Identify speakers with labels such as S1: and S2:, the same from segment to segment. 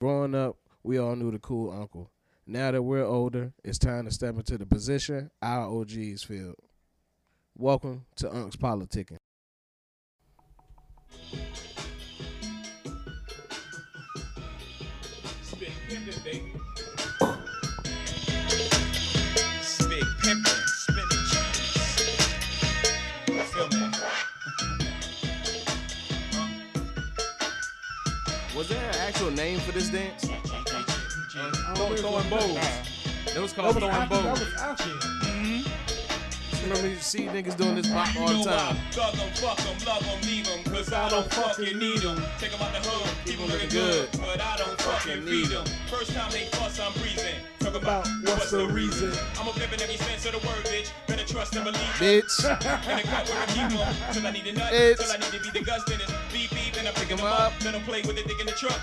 S1: Growing up, we all knew the cool uncle. Now that we're older, it's time to step into the position our OGs filled. Welcome to Unks Politicking.
S2: Spit pimpin', baby. Spit pimpin', spinning chains. Feel me?
S1: Was there an actual name for this dance?
S2: Throw- Throwing bows. That was called throwing bows.
S1: Remember, you see niggas doing this pop all
S2: You
S1: the
S2: know I
S1: time.
S2: thug 'em, fuck 'em, love 'em, leave 'em, cause I don't fucking need 'em. Take 'em out the hood, keep 'em looking good, but I don't fucking need 'em. First time they fuss, I'm breathing. Talk about what's the reason. I'm a pimpin' every sense of the word, bitch. Better trust and believe.
S1: Bitch,
S2: In the cup where I keep 'em, till I need a nut,
S1: It's-
S2: till I need to be the gust in it. Beep beep, and I pick 'em
S1: Pick 'em
S2: up.
S1: up.
S2: Let 'em play with it, dick in the truck.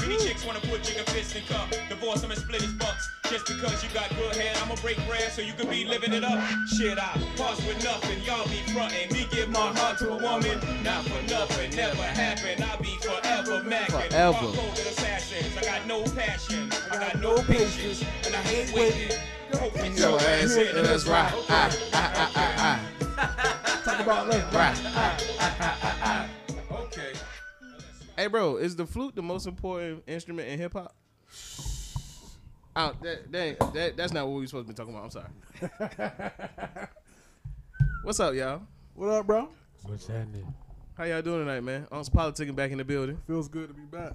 S2: Many chicks wanna put chicken fist in cup, divorce him and split his bucks. Just because you got good head, I'ma break bread so you could be living it up. Shit, I pause with nothing, y'all be frontin'. Me give my heart to a woman, not for nothing, never happened. I be forever mackin'.
S1: Forever.
S2: Hardcore assassins, I got no passion, I got no patience, and I hate waiting. Go get your ass in, and let's ride. Okay.
S1: hey bro, is the flute the most important instrument in hip hop? Oh, that, that, ain't- that that's not what we supposed to be talking about. I'm sorry. What's up, y'all?
S3: What up, bro?
S4: What's happening?
S1: How y'all doing tonight, man? Unks politicking back in the building.
S3: Feels good to be back.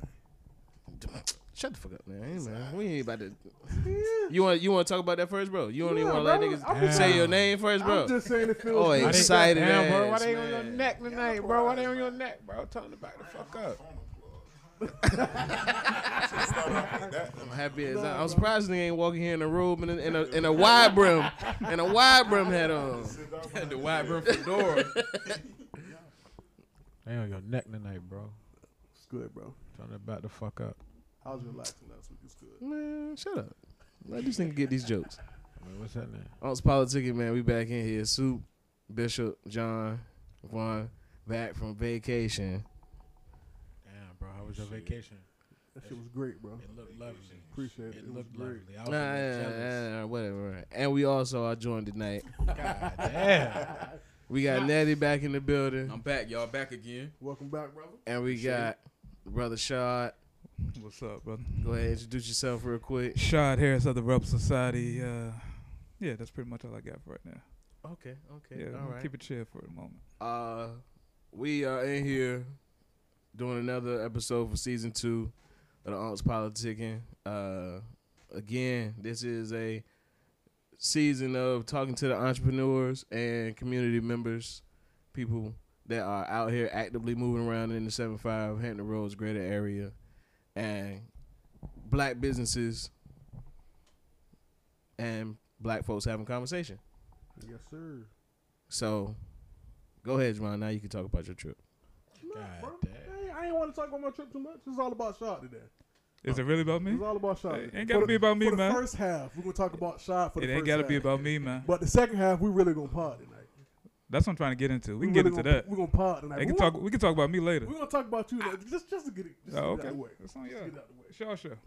S1: Shut the fuck up, man. Hey, man. We ain't about to. You want you want to talk about that first, bro? You don't even
S3: Yeah,
S1: want to let
S3: bro.
S1: niggas
S3: I'm just-
S1: say your name first, bro.
S3: I'm just saying it feels
S1: Oh,
S3: good.
S1: ex- Excited
S4: Damn, bro. Why
S1: ass,
S4: they on your
S1: man.
S4: neck tonight, bro? Why they on your neck, bro? Turn the back the fuck up.
S1: I'm happy as I, I'm surprised they ain't walking here in a robe and a, and a, and a wide brim and a wide brim hat on.
S2: The wide brim fedora.
S4: They on your neck tonight, bro.
S3: It's good, bro.
S4: Turn the back the fuck up.
S3: I was relaxing last week. It's good.
S1: Man, shut up. Let these niggas get these jokes.
S4: I mean, what's happening?
S1: Unks politicking, man. We back in here. Soup, Bishop, John, Vaughn, back from vacation.
S4: Damn, bro. How was your vacation?
S3: That shit was great, bro.
S4: It looked lovely.
S3: Appreciate it. It,
S4: It
S3: was
S4: looked
S3: great.
S4: lovely. I
S1: Nah,
S4: was
S1: nah,
S4: a little
S1: nah,
S4: jealous.
S1: nah, whatever. right. And we also are joined tonight.
S4: God damn.
S1: We got Natty back in the building,
S5: I'm back, y'all. Back again.
S3: Welcome back, brother.
S1: and we got Brother Shard.
S5: What's up, brother?
S1: Go ahead, introduce yourself real quick.
S5: Shad Harris of the Rebel Society. Uh, yeah, that's pretty much all I got for right now.
S1: Okay, okay,
S5: Yeah,
S1: all
S5: we'll
S1: right.
S5: keep it chill for the moment.
S1: Uh, we are in here doing another episode for season two of the Aunts Politicking. Uh, again, this is a season of talking to the entrepreneurs and community members, people that are out here actively moving around in the 75 Hampton Roads greater area, and black businesses and black folks having conversation.
S3: Yes, sir.
S1: So, go ahead, Jamon. Now you can talk about your trip.
S3: No, bro.
S4: God damn.
S3: Hey, I ain't want to talk about my trip too much. It's all about shot today.
S5: Is it really about me?
S3: It's all about shot.
S5: It ain't gotta be about me,
S3: for the
S5: man.
S3: First half, we're gonna talk about shot for
S5: It
S3: the
S5: ain't
S3: first
S5: got to
S3: half.
S5: be about me, man.
S3: But the second half, we really gonna pod tonight.
S5: That's what I'm trying to get into. We can
S3: really
S5: get into
S3: gonna,
S5: that.
S3: We're gonna pod tonight.
S5: They can
S3: We're
S5: talk. We can talk about me later.
S3: We're gonna talk about you like, just just to get it just
S5: Oh,
S3: to get
S5: okay.
S3: it out the way.
S5: That's on
S3: Just
S5: y'all.
S3: get it out the way.
S5: It's y'all show.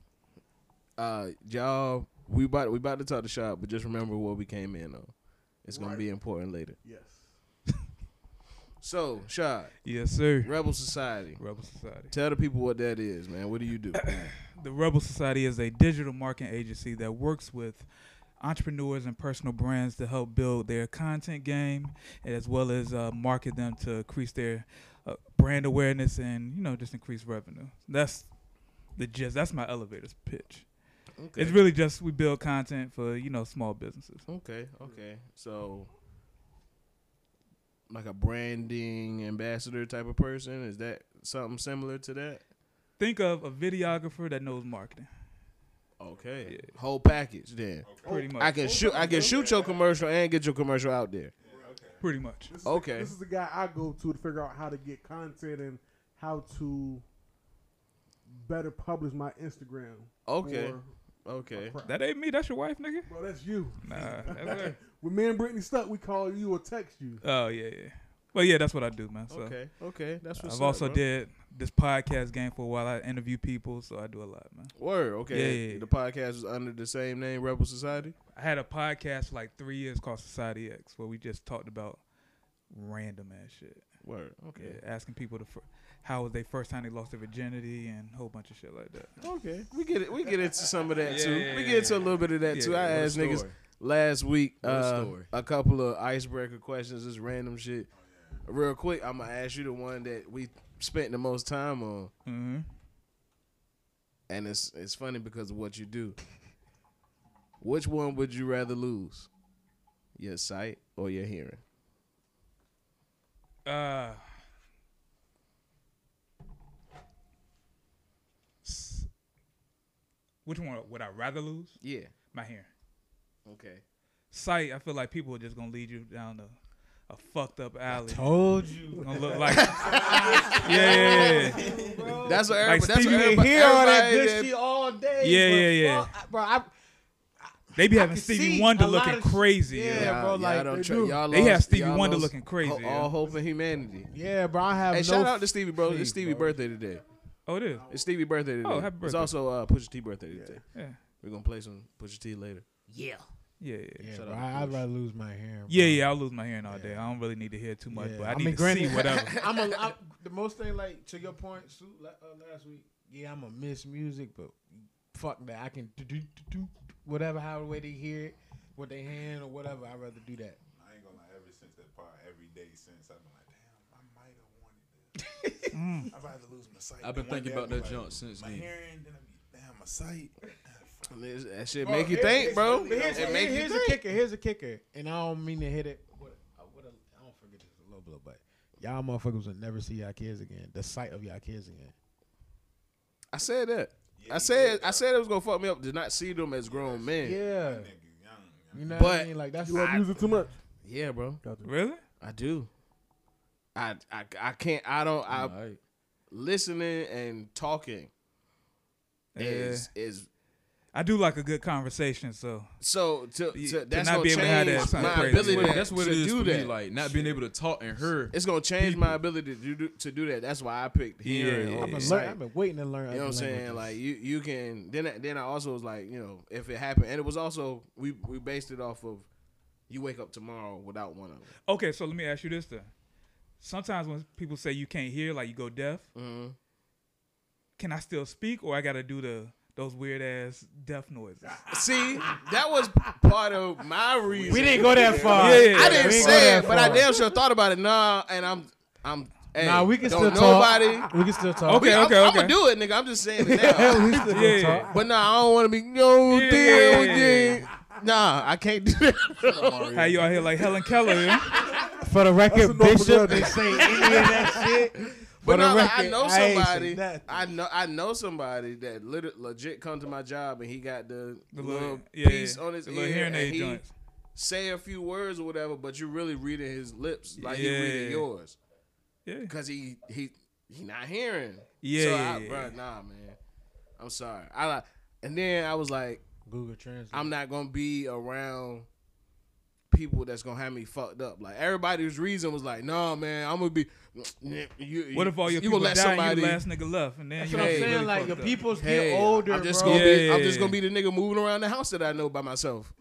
S1: Uh, y'all, we about we about to talk to shop, but just remember what we came in on. It's gonna
S3: Right.
S1: be important later.
S3: Yes.
S1: So, shop
S5: Yes, sir.
S1: Rebel Society.
S5: Rebel Society.
S1: Tell the people what that is, man. What do you do?
S5: The Rebel Society is a digital marketing agency that works with entrepreneurs and personal brands to help build their content game as well as uh, market them to increase their uh, brand awareness and you know just increase revenue. That's the gist. That's my elevator's pitch.
S1: Okay. Mm.
S5: It's really just we build content for you know small businesses.
S1: okay, okay. So, like a branding ambassador type of person is that something similar to that?
S5: Think of a videographer that knows marketing.
S1: Okay,
S5: Yeah.
S1: whole package then.
S5: Pretty much.
S1: Oh, I can shoot. I can shoot your commercial and get your commercial out there.
S5: Pretty much.
S3: This is
S1: Okay.
S3: The, this is the guy I go to to figure out how to get content and how to better publish my Instagram.
S1: Okay.
S3: for
S1: Okay.
S3: crowd.
S5: That ain't me. That's your wife, nigga.
S3: Bro, that's you.
S5: Nah. That's her.
S3: When me and Brittany stuck, we call you or text you.
S5: Oh yeah, yeah. But yeah, that's what I do, man. So
S1: okay, okay, that's what's
S5: I've
S1: up,
S5: also
S1: bro.
S5: did this podcast game for a while. I interview people, so I do a lot, man.
S1: Word, okay.
S5: Yeah, yeah, yeah.
S1: The podcast is under the same name, Rebel Society.
S5: I had a podcast for like three years called Society X, where we just talked about random ass shit.
S1: Word, okay,
S5: Yeah, asking people to fir- how was they first time they lost their virginity and a whole bunch of shit like that.
S1: okay. We get it. We get into some of that
S5: Yeah,
S1: too.
S5: yeah,
S1: we
S5: yeah,
S1: get into a little bit of that
S5: Yeah,
S1: too.
S5: yeah,
S1: I
S5: what a
S1: asked niggas
S6: Story.
S1: last week
S6: What a
S1: uh,
S6: story.
S1: a couple of icebreaker questions, just random shit.
S5: Oh,
S1: Real quick, I'm gonna ask you the one that we spent the most time on,
S5: Mm-hmm.
S1: and it's it's funny because of what you do. Which one would you rather lose, your sight or your hearing?
S5: Uh, s- which one would I rather lose?
S1: Yeah.
S5: My hearing.
S1: Okay.
S5: Sight, I feel like people are just gonna lead you down a, a fucked up alley.
S6: Told you.
S5: Gonna look like, yeah, yeah, yeah.
S1: That's what everybody. that's
S5: Stevie
S1: what
S5: Ray
S1: everybody.
S6: Hear all that
S1: everybody
S6: good
S1: that-
S6: shit all day.
S5: Yeah,
S6: but fuck, I- Bro, I,
S5: They be
S6: I
S5: having
S6: can
S5: Stevie
S6: see
S5: Wonder
S6: a lot
S5: looking
S6: of sh-
S5: crazy.
S6: yeah.
S5: yo.
S6: bro,
S1: y'all
S6: like,
S1: don't
S6: they
S1: tru-
S6: do.
S1: y'all
S5: They have
S1: lost-
S5: Stevie
S1: y'all
S5: Wonder
S1: lost
S5: looking crazy,
S1: ho-
S5: yeah.
S1: All hope in humanity.
S6: yeah, bro, I have
S1: Hey,
S6: no
S1: shout out to Stevie, bro.
S6: faith,
S1: It's Stevie
S6: bro.
S1: birthday today.
S5: Oh, it is.
S1: It's Stevie birthday today.
S5: Oh, happy
S1: It's
S5: birthday.
S1: also uh, Pusha T birthday today.
S5: Yeah,
S1: We're gonna play some Pusha T later.
S5: yeah, yeah.
S6: Yeah,
S1: Shout
S6: bro,
S1: out to
S6: I, I'd
S1: Bush.
S6: rather lose my hair.
S5: Yeah, yeah, I'll lose my hearing all day. I don't really need to hear too much, but I need to see whatever.
S6: I'm a, I'm, the most thing like to your point, Sue, la- uh, last week. Yeah, I'm gonna miss music, but fuck that. I can do do do- do whatever however way they hear it with their hand or whatever. I'd rather do that.
S4: I ain't gonna lie. Ever since that part, every day since, I've been like, damn, I might have wanted this.
S3: Mm.
S4: I'd rather lose my sight.
S6: I've been
S4: Then one
S6: thinking
S4: day
S6: about
S4: I'd be
S6: that junk since
S4: My
S6: then.
S4: hearing, then I be damn my sight.
S1: And this- That shit make you think, bro.
S6: But here's,
S1: It make you
S6: here's a
S1: think.
S6: kicker. Here's a kicker, and I don't mean to hit it. What, uh, what a, I don't forget this a little bit, but y'all motherfuckers will never see y'all kids again. The sight of y'all kids again.
S1: I said that.
S4: Yeah,
S1: I
S4: he
S1: said
S4: did,
S1: I said it was gonna fuck me up to not see them as grown men. Yeah,
S6: Yeah,
S4: Nigga, young.
S6: you know what
S1: But-
S6: I mean. Like that's
S3: You abuse it too much.
S1: bro.
S3: Gotcha.
S5: Really?
S1: I do. I I, I can't. I don't. I
S6: Alright.
S1: listening and talking
S5: Yeah.
S1: is is
S5: I do like a good conversation, so
S1: so to,
S5: Yeah,
S1: to
S5: to
S1: that's
S5: not
S1: gonna
S5: be able to have that
S1: change
S5: sound
S1: my
S5: crazy.
S1: ability.
S5: Well,
S1: to-
S6: that's what
S1: to
S6: it is
S1: do
S6: for
S1: that.
S6: me. Like not being able to talk and hear.
S1: It's gonna change my ability to do to do that. That's why I picked hearing
S5: Yeah,
S1: over
S6: I've been, learn,
S1: sight.
S6: I've been waiting to learn.
S1: You know what I'm
S6: other
S1: saying?
S6: languages.
S1: Like you, you can then. I- Then I also was like, you know, if it happened, and it was also we we based it off of you wake up tomorrow without one of them.
S5: okay. So let me ask you this then. Sometimes when people say you can't hear, like you go deaf, can I still speak, or I gotta do the those weird ass deaf noises?
S1: See, that was part of my reason.
S6: we didn't go that far.
S5: Yeah, yeah, yeah.
S1: I
S6: We
S1: didn't
S6: didn't go
S1: say it,
S6: that
S1: but I
S6: far.
S1: damn sure thought about it. Nah, and I'm I'm. Hey,
S6: Nah, we can
S1: don't
S6: still
S1: nobody,
S6: talk. We can still talk.
S5: Okay,
S1: I'm,
S5: okay,
S1: I'm
S5: okay.
S1: gonna do it, nigga. I'm just saying it now.
S6: we still
S5: Yeah.
S6: yeah. talk.
S1: but nah, I don't want to be no
S5: Yeah.
S1: deal. Yeah. Nah, I can't do that.
S5: How you out here like Helen Keller? yeah?
S6: For
S3: That's
S6: the
S3: a
S6: record,
S3: normal
S6: Bishop
S3: judge.
S6: they say any of that shit.
S1: But
S6: For the
S1: no, like, I
S6: record,
S1: know
S6: I ain't say
S1: somebody. I,
S6: nothing.
S1: know I know somebody that lit- legit come to my job and he got the,
S5: The
S1: little,
S5: yeah,
S1: piece
S5: yeah,
S1: on his
S5: the
S1: ear
S5: little hearing
S1: and
S5: aid
S1: he
S5: joints.
S1: say a few words or whatever, but you're really reading his lips like
S5: Yeah.
S1: you reading yours
S5: Yeah,
S1: because he he he not hearing.
S5: Yeah,
S1: so
S5: yeah,
S1: I,
S5: yeah,
S1: bruh,
S5: yeah.
S1: nah, man. I'm sorry. I like, and then I was like,
S6: Google Translate.
S1: I'm not gonna be around people that's gonna have me fucked up. Like everybody's reason was like, no, man, I'm gonna be. you-
S5: What if all your
S1: you
S5: people
S1: gonna let
S5: die and
S1: somebody-
S5: you the last nigga left, and then
S6: That's
S5: you
S6: what I'm
S1: Hey.
S6: saying.
S5: really
S6: like
S5: fucked
S6: your
S5: up?
S6: people's
S1: Hey,
S6: get older,
S1: I'm just
S6: bro.
S1: gonna be. I'm
S5: Yeah.
S1: just gonna be the nigga moving around the house that I know by myself.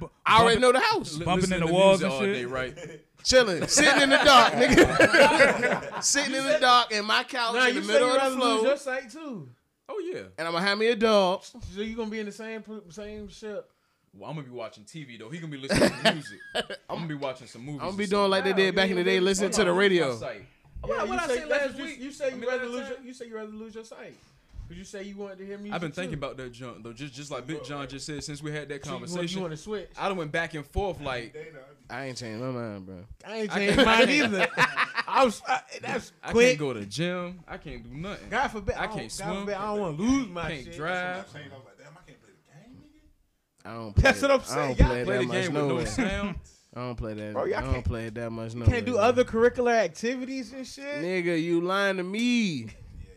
S5: Bu-
S1: I already
S5: bumping-
S1: know the house.
S5: bumping
S6: Listen
S5: in the
S6: to
S5: walls
S6: music
S5: and
S6: all
S5: shit.
S6: day, right?
S1: Chilling, sitting in the dark, nigga. sitting in the dark in my couch
S6: Nah,
S1: in the
S6: you say
S1: middle
S6: you
S1: of
S6: rather
S1: the
S6: lose
S1: floor,
S6: your sight too.
S7: Oh yeah.
S1: and I'm gonna have me a dog.
S6: So you gonna be in the same pl- same ship.
S7: Well, I'm gonna be watching TV though. He gonna be listening to music. I'm gonna be watching some movies.
S1: I'm gonna
S7: or
S1: be
S7: something. Oh,
S1: doing like they
S6: Wow,
S1: did back in
S6: you
S1: the
S6: ain't
S1: day,
S6: gonna-
S1: listening
S6: hold
S1: to the
S6: on,
S1: radio.
S7: My sight.
S6: Yeah,
S7: what
S6: you
S7: I
S6: say
S7: said
S6: that's
S7: last
S6: you-
S7: week.
S6: You say you
S7: mean,
S6: rather
S7: last
S6: lose your,
S7: time.
S6: you say you rather lose your sight. Cause you say you wanted to hear music.
S7: I've been thinking
S6: too.
S7: about that junk though. Just just like Big John just said, since we had that
S6: So you wanna-
S7: conversation,
S6: You want to switch?
S7: I done went back and forth like
S1: I ain't changed my mind, bro.
S6: I ain't changed mine either. I was I, that's
S7: I
S6: quick.
S7: can't go to the gym. I can't do nothing.
S6: God forbid
S7: I
S6: don't-
S7: can't
S6: God
S7: swim.
S6: Forbid, I don't want to lose my
S7: can't
S6: shit.
S7: drive.
S4: I was like, damn, I can't play the game, nigga.
S1: I don't. Play,
S6: That's what I'm
S1: I
S6: saying.
S1: don't
S6: Y'all
S1: play,
S7: Play
S1: that
S7: the
S1: much
S7: game with no
S1: nowhere.
S7: sound.
S1: I don't play that.
S6: Bro, y'all
S1: I don't
S6: can't-
S1: play it that much nowhere.
S6: Can't do other curricular activities and shit.
S1: Nigga, you lying to me.
S4: Yeah,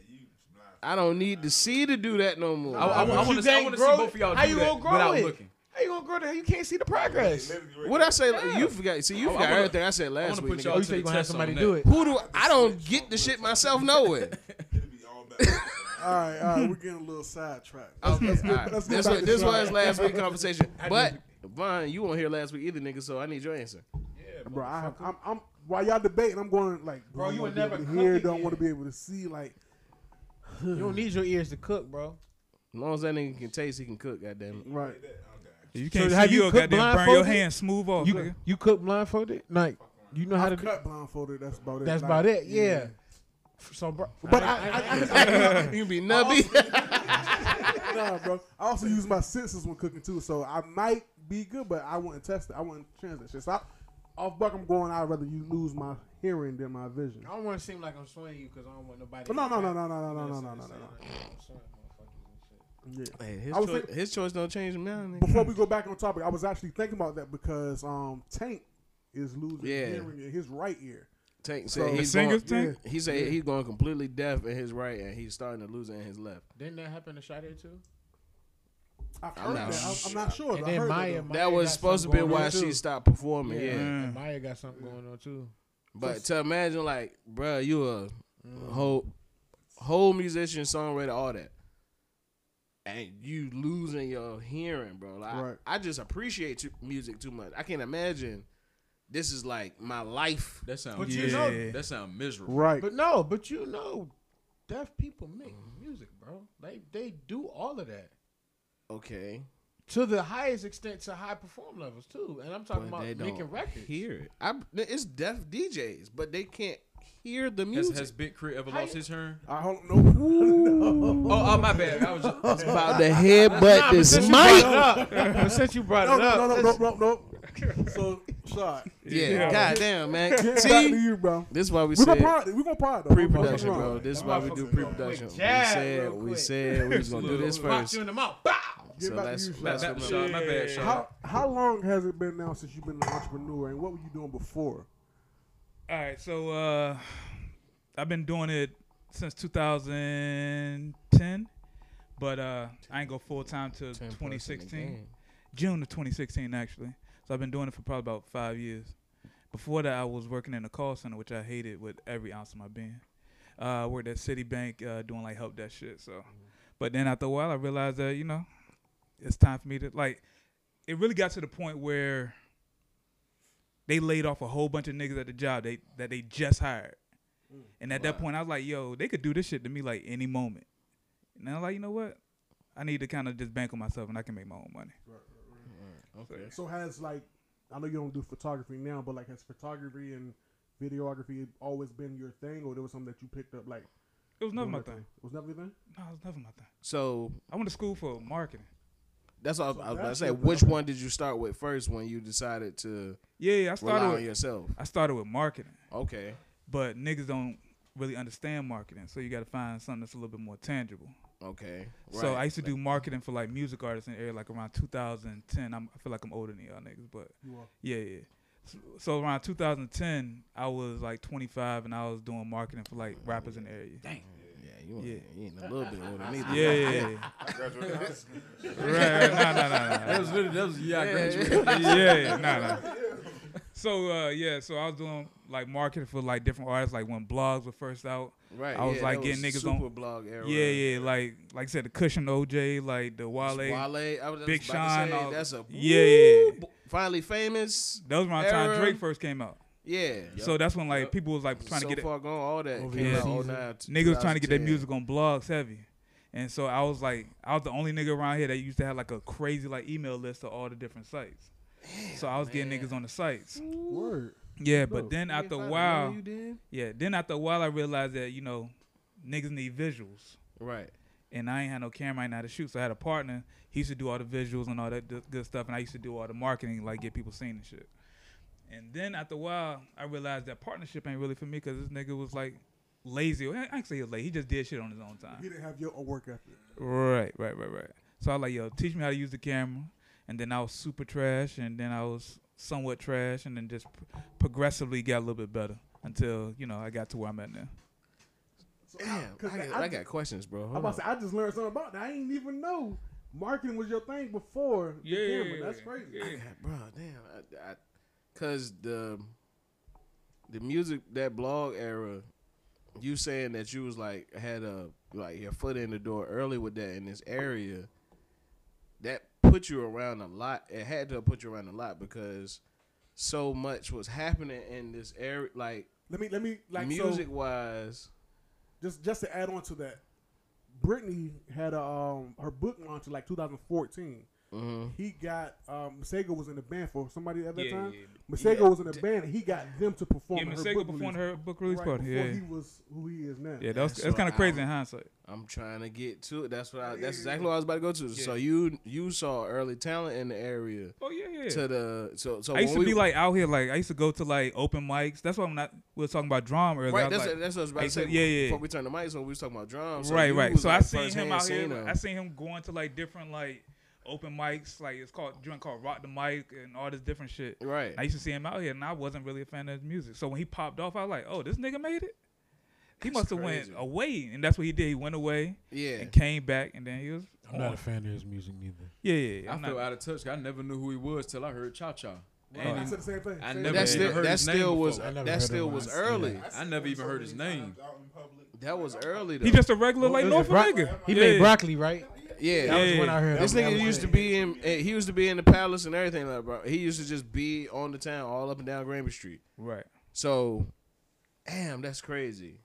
S4: you blind.
S1: I don't need to see to do that no more.
S7: I, I, I
S6: You
S7: want to see
S6: can't
S7: both
S6: grow
S7: of y'all
S6: it. How
S7: do
S6: you
S7: that
S6: gonna grow
S7: without
S6: it?
S7: looking.
S6: Hey, you gonna grow the hair? You can't see the progress.
S1: What I say? You forgot. See, you
S7: I
S1: forgot
S7: wanna-
S1: everything I said
S7: I
S1: last
S7: want to
S1: week.
S7: put
S1: nigga.
S7: y'all
S6: Oh, you
S7: to
S6: say
S7: the
S6: you gonna have
S7: test
S6: somebody
S7: on
S6: do
S7: that.
S6: it?
S1: Who do I don't get the shit myself? Nowhere.
S4: It'll be all back.
S3: All right, all right, we're getting a little sidetracked.
S1: Okay,
S3: Let's- let's
S1: all
S3: get-
S1: right.
S3: let's get
S1: That's
S3: back
S1: what
S3: to
S1: this
S3: Sean.
S1: was last week conversation. But Vaughn, you weren't here last week either, nigga. So I need your answer.
S3: bro. I have, I'm, I'm while y'all debating, I'm going like, bro,
S6: you
S3: you
S6: would
S3: would never
S6: never
S3: hear,
S6: cook
S3: don't want to
S6: again.
S3: be able to see, like,
S6: You don't need your ears to cook, bro.
S1: As long as that nigga can taste, he can cook. Goddamn it.
S3: right.
S5: You can't
S6: have
S5: see
S6: you
S5: you a
S6: cooked
S5: goddamn burn your
S6: blindfolded?
S5: hand smooth off.
S6: You
S5: nigga.
S6: you cook blindfolded? Like you know how to
S3: I've
S6: do?
S3: cut blindfolded. That's about it.
S6: That's
S3: Like,
S6: about it. Yeah. So, bro,
S3: But I, I,
S1: You be nubby.
S3: I- nah, bro. I also use my senses when cooking too, so I might be good, but I wouldn't test it. I wouldn't chance that shit. So I, off buck, I'm going. I'd rather you lose my hearing than my vision.
S6: I don't want to seem like I'm swaying you because I don't want nobody.
S3: But no, no, no, no, no, no, no, no, no, no, no. Yeah.
S1: Hey, his,
S3: I was
S1: choi-
S3: thinking-
S1: his choice don't change him now, nigga.
S3: Before we go back on topic, I was actually thinking about that because um Tank is losing
S1: Yeah.
S3: hearing in his right ear.
S1: Tank
S3: So-
S1: said
S3: The
S1: he's
S5: singer's
S1: going,
S5: Tank?
S1: he said he's going completely deaf in his right, and he's starting to lose it in his left.
S6: Didn't that happen to Sade too?
S3: I've heard
S1: not
S3: that. I'm, I'm not sure.
S6: And
S3: Oh, I
S6: then
S3: heard
S6: Maya,
S3: that,
S6: Maya
S1: That was
S6: got
S1: supposed to
S6: something
S1: be
S6: going
S1: why
S6: on, too.
S1: she stopped performing. Yeah,
S3: Mm.
S6: And Maya got something going on too.
S1: but to imagine like, bruh, you a whole whole musician, songwriter, all that, and you losing your hearing, bro. Like,
S3: Right.
S1: I, I just appreciate tu- music too much. I can't imagine. This is like my life.
S7: That sound.
S6: But
S7: yeah.
S6: you know-
S7: that sound miserable.
S3: Right.
S6: But no, but you know, deaf people make music, bro. They they do all of that
S1: Okay,
S6: to the highest extent, to high perform levels too. And I'm talking
S1: but they
S6: about making
S1: don't
S6: records.
S1: hear it. I, it's deaf DJs, but they can't hear the
S7: Has,
S1: music.
S7: has Big Crit ever
S6: How
S7: lost
S6: you-
S7: his turn?
S3: I don't know.
S7: Oh, oh, my bad. I was just,
S1: about to headbutt
S6: Nah, but
S1: this
S6: since
S1: mic.
S6: you brought it up- but since you brought
S3: No,
S6: it up,
S3: no, no, no,
S6: let's-
S3: no, no, no. So, shot.
S1: Yeah,
S5: Yeah.
S1: goddamn, man.
S3: Get back to
S1: See,
S3: you, bro.
S1: this is why we
S3: We're
S1: said
S3: gonna prod. We're gonna prod. though.
S1: pre-production,
S3: We're gonna
S1: bro.
S3: prod.
S1: This is why we do pre-production. We
S6: jab
S1: said
S6: real
S1: we
S6: quick.
S1: said we was gonna do this
S6: Box
S1: first.
S6: you in the mouth. Bow!
S3: Get
S1: So
S3: back to
S1: let's
S3: you,
S1: let's
S7: my, bad,
S1: remember-
S7: Sean, my bad,
S5: uh,
S7: Sean.
S3: How how long has it been now since you've been an entrepreneur, and what were you doing before?
S5: All right, so uh, I've been doing it since 2010, but uh, I ain't go full time till 2016, June of 2016 actually. So I've been doing it for probably about five years. Before that, I was working in a call center, which I hated with every ounce of my being. Uh, I worked at Citibank uh, doing like help desk shit. So, but then after a while, I realized that you know, it's time for me to like. It really got to the point where they laid off a whole bunch of niggas at the job they that they just hired.
S1: Mm.
S5: And at that point, I was like, yo, they could do this shit to me like any moment. And I was like, you know what? I need to kind of just bank on myself and I can make my own money.
S3: So has like, I know you don't do photography now, but like, has photography and videography always been your thing, or there was something that you picked up like?
S5: It was never
S3: doing
S5: my
S3: that
S5: thing.
S3: It was never your thing.
S5: No, it was never my thing.
S1: So
S5: I went to school for marketing.
S1: that's all I was I was about to
S3: that's
S1: say.
S3: your-
S1: Which one did you start with first when you decided to
S5: Yeah, yeah, I
S1: rely
S5: started
S1: on
S5: with,
S1: yourself?
S5: I started with marketing.
S1: Okay,
S5: But niggas don't really understand marketing. So you gotta find something that's a little bit more tangible.
S1: okay.
S5: So
S1: right.
S5: I used to do marketing for like music artists in the area like around 2010. I'm, I feel like I'm older than y'all niggas, but
S3: You are.
S5: yeah, yeah. So, so around 2010, I was like 25 and I was doing marketing for like rappers in the area.
S1: Yeah, you ain't,
S5: Yeah.
S1: you ain't a little bit older than me.
S5: Yeah, yeah, yeah. right, right, nah, nah, nah, nah.
S7: That was literally that was yeah. I graduated.
S5: yeah, yeah, nah, nah. So uh, yeah, so I was doing like marketing for like different artists, like when blogs were first out.
S1: Right.
S5: I was
S1: yeah,
S5: like
S1: that
S5: getting
S1: was
S5: niggas on-
S1: super blog era.
S5: Yeah, yeah, like like I said, the Cushion OJ, like the Wale.
S1: Wale, I was just
S5: Big
S1: about to
S5: Sean,
S1: say,
S5: all-
S1: that's a
S5: Yeah, yeah.
S1: woo, finally famous.
S5: That was around the time
S1: Era.
S5: Drake first came out.
S1: Yeah,
S5: So that's when like people was like trying
S1: so
S5: to get it.
S1: far gone. All that
S5: Over
S1: came
S5: the
S1: out
S5: season.
S1: 09 to
S5: niggas was trying to get their
S1: 2010.
S5: music on blogs heavy. And so I was like, I was the only nigga around here that used to have like a crazy like email list of all the different sites. so I was getting niggas on the sites.
S3: Word.
S5: Yeah, but then
S1: Yeah, if
S5: after
S1: I'd known
S5: a while,
S1: you did.
S5: yeah, then after a while I realized that you know niggas need visuals,
S1: Right.
S5: and I ain't had no camera right now to shoot. So I had a partner. He used to do all the visuals and all that d- good stuff, and I used to do all the marketing, like get people seen and shit. And then after a while, I realized that partnership ain't really for me because this nigga was like lazy. I I ain't say he was lazy. He just did shit on his own time.
S3: He didn't have your work ethic.
S5: Right, right, right, right. So I was like, yo, teach me how to use the camera. And then I was super trash, and then I was somewhat trash, and then just p- progressively got a little bit better until, you know, I got to where I'm at now.
S3: So,
S1: Damn, I,
S3: uh, 'cause
S1: got-
S3: I,
S1: I got questions, bro.
S3: I'm
S1: Hold
S3: about
S1: on.
S3: to say, I just learned something about that. I didn't even know. marketing was your thing before
S5: Yeah,
S3: the camera. That's crazy.
S5: yeah.
S1: bro, damn, I, I, cause the the music that blog era, you saying that you was like had a like your foot in the door early with that in this area, that put you around a lot. It had to put you around a lot because so much was happening in this area, like,
S3: Let me let me like
S1: music
S3: so
S1: wise.
S3: just just to add on to that. Britney had a, um her book launch in like 2014. He got um Masego was in the band for somebody at that
S5: Yeah,
S3: time.
S5: yeah.
S3: Masego
S1: Yeah.
S3: was in the band. and He got them to perform.
S5: Yeah,
S3: at her
S5: Masego
S3: book
S5: performed
S3: release.
S5: her book release
S3: right
S5: party.
S3: before
S5: Yeah,
S3: he was who he is now.
S5: yeah, that
S1: And
S5: was, that's
S1: so
S5: kind of crazy
S1: I-
S5: in hindsight.
S1: I'm trying to get to it. That's what I. That's exactly what I was about to go to. So
S5: Yeah.
S1: you you saw early talent in the area.
S5: Oh yeah, yeah.
S1: to the so so
S5: I
S1: when
S5: used to
S1: we-
S5: be like out here, like I used to go to like open mics. That's why I'm not. We were talking about drama earlier. I
S1: right
S5: was
S1: that's,
S5: like-
S1: that's what I was about
S5: I
S1: to
S5: used to-
S1: say
S5: yeah, yeah, yeah.
S1: before we turned the mics on we was talking about drums so
S5: right,
S1: you
S5: right.
S1: was,
S5: So
S1: like,
S5: I seen him
S1: firsthand
S5: out here.
S1: seen him.
S5: I seen him going to like different like open mics. Like it's called joint called Rock the Mic and all this different shit.
S1: right
S5: I used to see him out here, and I wasn't really a fan of his music. So when he popped off, I was like, "Oh, this nigga made it. He must have went
S1: crazy.
S5: away, and that's what he did. He went away
S1: yeah
S5: and came back, and then he was.
S6: I'm not
S5: on.
S6: a fan of his music neither.
S5: Yeah, yeah, yeah.
S7: I
S5: I'm
S7: feel
S5: not-
S7: out of touch. I never knew who he was till I heard Cha Cha.
S3: I said the same thing.
S7: I
S3: same
S1: but
S7: never
S3: thing.
S1: that still,
S7: heard
S1: that
S7: his name
S1: still was
S7: before.
S6: I never
S1: that
S6: heard
S1: still
S6: him.
S1: was
S6: I see
S1: early
S6: that.
S7: I never even heard his name.
S1: that was early though
S5: he just a regular like
S6: He
S5: Norfolk
S6: bro-
S5: nigga.
S6: He
S5: yeah.
S6: made broccoli, right? That
S1: yeah
S6: was when I heard.
S1: this
S6: him. That
S1: nigga
S6: was
S1: used to
S6: it.
S1: be in eh, he used to be in the palace and everything like bro he used to just be on the town all up and down Granby Street
S5: Right.
S1: so damn that's crazy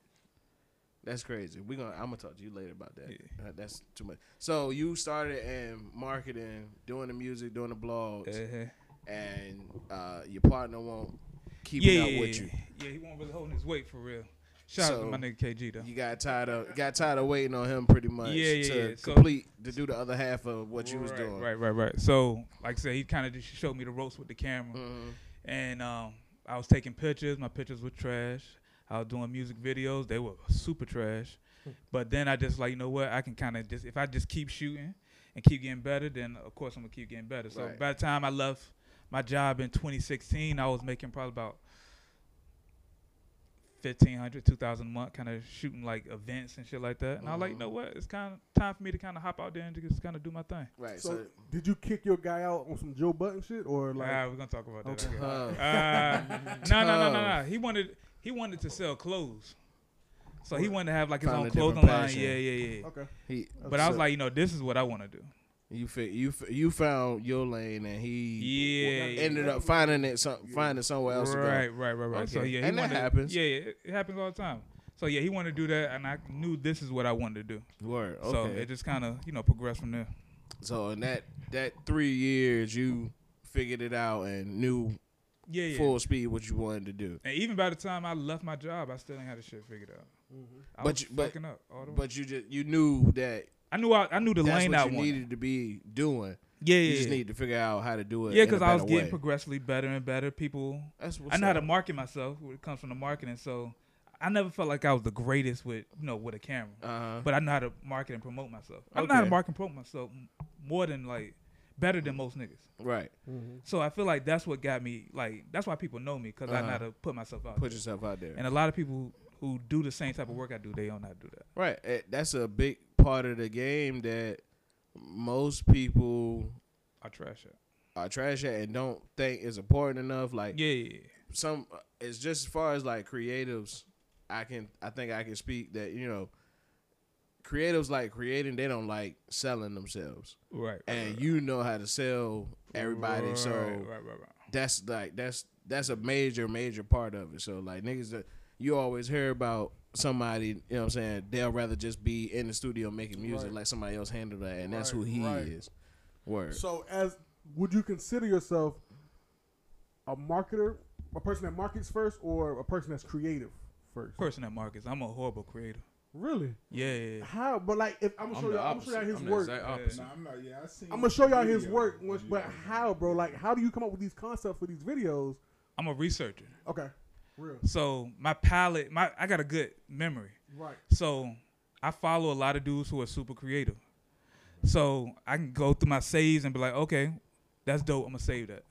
S1: that's crazy we gonna I'm gonna talk to you later about that Uh, that's too much so you started in marketing doing the music doing the blogs
S5: Uh-huh.
S1: and uh, your partner won't keep
S5: yeah,
S1: up
S5: yeah,
S1: with
S5: yeah.
S1: you.
S5: Yeah, he wasn't really holding his weight for real. Shout out
S1: So-
S5: to my nigga KG though.
S1: You got tired of got tired of waiting on him pretty much
S5: Yeah, yeah,
S1: to
S5: yeah. So-
S1: complete to do the other half of what you was
S5: right,
S1: doing.
S5: Right, right, right. So, like I said, he kind of just showed me the ropes with the camera,
S1: Mm-hmm.
S5: and um, I was taking pictures. My pictures were trash. I was doing music videos; they were super trash.
S3: Hmm.
S5: but then I just like, you know what? I can kind of just if I just keep shooting and keep getting better, then of course I'm gonna keep getting better. So
S1: Right.
S5: by the time I left my job in 2016, I was making probably about 1500 2000 a month kind of shooting like events and shit like that and i was like you
S3: Mm-hmm.
S5: know what it's kind of time for me to kind of hop out there and just kind of do my thing
S1: Right,
S3: So,
S1: So,
S3: did you kick your guy out on some Joe Button shit or like?
S5: ah, we're gonna talk about that.
S3: Okay.
S5: later.
S1: Tough.
S5: Uh, no, no, no, no, no. He wanted he wanted to sell clothes, so he wanted to have like his
S1: Found
S5: own
S1: a different
S5: clothing line.
S1: passion.
S5: Yeah, yeah, yeah.
S3: okay.
S1: he,
S5: But I was
S1: so
S5: like, you know, this is what I want to do.
S1: you fi- you f- you found your lane and he
S5: Yeah.
S1: ended up finding it some, finding somewhere else
S5: right,
S1: to go.
S5: right, right, right. So
S1: Okay.
S5: yeah, he
S1: And that
S5: wanted-
S1: happens.
S5: Yeah, yeah, it happens all the time. So yeah, he wanted to do that, and I knew this is what I wanted to do.
S1: Word.
S5: So
S1: Okay.
S5: it just kind of you know progressed from there.
S1: So in that that three years you figured it out and knew
S5: Yeah, yeah.
S1: full speed what you wanted to do.
S5: And even by the time I left my job, I still ain't had the shit figured out. I
S1: Mm-hmm. But
S5: was
S1: you- but-
S5: fucking up all the way.
S1: But you just you knew that
S5: I knew I, I knew the
S1: that's
S5: lane I
S1: what you
S5: wanted.
S1: needed to be doing.
S5: yeah, yeah.
S1: You just
S5: yeah.
S1: need to figure out how to do it.
S5: Yeah,
S1: because
S5: because I was getting
S1: way.
S5: progressively better and better. People,
S1: That's what's
S5: I know how to
S1: up.
S5: market myself when it comes from the marketing. So I never felt like I was the greatest with you know with a camera,
S1: Uh-huh.
S5: but I know how to market and promote myself. I know how to
S1: Okay.
S5: market and promote myself m- more than like better than most niggas.
S1: Right.
S5: So I feel like that's what got me like that's why people know me because I know how
S1: Uh-huh.
S5: to put myself out.
S1: Put
S5: there.
S1: yourself out there.
S5: And a lot of people who do the same type of work I do, they don't know how to do that.
S1: right. Eh, That's a big part of the game that most people
S5: I trash it.
S1: are trash at and don't think is important enough. Like
S5: Yeah, yeah, yeah.
S1: some, it's just as far as like creatives. I can, I think I can speak that you know, creatives like creating. They don't like selling themselves,
S5: right.
S1: and you know how to sell everybody.
S5: right,
S1: so
S5: right, right, right.
S1: that's like that's that's a major major part of it so like niggas that you always hear about somebody you know what i'm saying they'll rather just be in the studio making music like somebody else handle that and that's who
S3: Right,
S1: he
S3: right.
S1: is word
S3: So, as would you consider yourself a marketer, a person that markets first, or a person that's creative first?
S5: Person that markets, I'm a horrible creator.
S3: Really?
S5: Yeah, yeah, yeah.
S3: How? But like, if I'm gonna
S7: I'm
S3: show
S7: the
S3: y'all, I'm gonna show
S7: opposite.
S3: y'all his
S7: I'm the
S3: work.
S7: exact opposite.
S4: Nah, I'm not. Yeah, I seen.
S3: I'm gonna show y'all his
S4: videos.
S3: work, once, but
S4: Yeah.
S3: how, bro? Like, how do you come up with these concepts for these videos?
S5: I'm a researcher.
S3: Okay, real,
S5: So my palate, my I got a good memory.
S3: right?
S5: So I follow a lot of dudes who are super creative. So I can go through my saves and be like, okay, that's dope. I'm gonna save that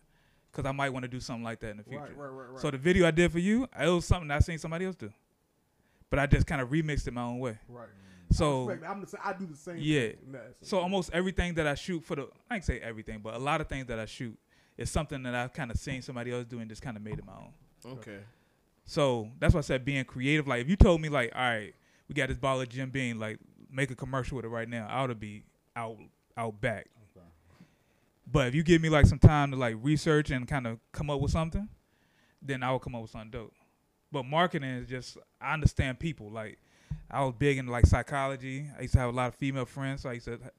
S5: because I might want to do something like that in the future.
S3: Right, right, right, right.
S5: So the video I did for you, it was something I seen somebody else do, but I just kind of remixed it my own way.
S3: Right.
S5: So
S3: Respect, I'm the, sa- I do the same.
S5: Yeah.
S3: Thing. Nah, it's-
S5: so almost everything that I shoot for the I ain't say everything, but a lot of things that I shoot is something that I've kind of seen somebody else do and just kind of made it my own.
S1: Okay.
S5: So that's why I said being creative. Like if you told me like, all right, we got this ball of Jim Beam, like make a commercial with it right now, I ought to be out out back. But if you give me like some time to like research and kind of come up with something, then I will come up with something dope. But marketing is just I understand people. Like I was big in like psychology. I used to have a lot of female friends. So I used to ha-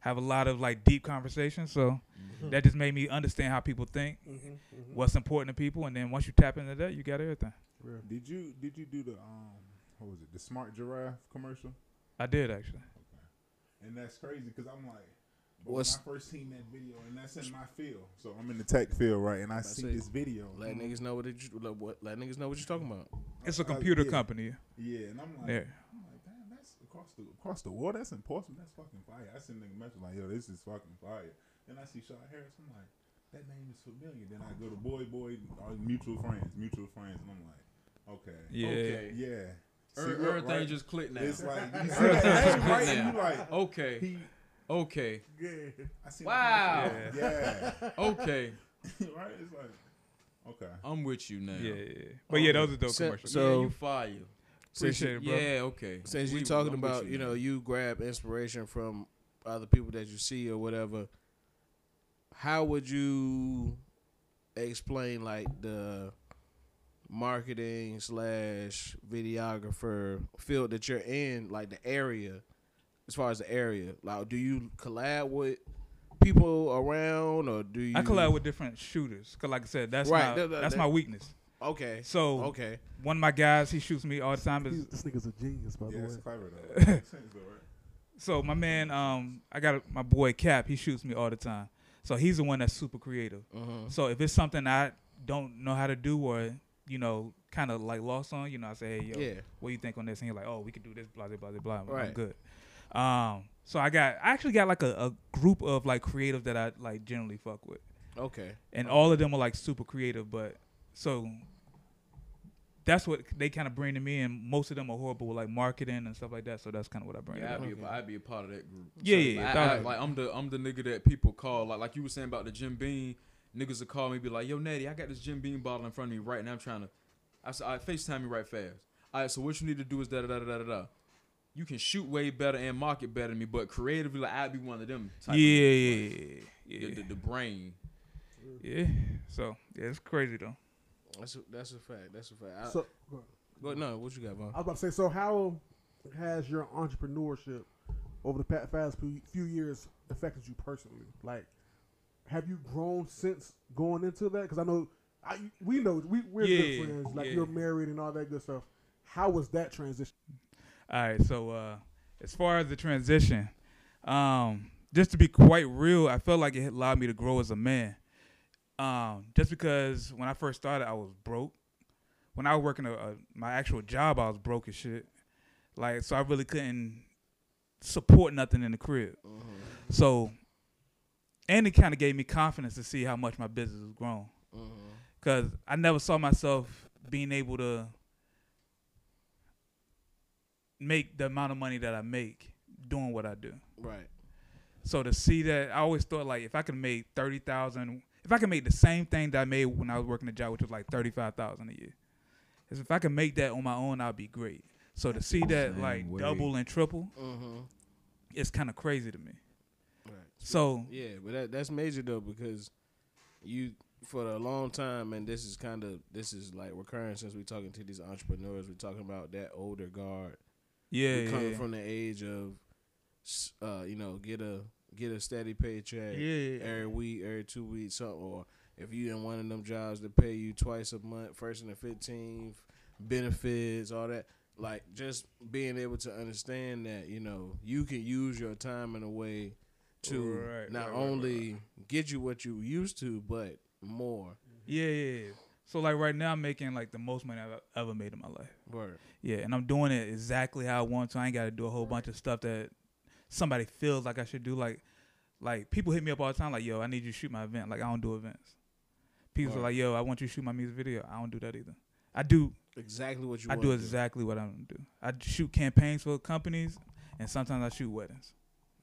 S5: have a lot of like deep conversations. So that just made me understand how people think,
S3: Mm-hmm,
S5: what's important to people, and then once you tap into that, you got everything.
S4: Did you did you do the um what was it the smart giraffe commercial?
S5: I did actually.
S4: And that's crazy because I'm like, bro,
S1: What's-
S4: when I first seen that video, and that's in my field. So I'm in the tech field, right? And I see
S1: say,
S4: this video.
S1: Let niggas know what it, let, what let niggas know what you're talking about.
S5: It's a
S4: Uh,
S5: computer
S4: yeah.
S5: company.
S4: Yeah, and I'm like,
S5: Yeah.
S4: I'm like, damn, that's across the across the world. That's in Portsmouth. That's fucking fire. I send nigga message like, yo, this is fucking fire. Then I see Shaw Harris. I'm like, that name is familiar. Then I go to Boy Boy, or mutual friends, mutual friends, and I'm like, okay,
S5: Yeah.
S7: Okay.
S4: yeah. See,
S7: Er-
S4: look,
S7: Everything
S4: right?
S7: just clicked now.
S4: It's like you see that name, right? And you like,
S7: Okay.
S4: he.
S7: Okay.
S3: yeah.
S4: I see
S7: Wow.
S4: Yeah.
S7: Okay.
S4: right? It's like, okay.
S7: I'm with you now.
S5: Yeah. But yeah, those are dope
S1: So-
S5: commercials.
S7: So
S1: So-
S7: you fire.
S5: Appreciate it, bro.
S7: Yeah. Okay.
S1: Since you're
S7: We-
S1: talking
S7: I'm with
S1: about, you
S7: now.
S1: know, you grab inspiration from other people that you see or whatever, how would you explain like the marketing slash videographer field that you're in, like the area, as far as the area? Like, do you collab with people around or do you?
S5: I collab with different shooters. Cause like I said, that's
S1: Right,
S5: my,
S1: that- that-
S5: that's
S1: that-
S5: my weakness.
S1: Okay.
S5: So
S1: Okay.
S5: one of my guys, he shoots me all the time. Is
S3: He's, this nigga's a genius, by
S4: Yeah,
S3: the
S4: it's
S3: way.
S4: clever though. It makes sense though, right?
S5: So my man, um, I got a, my boy Cap. He shoots me all the time. So he's the one that's super creative.
S1: Mm-hmm.
S5: So if it's something I don't know how to do or you know kind of like lost on, you know, I say, hey, yo,
S1: Yeah.
S5: what do you think on this? And he's like, oh, we could do this, blah blah blah blah. blah. I'm
S1: Right.
S5: good. Um, so I got I actually got like a, a group of like creative that I like generally fuck with,
S1: Okay.
S5: and all of them are like super creative. But so that's what they kind of bring to me, and most of them are horrible with like marketing and stuff like that. So that's kind of what I bring.
S7: Yeah,
S5: to
S7: I'd
S5: them.
S7: be, a, I'd be a part of that group.
S5: Yeah,
S7: So,
S5: yeah,
S7: like,
S5: yeah,
S7: I- I-
S5: dog.
S7: like I'm the I'm the nigga that people call. Like like you were saying about the Jim Beam, niggas will call me be like, "Yo, Natty, I got this Jim Beam bottle in front of me right now. I'm trying to, I said, I Facetime me right fast. All right, so what you need to do is da da da da da da. You can shoot way better and market better than me, but creatively, like I'd be one of them.
S5: Yeah,
S7: Type of
S5: yeah,
S7: niggas.
S5: yeah,
S7: The,
S5: yeah,
S7: the, the brain.
S5: yeah. So yeah, it's crazy though.
S1: That's a, that's a fact. That's a fact. I,
S3: So, go-
S1: go- no, what you got, Von?
S3: I was about to say, so how has your entrepreneurship over the pa- past few- few years affected you personally? Like, have you grown since going into that? Because I know, I, we know, we, we're
S5: Yeah,
S3: good friends. Like,
S5: yeah.
S3: you're married and all that good stuff. How was that transition?
S5: All right, so uh, as far as the transition, um, just to be quite real, I felt like it allowed me to grow as a man. Um, just because when I first started, I was broke. When I was working a, a, my actual job, I was broke as shit. Like, so I really couldn't support nothing in the crib. So, and it kind of gave me confidence to see how much my business has grown. Because I never saw myself being able to make the amount of money that I make doing what I do.
S1: Right.
S5: So to see that, I always thought like if I could make thirty thousand, if I could make the same thing that I made when I was working a job, which was like thirty five thousand a year, is if I could make that on my own, I'd be great. So to see that
S7: Same
S5: like
S7: way.
S5: double and triple,
S1: Mm-hmm.
S5: it's kind of crazy to me.
S1: Right.
S5: So
S1: Yeah, but that that's major though because you for a long time, and this is kind of this is like recurring since we're talking to these entrepreneurs. We're talking about that older guard
S5: yeah,
S1: who coming
S5: yeah,
S1: from the age of, s- uh, you know, get a get a steady paycheck
S5: Yeah.
S1: every week, every two weeks, something. Or if you in one of them jobs that pay you twice a month, first and the fifteenth, benefits, all that. Like just being able to understand that you know you can use your time in a way to
S5: Right,
S1: not
S5: right, right,
S1: only get you what you used to, but more.
S5: yeah, yeah, yeah. So like right now, I'm making like the most money I've e-, ever made in my life.
S1: Word.
S5: Yeah, and I'm doing it exactly how I want to. I ain't got to do a whole bunch of stuff that somebody feels like I should do. Like, like people hit me up all the time, like, "Yo, I need you to shoot my event." Like, I don't do events. People are
S1: Right.
S5: like, "Yo, I want you to shoot my music video." I don't do that either. I do.
S1: Exactly what you.
S5: I
S1: wanna
S5: do exactly what I don't do. I shoot campaigns for companies, and sometimes I shoot weddings.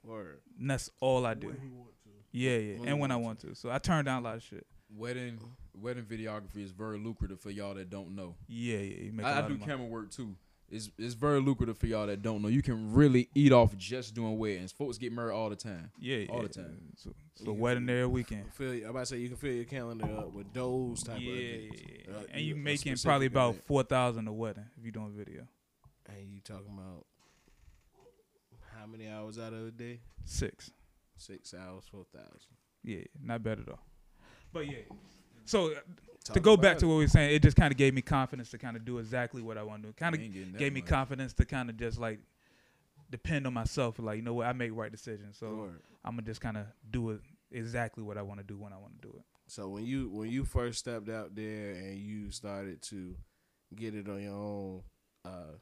S1: Word.
S5: And that's all I do.
S3: When he want to.
S5: Yeah, yeah,
S7: When you
S5: and when I want
S7: want
S5: to. So I turn down a lot of shit.
S7: Wedding wedding videography is very lucrative for y'all that don't know.
S5: Yeah, yeah. You make a
S7: I, I
S5: lot
S7: do
S5: of money.
S7: camera work too. It's it's very lucrative for y'all that don't know. You can really eat off just doing weddings. Folks get married all the time.
S5: Yeah, yeah.
S7: all the time.
S5: So, so wedding there weekend.
S1: Fill, I'm about to say you can fill your calendar up with those type
S5: Yeah,
S1: of
S5: yeah,
S1: events.
S5: yeah.
S1: Uh,
S5: and you
S1: a
S5: making
S1: specific
S5: probably about
S1: event.
S5: four thousand a wedding if you doing video.
S1: And you talking about how many hours out of a day?
S5: Six.
S1: Six hours, four thousand.
S5: Yeah, not bad at all. But yeah. So uh, to go back to what we were saying, it just kind of gave me confidence to kind of do exactly what I want to do. Kind
S7: You ain't getting
S5: of
S7: that
S5: gave me
S7: much.
S5: confidence to kind of just like depend on myself. Like you know what, I make right decisions. So
S1: Word.
S5: I'm gonna just kind of do it exactly what I want to do when I want to do it.
S1: So when you when you first stepped out there and you started to get it on your own, uh,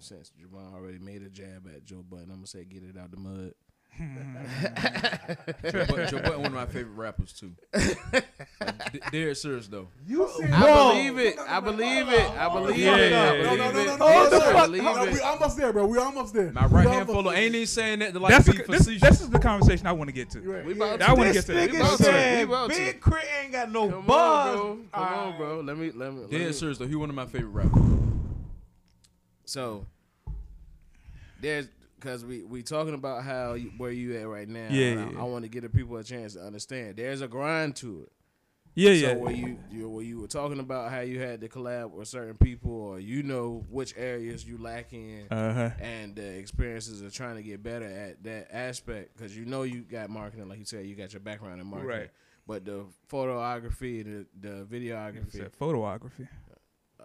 S1: since Javon already made a jab at Joe Button, I'm gonna say get it out the mud.
S7: Joe Button, Joe Budden one of my favorite rappers too. Like, Derek serious though.
S3: You said
S1: I believe it. I believe it. I believe
S5: Yeah,
S1: it.
S5: yeah,
S1: I
S5: yeah.
S1: believe
S3: No,
S1: it.
S3: no, no, no, no.
S1: Yes,
S3: no,
S1: I
S3: no,
S1: believe
S3: no,
S1: it.
S3: We almost there, bro. We almost there.
S7: My right
S3: We almost
S7: hand full of
S3: there.
S7: ain't even saying that to like
S5: That's the,
S7: be
S5: this,
S7: facetious.
S5: this is the conversation I want to get to.
S3: You right.
S1: We about
S5: I
S1: to-
S5: wanna get
S6: This
S5: to that. We
S6: nigga
S5: about to-
S1: we about
S6: said
S1: to.
S6: Big Crit ain't got no
S1: Come on,
S6: buzz.
S1: bro. Come on, bro. Let me let me. Let
S7: Derek
S1: me.
S7: serious though. He one of my favorite rappers.
S1: So there's because we we talking about how you, where you at right now.
S5: Yeah,
S1: and I-
S5: yeah.
S1: I, want to give the people a chance to understand. There's a grind to it.
S5: Yeah, yeah.
S1: So where you, you where you were talking about how you had to collab with certain people, or you know which areas you lack in,
S5: uh
S7: Uh-huh.
S5: huh.
S1: and the experiences of trying to get better at that aspect because you know you got marketing, like you said, you got your background in marketing.
S5: Right.
S1: But the photography, the the videography,
S5: Photography.
S1: uh,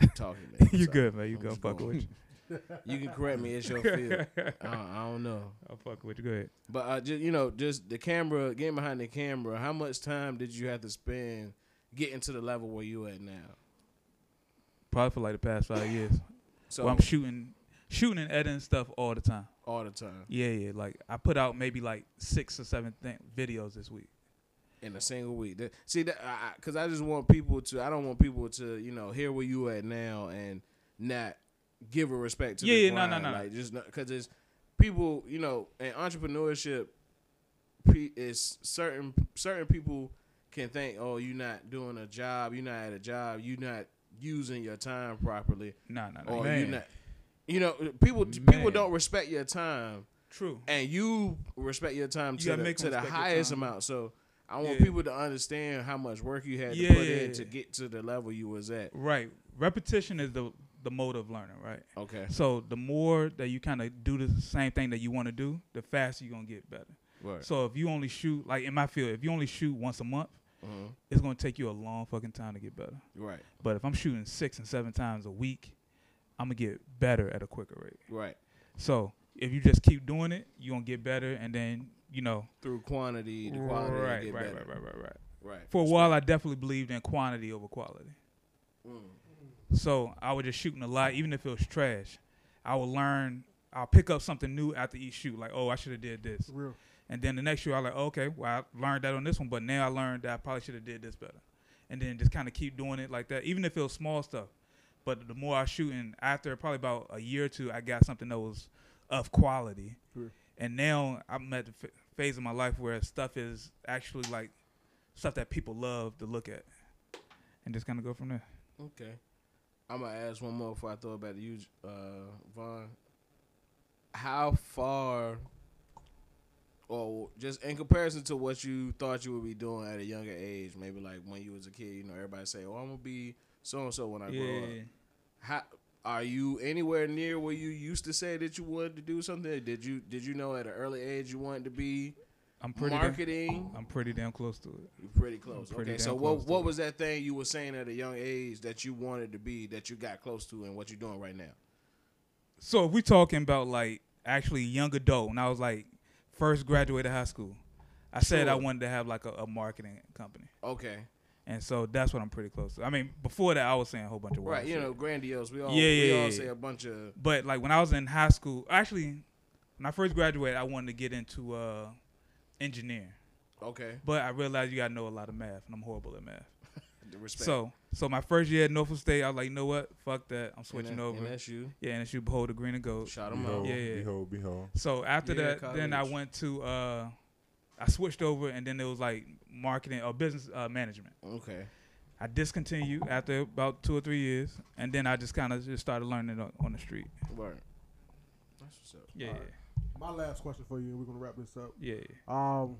S1: I'm talking. man.
S5: you
S1: So,
S5: good, man. You
S1: I'm
S5: go.
S1: just
S5: Fuck
S1: going.
S5: with you.
S1: You can correct me. It's your field. I, I don't know.
S5: I'll fuck with you. Go ahead.
S1: But uh, just you know, just the camera, getting behind the camera. How much time did you have to spend getting to the level where you at now?
S5: Probably for like the past five years.
S1: So
S5: well, I'm shooting, shooting and editing stuff all the time.
S1: all the time
S5: Yeah, yeah. Like I put out maybe like six or seven th- videos this week.
S1: in a single week. That- See that because I, just want people to. I don't want people to you know hear where you at now and not give a respect to. the
S5: Yeah, yeah, no, no,
S1: grind.
S5: no.
S1: Like just because it's people. You know, in entrepreneurship, pe- it's certain certain people can think, oh, you're not doing a job, you're not at a job, you're not using your time properly.
S5: Nah, nah, nah.
S1: or
S5: Man.
S1: Oh, you not. You know, people people
S7: Man.
S1: don't respect your time,
S5: True.
S1: and you respect your time
S5: You
S1: to
S5: gotta
S1: the,
S5: make
S1: to
S5: them
S1: the
S5: respect your
S1: highest
S5: time.
S1: amount. So I want
S5: Yeah.
S1: people to understand how much work you had
S5: Yeah,
S1: to put
S5: yeah,
S1: in
S5: yeah.
S1: to get to the level you was at.
S5: Right. Repetition is the the mode of learning, right?
S1: Okay,
S5: So the more that you kind of do the same thing that you want to do, the faster you're gonna get better.
S1: Right.
S5: So if you only shoot like in my field, if you only shoot once a month,
S1: Mhm.
S5: it's gonna take you a long fucking time to get better.
S1: right,
S5: But if I'm shooting six and seven times a week, I'm gonna get better at a quicker rate.
S1: right.
S5: So if you just keep doing it, you're gonna get better, and then you know,
S1: Through quantity, the quality will
S5: right,
S1: get
S5: right,
S1: better.
S5: right, right, right, right.
S1: right,
S5: For a while, I definitely believed in quantity over quality.
S1: Mm.
S5: So I was just shooting a lot, even if it was trash. I would learn. I'll pick up something new after each shoot, like, oh, I should have did this,
S3: Real.
S5: and then the next shoot, I like, okay, well, I learned that on this one, but now I learned that I probably should have did this better, and then just kind of keep doing it like that, even if it was small stuff. But the more I shoot, and after probably about a year or two, I got something that was of quality,
S3: Sure.
S5: and now I'm at the f- phase of my life where stuff is actually like stuff that people love to look at, and just kind of go from there.
S1: Okay, I'm gonna ask one more before I throw it back to you, uh, Vaughn. How far, or just in comparison to what you thought you would be doing at a younger age, maybe like when you was a kid, you know, everybody say, "Oh, I'm gonna be so and so when I grow up." How are you anywhere near where you used to say that you wanted to do something? Did you did you know at an early age you wanted to be
S5: I'm pretty. Damn,
S1: marketing?
S5: I'm pretty damn close to it.
S1: You're pretty close.
S5: I'm pretty
S1: okay, so
S5: damn
S1: what
S5: close to
S1: what
S5: it.
S1: was that thing you were saying at a young age that you wanted to be that you got close to and what you're doing right now?
S5: So if we talking about like actually young adult, when I was like first graduated high school, I said I
S1: Sure.
S5: wanted to have like a, a marketing company,
S1: Okay,
S5: and so that's what I'm pretty close to. I mean, before that, I was saying a whole bunch of wild
S1: right. You
S5: shit.
S1: know, grandiose. We all
S5: Yeah,
S1: we
S5: yeah,
S1: all
S5: yeah,
S1: say
S5: yeah.
S1: a bunch of
S5: But like when I was in high school, actually, when I first graduated, I wanted to get into uh, engineering,
S1: okay.
S5: but I realized you gotta know a lot of math, and I'm horrible at math.
S1: Respect.
S5: So, so my first year at Norfolk State, I was like, you know what? Fuck that. I'm switching
S1: and that-
S5: over.
S1: And that's you.
S5: yeah, and it's you behold the green and gold.
S1: Shout him out.
S4: Behold,
S5: Yeah, yeah.
S4: behold, behold.
S5: So after
S7: Yeah,
S5: that, then I
S7: college.
S5: went to uh, I switched over, and then it was like marketing or business uh, management.
S1: Okay.
S5: I discontinued after about two or three years, and then I just kind of just started learning on, on the street.
S1: Word. That's what's up.
S5: Yeah,
S1: Alright.
S3: My last question for you, and we're gonna wrap this up.
S5: yeah, yeah.
S3: Um,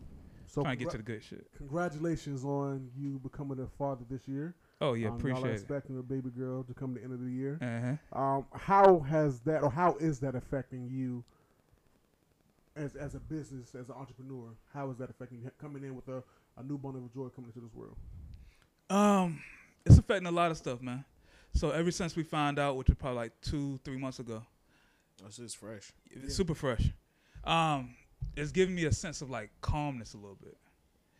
S3: so
S5: Trying to get to
S3: congra-
S5: the good shit.
S3: congratulations on you becoming a father this year.
S5: Oh yeah,
S3: um, y'all are
S5: appreciate it.
S3: expecting a baby girl to come the end of the year.
S5: Uh huh.
S3: Um, how has that, or how is that affecting you as as a business, as an entrepreneur? How is that affecting you coming in with a, a new bundle of joy coming into this world?
S5: Um, it's affecting a lot of stuff, man. So ever since we found out, which was probably like two, three months ago,
S1: This is fresh.
S5: it's super fresh. Um, it's giving me a sense of like calmness a little bit.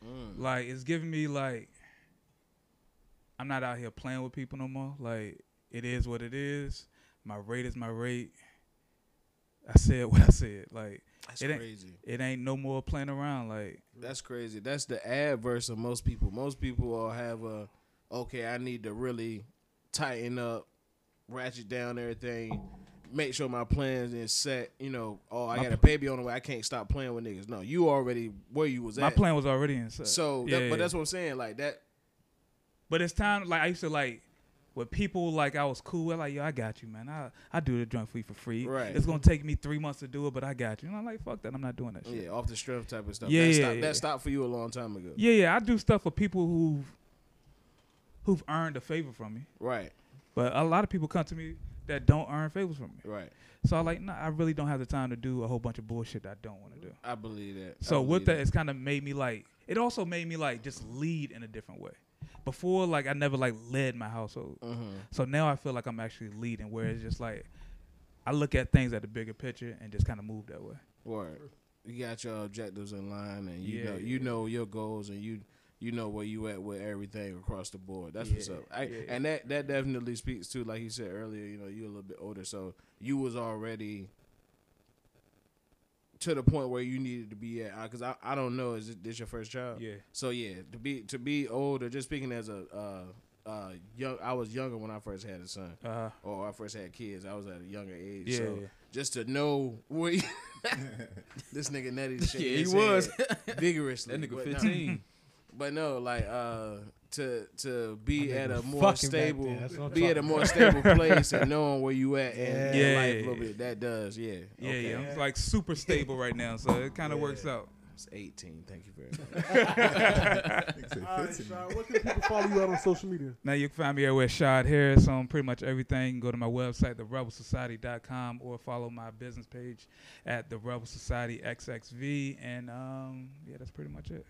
S1: Mm.
S5: Like it's giving me like I'm not out here playing with people no more. Like it is what it is. My rate is my rate. I said what I said. Like
S1: That's
S5: It ain't-
S1: crazy.
S5: it ain't no more playing around. Like
S1: That's crazy. That's the adverse of most people. Most people all have a okay, I need to really tighten up, ratchet down everything, make sure my plans is set, you know, oh I
S5: My
S1: got a baby on the way, I can't stop playing with niggas. No, you already where you was
S5: my
S1: at.
S5: plan was already inside.
S1: so that, but that's what I'm saying. Like that
S5: But it's time. Like I used to like with people like I was cool. with, Like yo, I got you, man. I I do the drunk for you for free.
S1: Right.
S5: It's gonna take me three months to do it, but I got you. And I'm like fuck that. I'm not doing that shit.
S1: yeah, off the strength type of stuff.
S5: Yeah,
S1: that
S5: yeah,
S1: stopped,
S5: yeah.
S1: that stopped for you a long time ago.
S5: Yeah, yeah. I do stuff for people who've who've earned a favor from me.
S1: Right,
S5: But a lot of people come to me that don't earn favors from me.
S1: right.
S5: So I'm like, nah, I really don't have the time to do a whole bunch of bullshit that I don't want to do.
S1: I believe that. I
S5: So with
S1: believe
S5: that, it's kind of made me like. It also made me like just lead in a different way. Before, like I never like led my household.
S1: Mm-hmm.
S5: So now I feel like I'm actually leading, where it's just like I look at things at the bigger picture and just kind of move that way.
S1: Word. You got your objectives in line, and you
S5: Yeah,
S1: know you know your goals, and you you know where you at with everything across the board. That's what's
S5: Yeah,
S1: up. I,
S5: yeah.
S1: And that that definitely speaks to like you said earlier. You know, you a little bit older, so you was already to the point where you needed to be at. Because I, I don't know, is it, this your first child?
S5: Yeah.
S1: So yeah, to be to be older, just speaking as a uh, uh, young, I was younger when I first had a son
S5: Uh,
S1: or when Oh, I first had kids, I was at a younger age.
S5: Yeah,
S1: so
S5: yeah.
S1: just to know where you- this nigga Netty shit.
S7: Yeah, he was.
S1: vigorously.
S7: That nigga
S1: but no-
S7: 15.
S1: but no, like uh to to be
S6: My nigga
S1: at a
S6: was
S1: more
S6: fucking back
S1: stable
S6: then, that's what I'm
S1: be at a
S6: talking
S1: more stable place and knowing where you at and
S5: Yeah.
S1: yeah. life a
S5: Yeah.
S1: little bit. That does, yeah.
S5: yeah,
S1: okay.
S5: yeah. I'm like super stable right now, so it kind of works out.
S1: It's eighteen, thank you very much.
S4: Nigga said
S3: All right,
S4: 15.
S3: Sean, where can people follow you out on social media?
S5: Now you can find me everywhere, Shad Harris, on pretty much everything. You can Go to my website, therebelsociety.com, or follow my business page at the Rebel Society XXV. And um, yeah, that's pretty much it.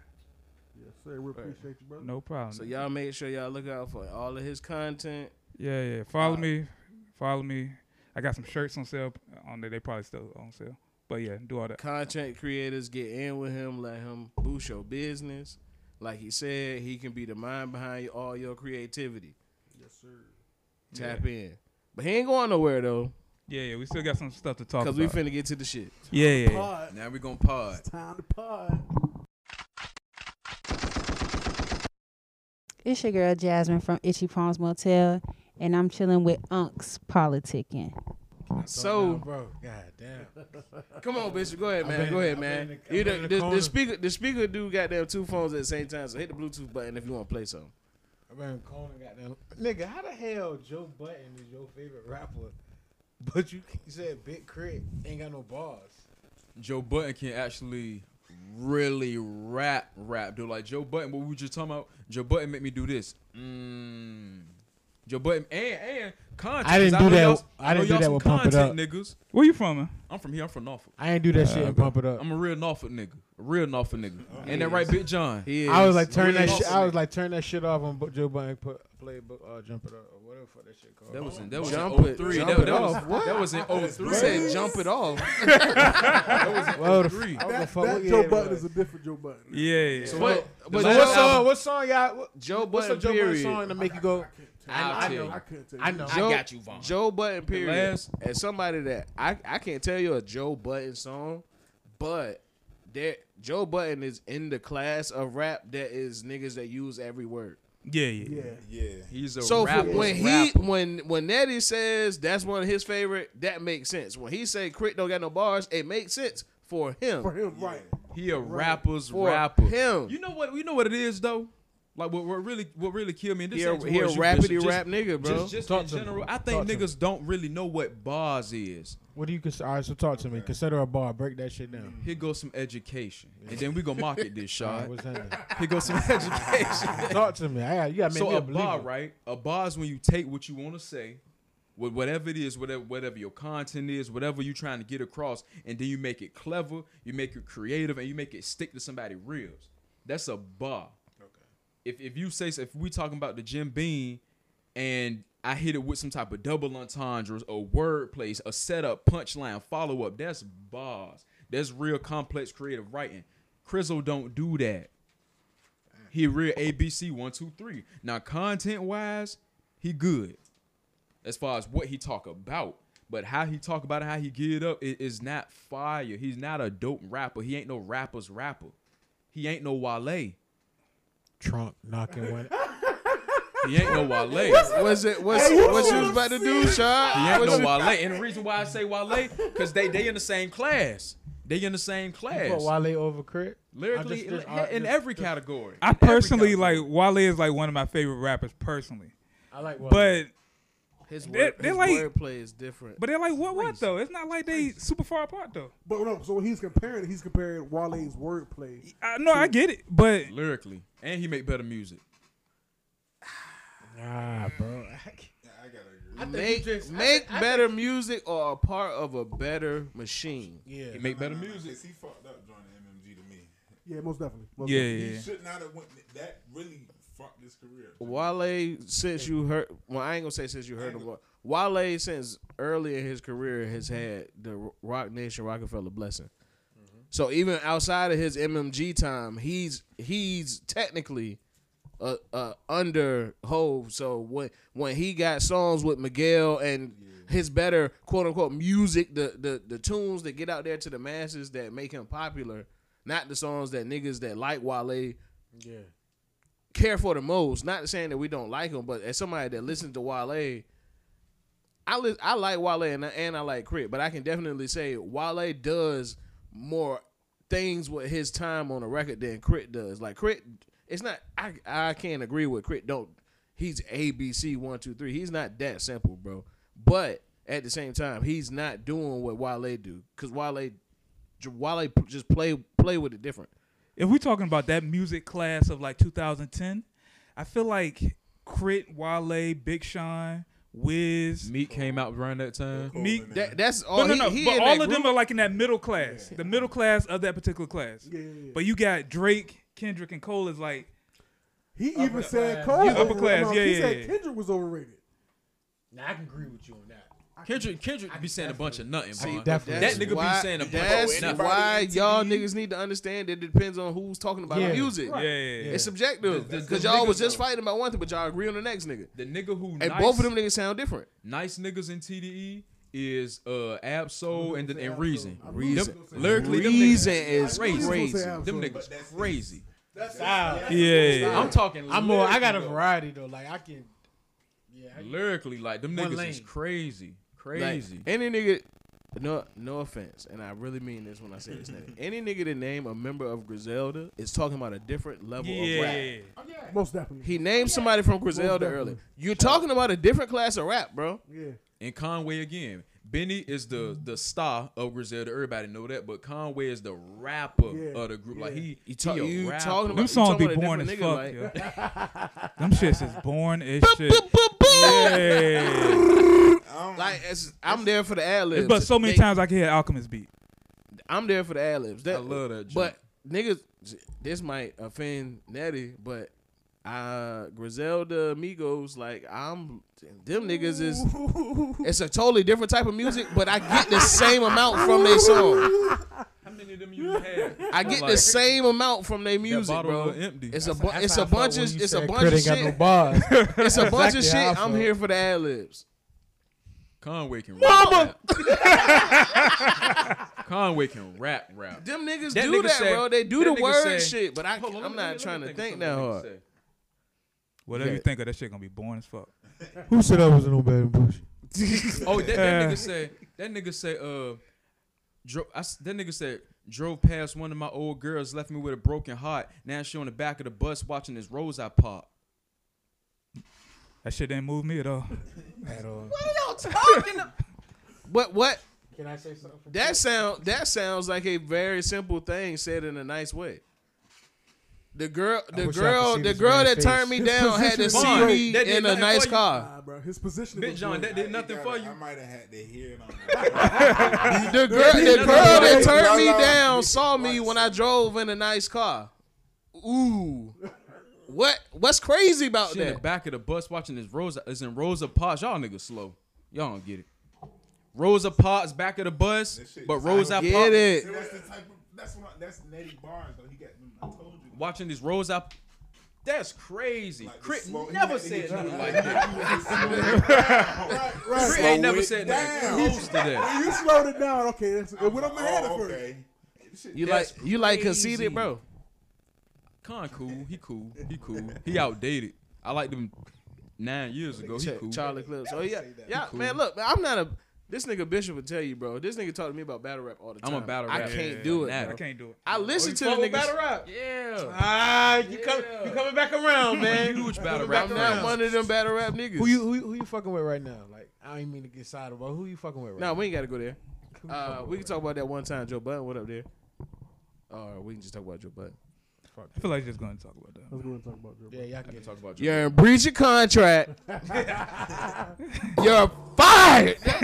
S3: Yes, sir. We appreciate you, brother.
S5: No problem.
S1: so y'all make sure y'all look out for all of his content.
S5: yeah, yeah. Follow
S1: Uh,
S5: me. Follow me. I got some shirts on sale Uh, on there. They probably still on sale. But yeah, do all that.
S1: content creators get in with him, let him boost your business. Like he said, he can be the mind behind all your creativity.
S3: Yes, sir.
S1: Tap in. But he ain't going nowhere though,
S5: Yeah, yeah. We still got some stuff to talk
S1: because
S5: about.
S1: we finna get to the shit.
S5: yeah, yeah. yeah.
S3: Pod.
S7: now we gonna pod.
S3: It's time to pod.
S8: It's your girl Jasmine from Itchy Palms Motel, and I'm chilling with Unks politicking.
S1: So-
S6: bro, god damn.
S1: Come on, bitch. Go ahead,
S6: I've
S1: man.
S6: been-
S1: go ahead,
S6: I've
S1: man.
S6: been in the-
S1: You the,
S6: I've been in
S1: the,
S6: the
S1: the,
S6: corner.
S1: speaker, the speaker do goddamn two phones at the same time. So hit the Bluetooth button if you want to play something.
S6: I mean, Conan got that. Nigga, how the hell Joe Button is your favorite rapper, but you, you said Big Crit ain't got no bars?
S7: Joe Button can actually really rap, rap, dude. Like Joe Button, what we were just talking about. Joe Button make me do this. Mm. Joe Button and and content.
S6: I didn't
S7: 'cause
S6: do
S7: know
S6: that-
S7: y'all-
S6: I
S7: know
S6: didn't do
S7: y'all
S6: that
S7: some
S6: with Pump It
S7: content niggas.
S5: Where you from, man?
S7: I'm from here. I'm from Norfolk.
S6: I ain't do that shit and pump it up.
S7: I'm a real Norfolk nigga. A real Norfolk nigga.
S1: Oh,
S7: Ain't that right, Big John?
S1: He
S6: I was
S1: is-
S6: like, turn
S1: he
S6: that
S1: is-
S6: shit. I was like, turn that shit off on Bu- Joe Button. Put play, Bu- uh, jump it up or whatever the fuck that shit called.
S7: That was in that was
S1: Jump
S7: in
S1: it-
S7: 03.
S1: jump
S7: that,
S1: it
S7: that was,
S1: off. What?
S7: that was in
S1: He
S7: 03.
S1: said, "Jump it off."
S6: Well, the f- I don't give a
S3: That,
S6: fuck
S3: that
S6: what year
S3: Joe
S6: it
S3: Button
S6: was.
S3: is a different Joe Button.
S5: Yeah, yeah.
S1: So what? But
S6: So what
S1: Joe-
S6: song? What song y'all? What,
S1: Joe
S6: what's
S1: Button.
S6: a Joe Button
S1: period.
S6: song to make you go?
S7: I'll
S3: I,
S7: tell
S3: know.
S7: you.
S3: I couldn't tell you.
S6: I know.
S1: Joe-
S7: I got you, Vaughn.
S1: Joe Button period.
S7: last-
S1: and somebody that I, I can't tell you a Joe Button song, but that Joe Button is in the class of rap that is niggas that use every word.
S5: Yeah, yeah, yeah.
S3: Yeah.
S4: Yeah.
S7: He's a
S1: So
S7: rapper.
S1: for, when he
S7: rapper.
S1: when when Nettie says that's one of his favorite, that makes sense. When he say Crit don't got no bars, it makes sense for him.
S3: For him, right.
S7: He a rapper's
S1: For
S7: rapper.
S1: him.
S7: You know what? You know what it is though. Like what, what really what really killed me. And this
S1: He a,
S7: ain't
S1: he a
S7: towards you,
S1: rappity
S7: Bishop,
S1: rap nigga, bro.
S7: Just, just in general, I think
S6: Talk to
S7: niggas don't really know what bars is.
S6: What do you consider? All right, so talk to me. Consider a bar. Break that shit down.
S7: Here goes some education, and then we gonna market this
S6: All
S7: shot.
S6: right, what's happening?
S7: Here goes some education.
S6: talk to me. I got, you got to make
S7: so
S6: me
S7: a
S6: a
S7: bar,
S6: believer.
S7: right? A bar is when you take what you want to say, with whatever it is, whatever whatever your content is, whatever you're trying to get across, and then you make it clever, you make it creative, and you make it stick to somebody' ribs. That's a bar. Okay. If if you say if we talking about the Jim Bean, and I hit it with some type of double entendres, a word place, a setup, punchline, follow up. That's bars. That's real complex creative writing. Crizzle don't do that. He real ABC one two three. Now content wise, he good as far as what he talk about. But how he talk about it, how he get up, it is not fire. He's not a dope rapper. He ain't no rapper's rapper. He ain't no Wale.
S6: Trump knocking one.
S7: He ain't no Wale.
S1: Was it what's what you was about to do, shot?
S7: He ain't no Wale. And the reason why I say Wale, because they they in the same class. They in the same
S6: Put
S7: class.
S6: Wale over Crit.
S7: Lyrically,
S6: I just- just-
S7: in-
S6: I
S7: in
S6: just-
S7: every category.
S5: I
S7: In every
S5: personally like
S7: category.
S5: Wale is like one of my favorite rappers personally,
S6: I like Wale.
S5: but
S1: His,
S5: They-
S1: word,
S5: they
S1: his
S5: like-
S1: wordplay is different.
S5: but they're like what what though? It's not like they super far apart though.
S3: But no, so when he's comparing, he's comparing Wale's wordplay.
S5: I, no, I get it, but
S7: lyrically, and he make better music.
S6: nah, bro.
S4: I gotta agree.
S6: I think
S1: make
S6: you just- I
S1: make
S6: think- I
S1: better music or a part of a better machine.
S6: Yeah.
S7: He make better
S4: Nah, nah, nah,
S7: music.
S4: 'cause He fucked up joining MMG to me.
S3: Yeah, most definitely. Most
S5: yeah,
S3: definitely.
S5: yeah.
S4: He should not have went. That really fucked his career.
S1: Wale, since you heard, well, I ain't gonna say since you heard him. but Wale, since early in his career, has had the Rock Nation Rockefeller blessing. So even outside of his MMG time, he's he's technically uh, uh, under Hove. So when when he got songs with Miguel and his better quote unquote music, the, the the tunes that get out there to the masses that make him popular, not the songs that niggas that like Wale
S6: Yeah.
S1: care for the most. Not saying that we don't like him, but as somebody that listens to Wale, I li- I like Wale and I, and I like Crit, but I can definitely say Wale does more things with his time on a record than Crit does. Like Crit, it's not I I can't agree with Crit. Don't he's A B C one two three. He's not that simple, bro. But at the same time, he's not doing what Wale do because Wale Wale just play play with it different.
S5: if we're talking about that music class of like 2010, I feel like Crit, Wale, Big Sean, Wiz,
S7: Meek came out around that time.
S5: Meek.
S1: That, that's all.
S5: But no,
S1: he- he
S5: no, but
S1: in
S5: all
S1: that
S5: of them
S1: group.
S5: are like in that middle class, the middle class of that particular class.
S3: Yeah, yeah, yeah.
S5: But you got Drake, Kendrick, and Cole is like,
S3: He even said
S6: class.
S3: Cole
S5: You
S3: was
S5: upper
S3: overrated.
S5: class,
S3: No,
S5: yeah,
S3: he
S5: yeah,
S3: said
S5: yeah.
S3: Kendrick was overrated.
S6: Now I can agree with you on that.
S7: Kendrick Kendrick be saying a bunch of nothing.
S6: See,
S7: bro.
S6: definitely.
S7: That nigga
S1: why,
S7: be saying a bunch
S1: That's
S7: of nothing.
S1: why y'all niggas need to understand that it depends on who's talking about
S6: Yeah.
S1: the music.
S5: yeah, yeah, yeah.
S1: It's subjective.
S7: The- the-
S1: Because
S7: the
S1: y'all
S7: niggas
S1: was just
S7: though.
S1: fighting about one thing, but y'all agree on the next nigga.
S7: The nigga who
S1: And
S7: nice,
S1: both of them niggas sound different.
S7: nice niggas in TDE is uh Absol and and Reason.
S3: I'm
S7: Reason.
S3: gonna say
S7: Lyrically, them
S1: Reason
S7: niggas
S1: is
S7: crazy.
S1: crazy.
S7: Them
S3: Absol.
S7: niggas crazy.
S6: Style.
S5: yeah, yeah.
S7: I'm talking.
S6: I'm more. I got a
S7: lyrically,
S6: variety though. Like I can. Yeah. I
S7: though.
S6: can-
S7: Lyrically, like them
S6: One
S7: niggas
S6: lane.
S7: is crazy,
S1: Like,
S7: crazy.
S1: any nigga, no, no offense, and I really mean this when I say this nigga. Any nigga that name a member of Griselda is talking about a different level of rap.
S5: yeah.
S3: Most definitely.
S1: He named somebody from Griselda
S3: definitely.
S1: earlier. You're talking about a different class of rap, bro.
S3: yeah.
S7: and Conway again. Benny is the the star of Griselda. Everybody know that, but Conway is the rapper
S3: Yeah,
S7: of the group. Like he,
S1: You, talk,
S7: he a
S1: you
S7: rapper.
S1: talking about
S5: Them
S1: you
S5: songs
S1: talking
S5: be
S1: about a
S5: born as
S1: different
S5: fuck.
S1: nigga, like-
S5: yo. Them shits is born as shit. Yeah.
S1: Like it's, I'm there for the ad libs.
S5: But so many times I can hear Alchemist beat.
S1: I'm there for the ad libs.
S7: I love that joint.
S1: But niggas, this might offend Nettie, but uh, Griselda Amigos, like I'm, them niggas is. It's a totally different type of music, but I get the same amount from their song.
S7: How many of them you had?
S1: I get
S7: Like,
S1: the same amount from their music,
S7: bottle
S1: bro.
S7: look empty.
S1: It's a bu-
S6: That's
S1: it's
S6: how
S1: a
S6: I felt
S1: bunch
S6: when
S1: of
S6: you
S1: it's a
S6: said
S1: bunch
S6: Crit
S1: of
S6: ain't got no
S1: shit.
S6: bars.
S1: It's a bunch of
S6: Exactly how
S1: shit.
S6: I
S1: I'm
S6: felt.
S1: here for the ad libs.
S7: Conway can rap. rap. Conway can rap rap.
S1: Them niggas
S7: That
S1: do
S7: nigga
S1: that,
S7: said-
S1: bro. They do
S7: that
S1: the
S7: nigga
S1: word
S7: said-
S1: shit, but I,
S7: Hold on, let
S1: I'm
S7: me-
S1: not
S7: let me
S1: trying to
S7: of
S1: think
S7: something
S1: that
S7: nigga
S1: hard.
S7: said.
S5: Whatever
S1: Yeah.
S5: you think of that shit, gonna be boring as fuck.
S9: Who said I was an old man bush?
S7: Oh, that, that
S5: Uh.
S7: nigga said. That nigga said. Uh, dro- I s that nigga said drove past one of my old girls, left me with a broken heart. Now she on the back of the bus watching this rose I pop.
S5: That shit didn't move me at all.
S6: At all.
S1: What what
S6: Can I say something?
S1: that sound that sounds like a very simple thing said in a nice way. The girl, the
S6: wish I could
S1: girl,
S6: see
S1: the
S6: this
S1: girl
S6: man's
S1: that
S6: face.
S1: turned me
S3: His
S1: down had to
S3: position
S7: was
S1: see
S7: great.
S1: me
S7: That did
S1: in a
S7: nothing
S1: nice
S7: for you.
S1: car.
S3: Nah, bro. His position.
S7: Bitch,
S3: was
S7: John,
S3: great.
S7: that did nothing
S4: I
S7: for
S4: I
S7: you.
S4: might have had to hear it on
S1: The girl, the
S7: nothing
S1: girl
S7: for
S1: that
S7: you.
S1: turned me
S4: Lala.
S1: down saw me when I drove in a nice car. Ooh, what what's crazy about
S7: She in the
S1: that?
S7: back of the bus watching this Rosa. It's in Rosa Parks. Y'all niggas slow. Y'all don't get it. Rosa Parks back of the bus,
S4: shit
S7: but
S4: is-
S7: Rosa
S1: Get
S7: Parks
S1: it?
S4: that's the type of that's what I- that's Nettie Barnes though. He got I told you.
S7: watching this Rosa. That's crazy.
S4: Like,
S7: Crit
S4: it's slow- he
S7: never
S4: had to
S7: said
S4: hit you
S7: nothing
S4: with
S7: like
S4: it.
S7: that.
S4: Right, right.
S7: Crit ain't never said nothing close to that.
S3: You slowed it down. Okay, that's, it went up my head at
S4: Oh,
S3: first.
S4: okay. Shit,
S1: You like
S7: That's
S1: you like
S7: crazy.
S1: conceited, bro.
S7: Khan cool. He cool. He cool. He outdated. I liked him nine years ago. He
S1: Ch-
S7: cool.
S1: Charlie Clips. Oh yeah, yeah, man. Look, man, I'm not a. This nigga Bishop would tell you, bro. This nigga talk to me about battle rap all the
S7: I'm
S1: time.
S7: a battle
S1: I
S7: rapper.
S1: can't
S7: Yeah.
S1: do it.
S7: Nah.
S1: bro.
S5: I can't do it.
S1: I listen to the niggas. Battle rap?
S7: Yeah.
S6: Ah, you come, you coming back around, man.
S7: Huge battle
S1: I'm
S7: rap.
S1: not one of them battle rap niggas.
S6: Who you who, you- who you fucking with right now? Like I ain't mean to get sided, but who you fucking with right
S1: No,
S6: now?
S1: we ain't gotta go there.
S6: Who you
S1: Uh,
S6: fucking
S1: we
S6: with
S1: can talk about that one time, Joe Button. What up there? Or we can just talk about Joe Button.
S5: I feel like just gonna talk about that.
S3: Let's go and talk about Drew.
S6: right now? Yeah, y'all can get
S7: Talk about you.
S1: You're in breach of contract. You're fired.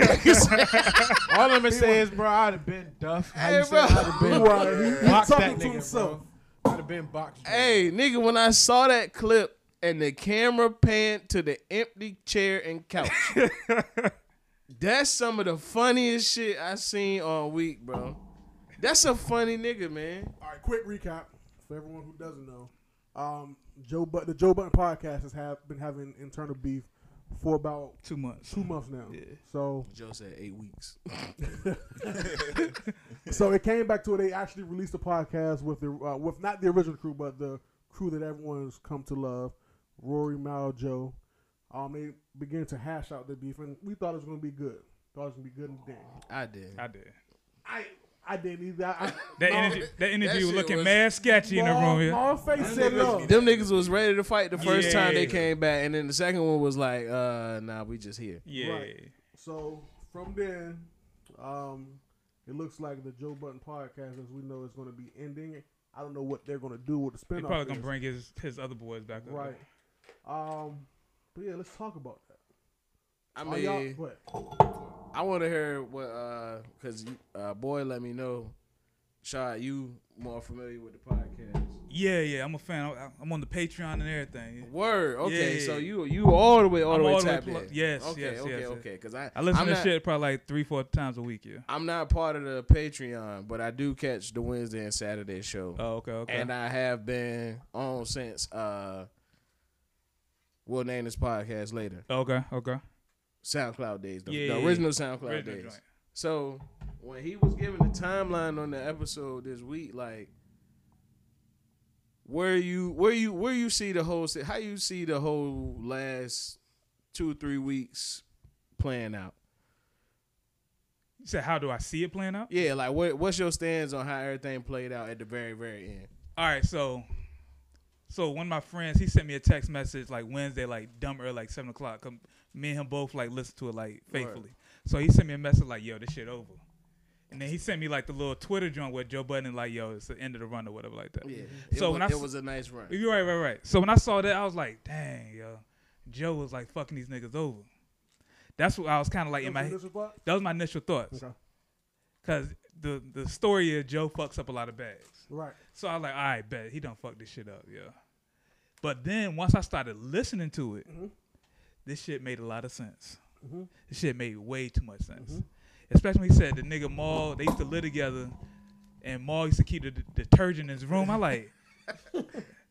S6: All I'm gonna say is, bro, I'd have been Duff. How
S1: Hey,
S6: you say
S1: bro.
S6: I'd have been
S3: Right, he- he
S6: boxed
S3: talking
S6: that
S3: to
S6: nigga,
S3: himself.
S6: bro. I'd have been boxed. bro.
S1: hey, nigga, when I saw that clip and the camera panned to the empty chair and couch, that's some of the funniest shit I seen all week, bro. That's a funny nigga, man.
S3: All right, quick recap for everyone who doesn't know. Um, Joe but the Joe Button podcast has have been having internal beef for about
S5: Two months.
S3: two months now. So
S1: Joe said eight weeks.
S3: so it came back to it. They actually released a podcast with the uh, with not the original crew, but the crew that everyone's come to love, Rory, Mal, Joe. Um, they began to hash out the beef, and we thought it was going to be good. Thought it was going to be good and dang.
S1: I did.
S5: I did.
S3: I I didn't either. I,
S5: That energy. That energy
S1: that
S5: was
S1: shit
S5: looking
S1: was-
S5: mad sketchy in the room. Yeah.
S3: My face said no.
S1: Them niggas was ready to fight the first
S5: Yeah.
S1: time they came back, and then the second one was like, uh, nah, we just here.
S5: Yeah.
S3: Right. So from then, um, it looks like the Joe Button podcast, as we know, is going to be ending. I don't know what they're going to do with the
S5: He
S3: spinoff.
S5: probably gonna
S3: is.
S5: bring his his other boys back up.
S3: right. Um, but yeah, let's talk about that.
S1: I
S3: Are y'all-
S1: mean,
S3: what?
S1: I want to hear what, uh, cause you, uh, boy, let me know. Shot, you more familiar with the podcast?
S5: Yeah, yeah. I'm a fan. I- I'm on the Patreon and everything. yeah.
S1: Word. Okay,
S5: Yeah.
S1: so you you all the way all the
S5: I'm
S1: way
S5: all the way
S1: tapped
S5: pl-
S1: in.
S5: yes,
S1: Okay.
S5: yes,
S1: okay.
S5: yes, yes.
S1: okay. Cause I
S5: I listen
S1: I'm
S5: to
S1: not-
S5: shit probably like three, four times a week. Yeah.
S1: I'm not part of the Patreon, but I do catch the Wednesday and Saturday show.
S5: Oh, okay, okay.
S1: and I have been on since uh we'll name this podcast later.
S5: okay, okay.
S1: SoundCloud days, the,
S5: Yeah,
S1: the
S5: yeah,
S1: original SoundCloud
S5: Original
S1: days.
S5: joint.
S1: So when he was giving the timeline on the episode this week, like where you where you where you see the whole si- how you see the whole last two three weeks playing out.
S5: You said, how do I see it playing out?
S1: Yeah, like what what's your stance on how everything played out at the very very end?
S5: All right, so, so one of my friends he sent me a text message like Wednesday, like dumb early, like seven o'clock. Come, me and him both like listened to it like faithfully. So he sent me a message like, "Yo, this shit over." And then he sent me like the little Twitter joint with Joe Budden like, "Yo, it's the end of the run or whatever like that."
S1: Yeah.
S5: So
S1: it,
S5: when
S1: was,
S5: I
S1: it
S5: s-
S1: was a nice run.
S5: You're right, right, right. So when I saw that, I was like, "Dang, yo, Joe was like fucking these niggas over." That's what I was kind of like in my.
S3: Initial thought?
S5: That was my initial thoughts.
S3: Okay.
S5: Cause the the story is Joe fucks up a lot of bags.
S3: Right.
S5: So I was like, all right, bet he don't fuck this shit up, yeah. But then once I started listening to it, this shit made a lot of sense. This shit made way too much sense. Especially when he said the nigga Maul, they used to live together, and Maul used to keep the d- detergent in his room. I like,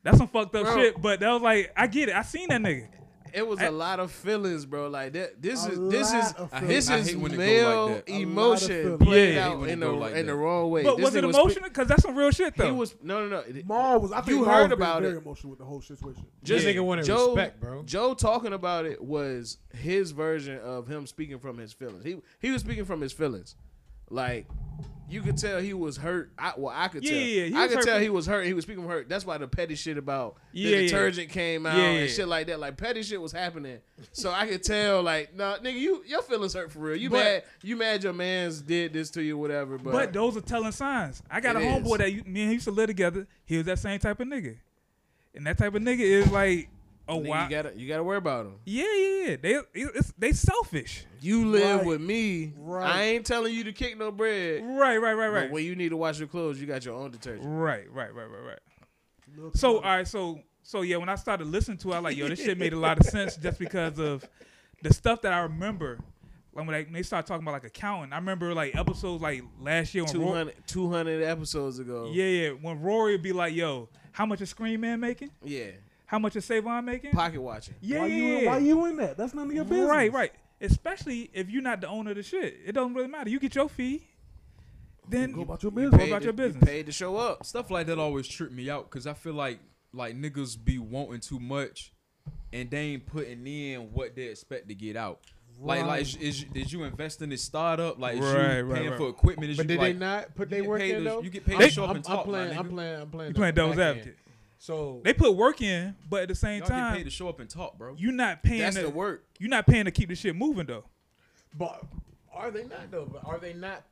S5: that's some fucked up shit. But that was like, I get it. I seen that nigga.
S1: it was a lot of feelings, bro. Like that. This
S3: A
S1: is this
S3: lot
S1: is
S3: of
S1: this
S3: feelings.
S7: I
S1: is
S7: hate when it go
S1: male
S7: like that.
S3: A lot
S1: emotion
S3: of
S1: played
S7: Yeah, I hate
S1: out
S7: when it
S1: in the
S7: go like
S1: in the
S7: that.
S1: wrong way.
S5: but
S1: This
S5: was it
S1: nigga
S5: emotional? Because that's some real shit,
S1: He
S5: though.
S1: was no, no, no.
S3: Maul was. I think
S1: You
S3: Maul
S1: heard
S3: was being
S1: about
S3: very
S1: it.
S3: emotional with the whole situation.
S6: Just
S1: Yeah.
S6: nigga wanted
S1: Joe-
S6: respect, bro.
S1: Joe talking about it was his version of him speaking from his feelings. He he was speaking from his feelings. Like you could tell he was hurt. I well I could
S5: Yeah,
S1: tell.
S5: yeah, yeah. He
S1: I
S5: was
S1: could
S5: hurt
S1: tell
S5: from-
S1: he was hurt. He was speaking from hurt. That's why the petty shit about
S5: Yeah, yeah.
S1: the detergent came out
S5: Yeah, yeah.
S1: and shit like that. Like petty shit was happening. So I could tell like no nigga you your feelings hurt for real. You
S5: But-
S1: mad you mad your man's did this to you whatever. But,
S5: But those are telling signs. I got
S1: It
S5: a homeboy
S1: is.
S5: that you, me and he used to live together. He was that same type of nigga, and that type of nigga is like a
S1: Nigga,
S5: wild.
S1: you gotta you gotta worry about him.
S5: yeah, yeah, yeah. They it's, they selfish.
S1: You live
S3: Right.
S1: with me.
S3: Right.
S1: I ain't telling you to kick no bread.
S5: Right, right, right,
S1: But
S5: right.
S1: when you need to wash your clothes, you got your own detergent.
S5: Right, right, right, right, right.
S3: Lil
S5: So all
S3: Kim.
S5: right, so so yeah, when I started listening to, it, I like yo, this shit made a lot of sense just because of the stuff that I remember. Like when they, when they started talking about like accounting, I remember like episodes like last year when Rory,
S1: 200, 200 episodes ago.
S5: yeah, yeah, when Rory would be like, yo, how much is Screen Man making?
S1: Yeah.
S5: How much is Savon making?
S1: Pocket watching.
S5: Yeah,
S3: why
S5: yeah,
S3: you in,
S5: yeah.
S3: why you in that? That's none of your business.
S5: Right, right. Especially if you're not the owner of the shit. It doesn't really matter. You get your fee. Then
S3: Go about your
S1: You
S3: business.
S5: pay- about
S1: to,
S5: your
S1: you
S5: business.
S1: paid to show up.
S7: Stuff like that always trip me out because I feel like like niggas be wanting too much, and they ain't putting in what they expect to get out. Like like is, is did you invest in this startup? Like is
S5: Right,
S7: you
S5: right,
S7: paying
S5: right.
S7: for equipment? Is
S6: But
S7: you
S6: did
S7: like,
S6: they not put their
S7: get
S6: work
S7: paid
S6: in
S7: to-
S6: though?
S7: you get paid to
S6: I'm-
S7: show up
S6: I'm,
S7: and
S6: I'm
S7: talk, my
S6: playing,
S7: nigga.
S6: I'm playing. I'm playing.
S5: you playing
S6: the
S5: devil's
S6: back end.
S5: advocate.
S6: So
S5: They put work in, but at the same
S7: Y'all get paid
S5: time,
S7: to show up and talk, bro.
S5: you're not paying.
S1: That's
S5: to,
S1: the work.
S5: You're not paying to keep the shit moving though.
S6: But are they not though? But are they not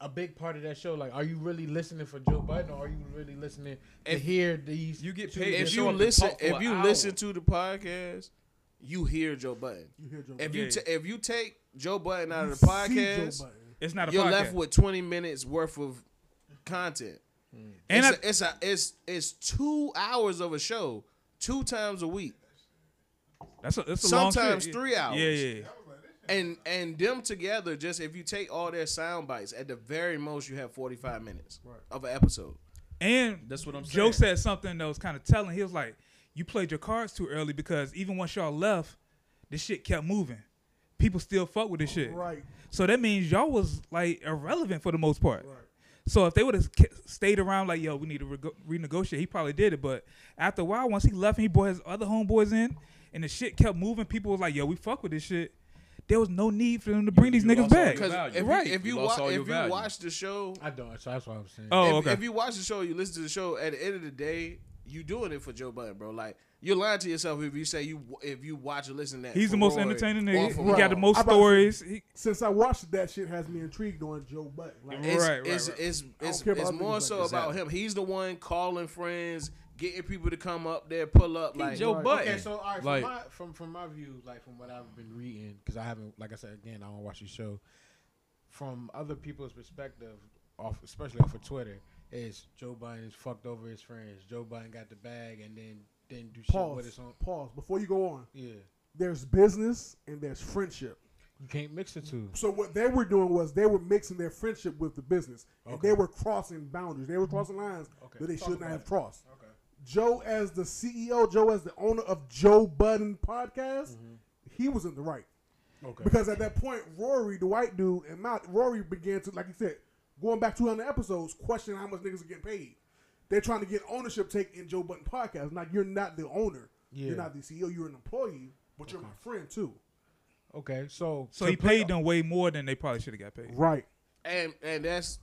S6: a big part of that show? Like, are you really listening for Joe Biden, or are you really listening to
S1: If-
S6: hear these?
S7: you get
S6: two
S7: paid-
S1: If
S6: different-
S7: show
S1: you
S7: up and
S1: listen,
S7: talk for
S1: if
S7: an
S1: you
S7: hour.
S1: listen to the podcast, you hear Joe Button.
S3: You hear Joe
S1: If
S3: Budden.
S1: you
S5: Yeah.
S1: ta- if you take Joe Button out
S3: You
S1: of
S3: see
S1: the
S3: Joe
S1: podcast,
S3: Budden.
S5: It's not a
S1: you're
S5: podcast.
S1: left with 20 minutes worth of content.
S5: and I,
S1: it's, a, it's a it's it's two hours of a show, two times a week,
S5: that's a, that's a long
S1: sometimes
S5: shit.
S1: three hours.
S5: Yeah, yeah. yeah.
S1: and and them together just if you take all their sound bites at the very most you have 45 minutes of an episode
S5: And
S7: That's what I'm saying.
S5: Joe said something that was kind of telling. He was like, "You played your cards too early because even once y'all left, this shit kept moving. People still fuck with this shit.
S3: Right.
S5: So that means y'all was like irrelevant for the most part. So if they would have stayed around, like yo, we need to rego renegotiate. He probably did it, but after a while, once he left, and he brought his other homeboys in, and the shit kept moving. People was like, yo, we fuck with this shit. There was no need for them to bring
S7: you
S5: these niggas
S7: lost all
S5: back.
S7: your
S1: because
S7: value.
S1: if,
S5: Right.
S1: you, if
S7: You
S1: you,
S7: lost
S1: wa-
S7: all your
S1: if you
S7: value.
S1: watch the show
S6: I don't. So that's what I'm saying.
S5: Oh,
S1: if,
S5: okay.
S1: if you watch the show you listen to the show at the end of the day you doing it for joe button bro like you're lying to yourself if you say you if you watch or listen to that
S5: He's
S1: for
S5: the most
S1: Roy
S5: entertaining
S1: or
S5: nigga.
S1: for
S5: He got the
S1: Raw.
S5: most
S3: I'm about to-
S5: stories. He,
S3: Since I watched that shit, has me intrigued on Joe Button. Like,
S1: it's,
S5: Right, right,
S1: it's,
S5: right.
S1: it's
S3: don't
S1: it's
S3: care
S1: it's
S3: about
S1: more
S3: niggas
S1: so
S3: like
S1: about him. He's the one calling friends, getting people to come up there, pull up. Like
S7: Joe
S3: Right.
S7: Button.
S6: Okay, so all right,
S7: Like-
S6: from, my, from from my view, like from what I've been reading, because I haven't, like I said again, I don't watch the show. From other people's perspective, off especially off of Twitter, is Joe Biden has fucked over his friends. Joe Biden got the bag and then didn't do shit
S3: pause.
S6: with his own.
S3: Pause. Before you go on,
S6: Yeah,
S3: there's business and there's friendship.
S6: you can't mix the two.
S3: So what they were doing was they were mixing their friendship with the business, and they were crossing boundaries. They were crossing lines
S6: Okay.
S3: that they
S6: Talk
S3: should
S6: about
S3: not have
S6: it.
S3: crossed.
S6: Okay.
S3: Joe, as the CEO, Joe, as the owner of Joe Budden Podcast, he was in the right.
S6: Mm-hmm. Okay.
S3: Because at that point, Rory, the white dude, and Mount Rory began to, like you said, going back 200 episodes, questioning how much niggas are getting paid. They're trying to get ownership take in Joe Button podcast. Now you're not the owner,
S6: Yeah.
S3: you're not the CEO, you're an employee, but you're my friend too.
S6: Okay. So
S5: so
S6: to
S5: he
S6: play-
S5: paid them way more than they probably should have got paid.
S3: Right.
S1: And and that's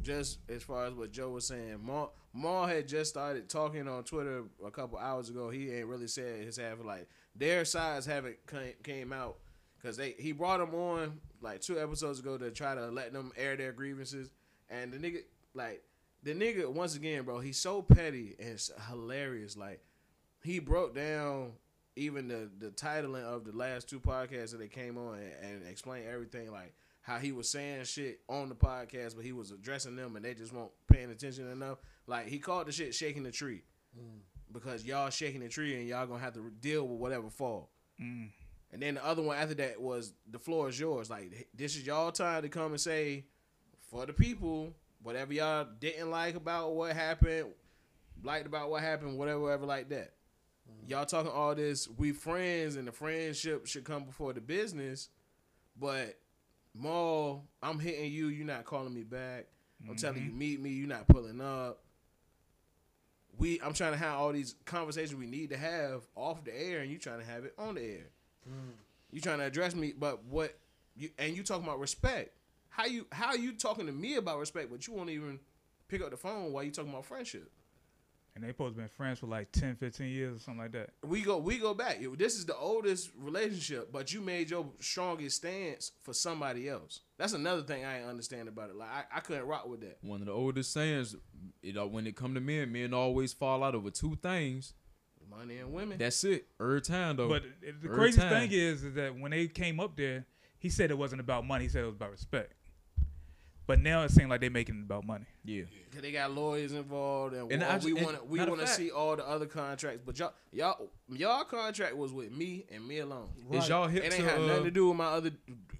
S1: just as far as what Joe was saying. Maul, Maul had just started talking on Twitter a couple hours ago. He ain't really said his half. Like their sides haven't came, came out because they he brought them on like two episodes ago to try to let them air their grievances. And the nigga like the nigga once again, bro. He's so petty and it's hilarious. Like he broke down even the the titling of the last two podcasts that they came on and, and explained everything like how he was saying shit on the podcast but he was addressing them and they just weren't paying attention enough like he called the shit shaking the tree because y'all shaking the tree and y'all gonna have to deal with whatever fall and then the other one after that was the floor is yours like this is y'all time to come and say for the people whatever y'all didn't like about what happened liked about what happened whatever, whatever like that Y'all talking all this, we friends and the friendship should come before the business, but Maul, I'm hitting you, you're not calling me back. I'm telling you, meet me, you're not pulling up. We I'm trying to have all these conversations we need to have off the air and you trying to have it on the air. You trying to address me, but what you and you talking about respect. How you how you talking to me about respect, but you won't even pick up the phone while you talking about friendship.
S5: And they supposed to been friends for like 10, 15 years or something like that.
S1: we go we go back. It- This is the oldest relationship, but you made your strongest stance for somebody else. That's another thing I ain't understand about it. Like I, I couldn't rock with that.
S7: One of the oldest sayings, it uh, when it come to men, men always fall out over two things.
S1: Money and women.
S7: That's it. Every time though.
S5: But it- the
S7: Every
S5: craziest
S7: Oh, time.
S5: thing is, is that when they came up there, he said it wasn't about money. He said it was about respect. But now it seems like they making it about money.
S7: yeah.
S1: 'Cause they got lawyers involved, and,
S7: And
S1: we-
S7: I
S1: we
S7: ju- and
S1: want to we
S7: matter of
S1: want to
S7: fact-
S1: see all the other contracts. But y'all y'all y'all contract was with me and me alone.
S7: Is y'all hip
S1: It
S7: to
S1: ain't had
S7: uh,
S1: nothing to do with my other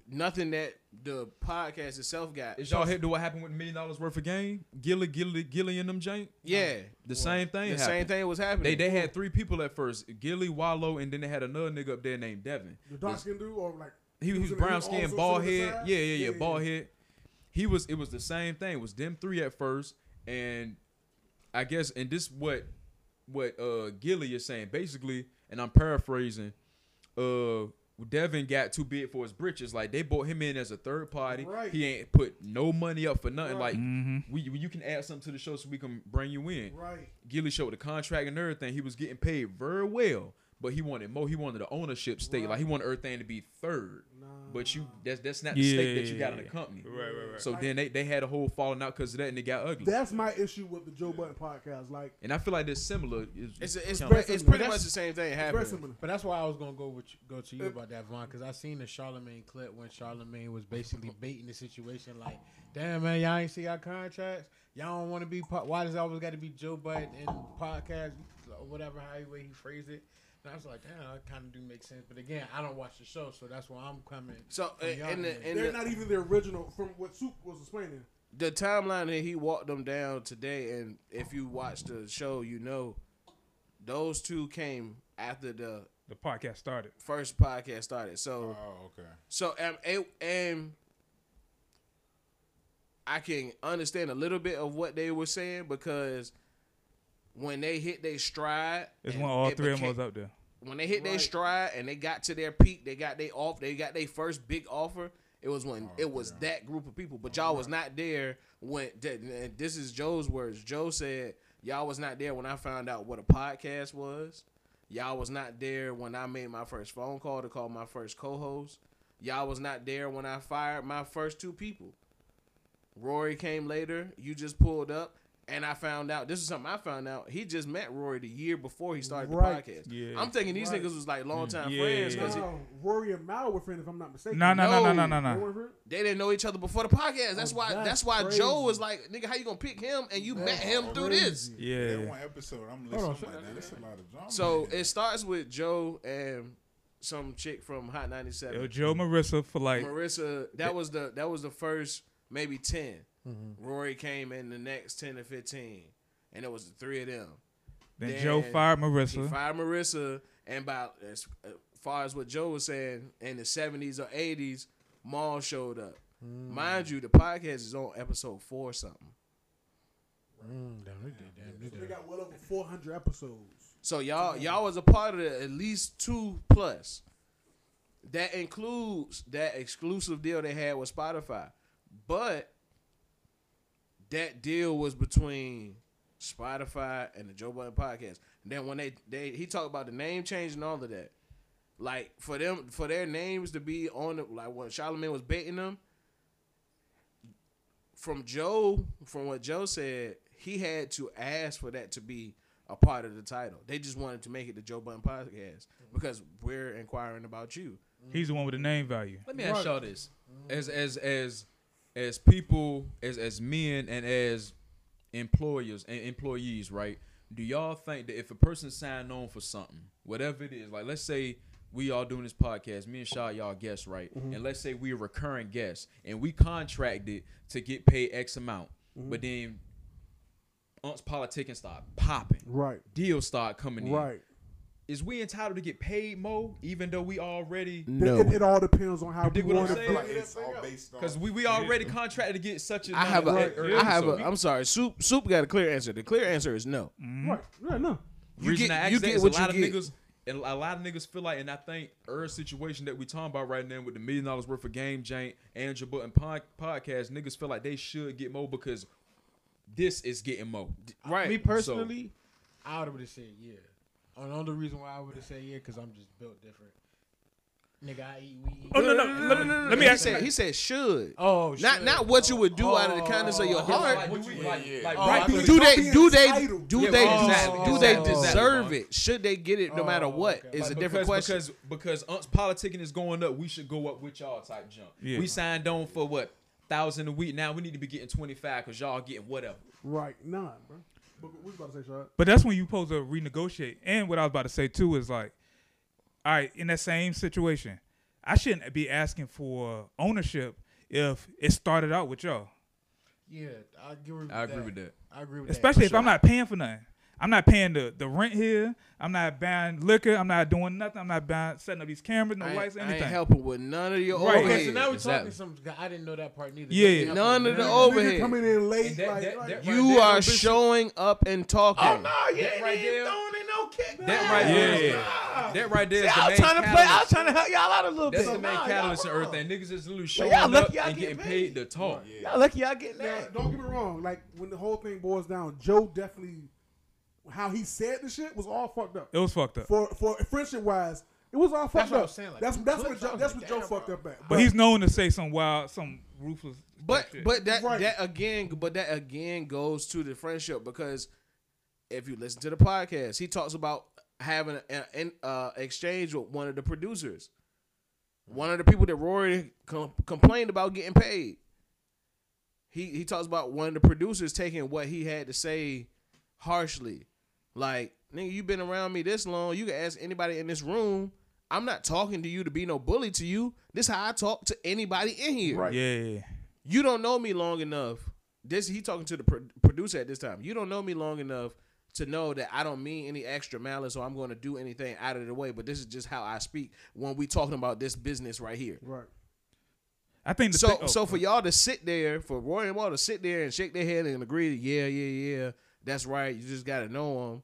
S1: nothing that the podcast itself got.
S7: Is y'all hip to what happened with million dollars worth of game? Gilly, Gilly, Gilly, and them Jane.
S1: Yeah,
S7: The same thing.
S1: the same
S7: happened.
S1: thing was happening.
S7: They they had three people at first: Gilly, Wallow, and then they had another nigga up there named Devin.
S3: The dark skin dude or like
S7: He, he was
S3: in the-
S7: brown
S3: also sitting
S7: skinned,
S3: on
S7: bald
S3: the
S7: head.
S3: side?
S7: Yeah, yeah, yeah, bald head. He was. It was the same thing. It was them three at first, and I guess, and this what what uh Gilly is saying basically, and I'm paraphrasing. Uh, Devin got too big for his britches. Like they brought him in as a third party.
S3: Right.
S7: He ain't put no money up for nothing. Like
S5: Mhm.
S7: we, you can add something to the show so we can bring you in.
S3: Right.
S7: Gilly showed the contract and everything. He was getting paid very well, but he wanted more. He wanted the ownership stake. Like he wanted everything to be third. But you, that's that's not the stake that you got in the
S5: Yeah.
S7: company.
S5: Right, right, right.
S7: So then they, they had a whole falling out because of that, and it got ugly.
S3: That's my issue with the Joe Button podcast. Like,
S7: and I feel like that's similar. It's,
S1: It's a, it's,
S7: kinda
S1: pre-
S7: like-
S1: it's
S3: similar.
S1: pretty much the same thing
S3: very
S1: happening.
S3: similar.
S6: But that's why I was gonna go with you, go
S1: Uh,
S6: to you about that, Vaughn, because I seen the Charlemagne clip when Charlemagne was basically baiting the situation, like, "Damn man, y'all ain't see our contracts. Y'all don't want to be. Po- why does it always got to be Joe Budden and podcast or whatever how way he phrased it?" And I was like, "Damn, that kind of do make sense." But again, I don't watch the show, so that's why I'm coming.
S1: So
S6: from
S1: in
S6: y'all
S1: in
S6: end.
S1: the, in
S3: They're
S1: the,
S3: not even the original from what Soup was explaining.
S1: the timeline that he walked them down today, and if you watch the show, you know those two came after the
S5: The podcast started.
S1: first podcast started. So,
S5: Uh-huh.
S4: Oh, okay.
S1: so um, it, and I can understand a little bit of what they were saying because when they hit their stride,
S5: It's
S1: and
S5: when all
S1: it
S5: three of
S1: became-
S5: them was up there.
S1: when they hit their
S3: Right.
S1: stride and they got to their peak, they got they off, they got their first big offer. It was when
S3: Oh,
S1: it was that group of people, but y'all was not there when. that- and This is Joe's words. Joe said, "Y'all was not there when I found out what a podcast was. Y'all was not there when I made my first phone call to call my first co-host. Y'all was not there when I fired my first two people. Rory came later. You just pulled up." And I found out this is something I found out. He just met Rory the year before he started
S3: Right.
S1: the podcast.
S5: Yeah.
S1: I'm thinking these
S3: Right.
S1: niggas was
S5: Mm.
S1: like long time
S5: Yeah.
S1: friends
S5: Is
S1: because
S3: No, Rory and Mal were friends, if I'm not mistaken.
S5: No, no, no,
S1: No.
S5: no, no, no,
S3: They
S5: no.
S3: weren't friends?
S1: they didn't know each other before the podcast. That's
S3: Oh,
S1: why. That's,
S3: that's
S1: why Joe
S3: crazy.
S1: was like, "Nigga, how you gonna pick him?" And you met him through this.
S4: That
S5: Yeah.
S4: one episode, I'm
S6: Hold on,
S4: listening.
S6: shut
S4: I'm
S6: that
S4: like, damn, that's a lot of drama.
S1: So
S4: in there.
S1: it starts with Joe and some chick from Hot ninety
S5: Yo,
S1: seven,
S5: Joe Marissa for like
S1: Marissa. That was the that was the first maybe 10
S3: Mm-hmm.
S1: Rory came in the next ten to fifteen, and it was the three of them.
S5: then
S1: Then
S5: Joe fired
S1: He
S5: Marissa.
S1: fired Marissa, and by as uh, far as what Joe was saying, in the seventies or eighties, Maul showed up. Mind you, the podcast is on episode four or something.
S6: Mm, damn, they did, damn, they
S3: They
S6: did.
S3: got well over 400 episodes.
S1: So y'all y'all was a part of the at least two plus. That includes that exclusive deal they had with Spotify. But that deal was between Spotify and the Joe Budden podcast. And then when they, they he talked about the name change and all of that. Like for them for their names to be on the like when Charlemagne was baiting them. From Joe, from what Joe said, he had to ask for that to be a part of the title. They just wanted to make it the Joe Budden podcast because we're inquiring about you.
S5: He's the one with the name value.
S7: Let me ask y'all this: as as as as people, as as men, and as employers and employees, right? Do y'all think that if a person signed on for something, whatever it is, like let's say we all doing this podcast, me and Shaw, y'all guests, right?
S3: Mm-hmm.
S7: And let's say we're recurring guests, and we contracted to get paid X amount,
S3: Mm-hmm.
S7: but then Unt's politic and start popping,
S3: Right.
S7: deals start coming in,
S3: Right.
S7: is we entitled to get paid more, even though we already
S1: No.
S3: It, it all depends on how
S7: You dig
S3: we
S7: what I'm
S3: want
S4: I
S3: it.
S4: feel
S7: saying?
S4: like it's all based on
S7: because we, we already contracted to get such a.
S1: I have a.
S7: number,
S1: I
S7: right?
S1: have
S7: So
S1: a.
S7: we-
S1: I'm sorry. Soup. Soup got a clear answer. The clear answer is no.
S3: Right. Yeah, no.
S1: You
S7: reason
S1: get-
S7: I ask
S1: you
S7: that
S1: get
S7: is
S1: what
S7: a
S1: you
S7: lot of
S1: get.
S7: niggas and a lot of niggas feel like, and I think our situation that we talking about right now with the million dollars worth of game jank, Andrew Button pod, podcast, niggas feel like they should get more because this is getting more.
S1: Right.
S6: Me
S1: So-
S6: personally, I would have said yeah. And the only reason why I would have said yeah, because I'm just built different. Nigga, I eat weed.
S1: Oh no no no no no. Let
S7: me
S1: me. He
S7: ask-
S1: said. He said should.
S6: Oh,
S1: Not
S6: shit.
S1: not what you would do out of the
S6: Oh,
S1: kindness of your
S6: I didn't
S1: heart.
S7: Like, do we- like-
S4: Yeah.
S7: like,
S6: Oh,
S7: right
S6: I
S7: people-
S6: think-
S1: do
S3: Don't
S1: they
S3: be
S1: do they
S3: entitled.
S1: do
S7: Yeah,
S1: they
S7: right.
S1: deserve,
S7: Exactly.
S1: do they
S7: Exactly.
S1: deserve it? Should they get it no matter what? Is a different
S7: Like, because,
S1: question.
S7: Because because unce politicking is going up, we should go up with y'all type jump.
S5: Yeah.
S7: We signed on for what thousand a week. Now we need to be getting twenty five because y'all getting whatever.
S3: Right. Nah, bro. But what you about to say, Shot?
S5: But that's when you supposed to renegotiate. And what I was about to say too is like, all right, in that same situation, I shouldn't be asking for ownership if it started out with y'all.
S6: Yeah, I agree. With
S7: I agree
S6: that.
S7: with that.
S6: I agree with
S5: Especially if
S6: that.
S5: I'm not paying for nothing. I'm not paying the, the rent here. I'm not buying liquor. I'm not doing nothing. I'm not buying setting up these cameras, no
S1: I, ain't-
S5: lights,
S1: I ain't
S5: anything.
S1: helping with none of your
S5: Right.
S1: overhead.
S6: Okay, so now we're
S7: Exactly.
S6: talking some. I didn't know that part neither.
S5: Yeah,
S6: That's
S5: yeah.
S1: None of the
S6: happening.
S1: over
S3: Nigga
S1: here.
S3: coming in late.
S7: And that-
S3: like,
S7: that-
S3: like,
S7: that-
S1: You
S7: Right,
S1: are
S7: that-
S1: showing up and talking.
S6: you
S7: That right there-
S6: ain't no kickback.
S7: That right there, is- that right there is the
S10: I'm
S7: main
S10: trying to play. I'm
S7: catalyst.
S10: trying to help y'all out a little
S7: That's
S10: bit.
S7: the main
S10: Nah,
S7: catalyst and
S10: y'all
S7: earth
S10: wrong.
S7: and niggas is literally
S10: y'all
S7: showing
S10: lucky
S7: up
S10: y'all
S7: and
S10: getting
S7: getting paid
S10: paid.
S7: to talk.
S10: Y'all lucky y'all getting
S3: Now,
S10: that.
S3: don't get me wrong. Like when the whole thing boils down, Joe definitely how he said the shit was all fucked up.
S5: It was fucked up.
S3: For for friendship wise, it was all fucked
S6: what I
S3: up.
S6: was saying, like,
S3: that's
S6: them
S3: that's
S6: clips,
S3: what Joe,
S6: I was
S3: that's
S6: like,
S3: what Joe
S6: damn,
S3: fucked
S6: bro.
S3: up at.
S5: But he's known to say some wild, some ruthless.
S1: But
S5: shit.
S1: but that
S3: Right.
S1: that again but that again goes to the friendship because if you listen to the podcast, he talks about having an, an uh, exchange with one of the producers, one of the people that Rory com- complained about getting paid. He he talks about one of the producers taking what he had to say harshly, like nigga, you've been around me this long. You can ask anybody in this room. I'm not talking to you to be no bully to you. This how I talk to anybody in here
S4: Right.
S5: yeah, yeah, yeah.
S1: you don't know me long enough. This he talking to the pro- producer at this time. You don't know me long enough to know that I don't mean any extra malice or I'm going to do anything out of the way. But this is just how I speak when we talking about this business right here.
S3: Right.
S5: I think the
S1: So
S5: thing- oh,
S1: so for y'all to sit there, for Roy and Wall to sit there and shake their head and agree, yeah, yeah, yeah, that's right. You just got to know him.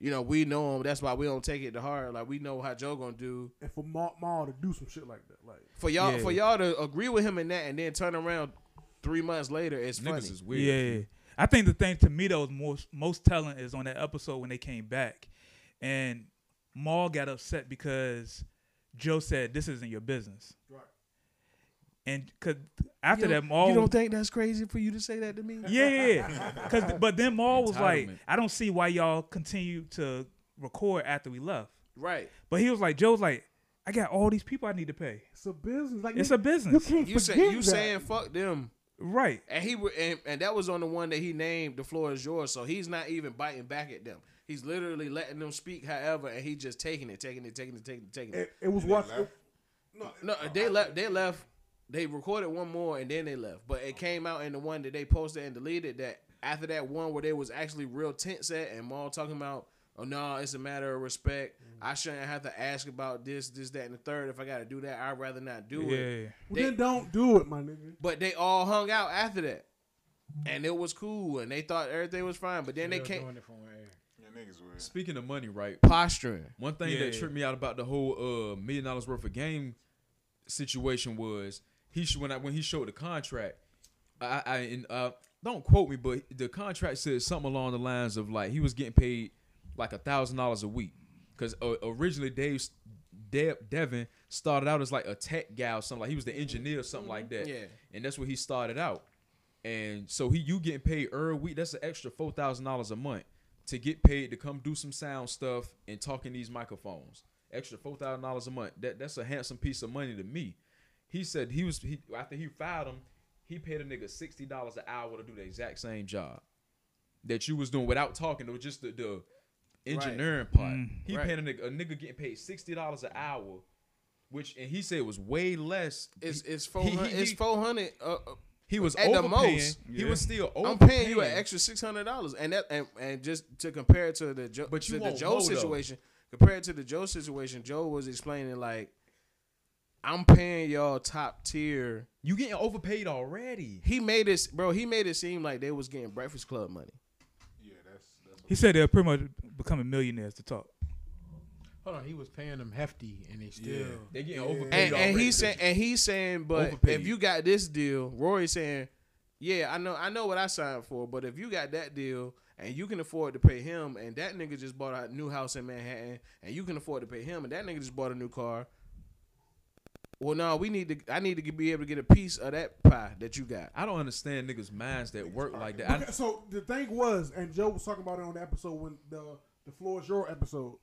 S1: You know, we know him. That's why we don't take it to heart. Like we know how Joe gonna do.
S3: And for Ma, Ma to do some shit like that, like
S1: For y'all,
S5: Yeah.
S1: for y'all to agree with him in that, and then turn around three months later, it's funny.
S7: Niggas is weird.
S5: Yeah, I think the thing to me that was most most telling is on that episode when they came back, and Maul got upset because Joe said this isn't your business. Right. And cause after that, Maul.
S1: you don't think that's crazy for you to say that to me?
S5: yeah, yeah, yeah. 'Cause- but then Maul was like,
S7: Entitlement.
S5: I don't see why y'all continue to record after we left.
S1: Right.
S5: But he was like, Joe's like, I got all these people I need to pay.
S3: it's a business. Like
S5: It's
S3: you-
S5: a business.
S3: You can't
S1: You say
S3: forget
S1: you
S3: that.
S1: saying fuck them,
S5: Right.
S1: and he were- and, and that was on the one that he named. The floor is yours, so he's not even biting back at them. He's literally letting them speak, however, and he just taking it, taking it, taking it, taking it, taking it.
S3: it, it was what
S4: left.
S1: No, they left. They left. They recorded one more and then they left. But it came out in the one that they posted and deleted. That after that one where they was actually real tense at and Maul talking about, oh no, it's a matter of respect. I shouldn't have to ask about this, this, that, and the third. If I got to do that, I'd rather not do it.
S5: Yeah, yeah, yeah.
S3: Well, then don't do it, my nigga.
S1: But they all hung out after that. And it was cool and they thought everything was fine. But then they
S6: Still
S1: came
S6: doing it from where-
S4: Yeah, niggas weird.
S7: Speaking of money, right?
S1: posturing.
S7: One thing
S5: Yeah,
S7: that
S5: yeah.
S7: tripped me out about the whole uh million dollars worth of game situation was he sh- when I when he showed the contract, I, I and uh don't quote me, but the contract said something along the lines of like he was getting paid like a thousand dollars a week because uh, originally Dave Dev Devin started out as like a tech guy or something like he was the engineer or something like that,
S1: Yeah.
S7: and that's where he started out. And so he you getting paid every week. That's an extra four thousand dollars a month to get paid to come do some sound stuff and talk in these microphones. Extra four thousand dollars a month. That that's a handsome piece of money to me. He said he was he, after he filed him, he paid a nigga sixty dollars an hour to do the exact same job that you was doing without talking. It was just the, the engineering part. He
S1: Right.
S7: paid a nigga, a nigga getting paid sixty dollars an hour, which and he said was way less.
S1: It's
S7: He-
S1: it's four hundred.
S7: he-
S1: It's four hundred. Uh, uh,
S7: he was
S1: At the
S7: overpaying.
S1: most.
S7: He was still
S1: I'm
S7: overpaying.
S1: paying you an extra six hundred dollars, and that and, and just to compare it to the Joe,
S7: But you
S1: to the
S7: want
S1: Joe
S7: more, though.
S1: situation, compared to the Joe situation, Joe was explaining like, I'm paying y'all top tier.
S7: You getting overpaid already.
S1: He made it, bro. He made it seem like they was getting Breakfast Club money.
S5: He said they're pretty much becoming millionaires to talk.
S6: Hold on, he was paying them hefty, and they still
S7: They getting overpaid
S1: and, and
S7: already.
S1: he's saying and he's saying but
S7: Overpaid.
S1: if you got this deal rory's saying yeah i know i know what i signed for but if you got that deal and you can afford to pay him and that nigga just bought a new house in manhattan and you can afford to pay him and that nigga just bought a new car well no we need to i need to be able to get a piece of that pie that you got
S7: I don't understand niggas' minds that work like that. I,
S3: Okay, so the thing was, and Joe was talking about it on the episode when the the floor is your episode.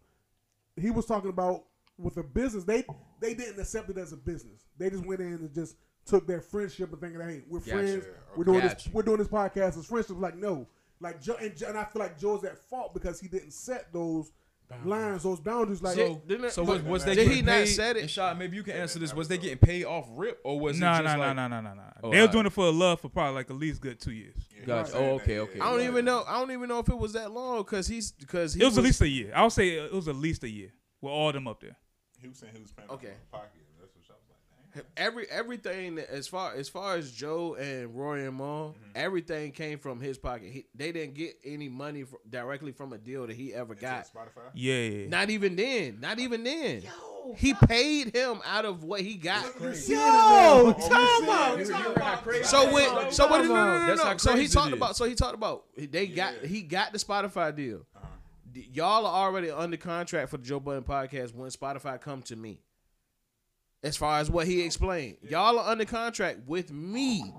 S3: He was talking about with the business they they didn't accept it as a business. They just went in and just took their friendship and thinking, hey, we're
S7: Gotcha.
S3: friends. We're doing this.
S7: Gotcha.
S3: We're doing this podcast as friendship. Like no, like Joe and, Joe- and I feel like Joe's at fault because he didn't set those lines, those boundaries. Like oh,
S1: So- Didn't it-
S7: so
S1: look,
S7: was, was they
S1: did
S7: getting
S1: he not
S7: paid?
S1: said it?
S7: And Shaw, maybe you can answer this. Was they getting paid off rip or was it
S5: No,
S7: just
S5: no, no,
S7: like?
S5: no, no, no, no.
S7: Oh,
S5: They were
S7: alright.
S5: doing it for love for probably like at least good two years.
S7: Gotcha. Oh, okay, okay.
S1: i don't even know i don't even know if it was that long because he's because he
S5: It was at least a year. I would say it was at least a year with all them up there.
S4: He was saying he was paying out of
S1: Okay.
S4: his pocket. That's what I was like. Damn.
S1: every everything that- as far as far as Joe and Rory and Mom,
S7: Mm-hmm.
S1: everything came from his pocket. He, they didn't get any money fr- directly from a deal that he ever got.
S4: Spotify.
S5: Yeah, yeah.
S1: Not even then. Not even then. he paid him out of what he got.
S10: Yo,
S5: Oh,
S4: time
S10: out,
S1: So when so what? No, no, no, no,
S7: That's
S1: no.
S7: how
S1: So he
S7: crazy
S1: talked
S7: it is.
S1: about. So he talked about. They got. He got the Spotify deal.
S7: Uh-huh.
S1: D- Y'all are already under contract for the Joe Budden podcast when Spotify come to me. As far as what he explained, y'all are under contract with me.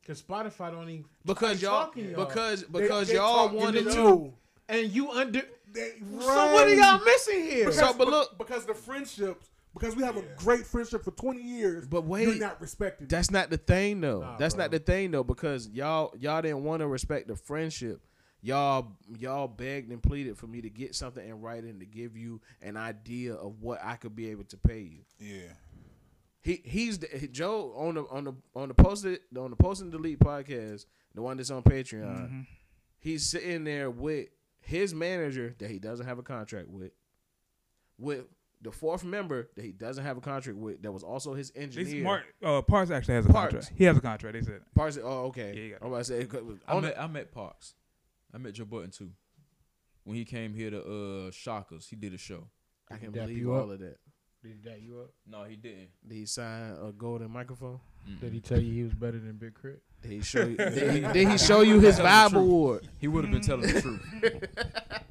S6: because Spotify don't even
S1: because
S6: they
S1: y'all
S6: talking to
S1: because
S3: they-
S1: because
S3: they
S1: y'all
S3: talking
S1: wanted to.
S3: know.
S6: and you under.
S3: They,
S6: So what are
S3: Right.
S6: y'all missing here?
S3: Because,
S1: So, but look-
S3: because the friendships, because we have a great friendship for twenty years,
S1: But wait.
S3: you're not respected.
S1: That's not the thing though.
S6: Nah,
S1: That's
S6: bro.
S1: not the thing though because y'all y'all didn't want to respect the friendship. Y'all y'all begged and pleaded for me to get something in writing to give you an idea of what I could be able to pay you.
S4: Yeah.
S1: He he's the, he- Joe on the on the on the post it on the post and delete podcast, the one that's on Patreon.
S5: mm-hmm.
S1: He's sitting there with his manager that he doesn't have a contract with, with the fourth member that he doesn't have a contract with that was also his
S5: They
S1: engineer.
S5: smart. Uh, Parks actually has a
S1: Parks.
S5: contract. He has a contract. They said.
S1: Parks- oh okay.
S5: Yeah, you got
S1: I'm about to say 'cause it was
S7: I
S1: on
S7: met, I met Parks. I met Joe Button too. When he came here to uh Shockers, he did a show.
S1: the- I can
S6: Dap
S1: believe
S6: you
S1: all
S6: up?
S1: of that.
S6: Did he dap you up?
S7: No, he didn't.
S1: Did he sign a golden microphone?
S6: Did he tell you he was better than Big Crit?
S1: Did he show you, did, he, did he show you his vibe award?
S7: He would have been telling the truth.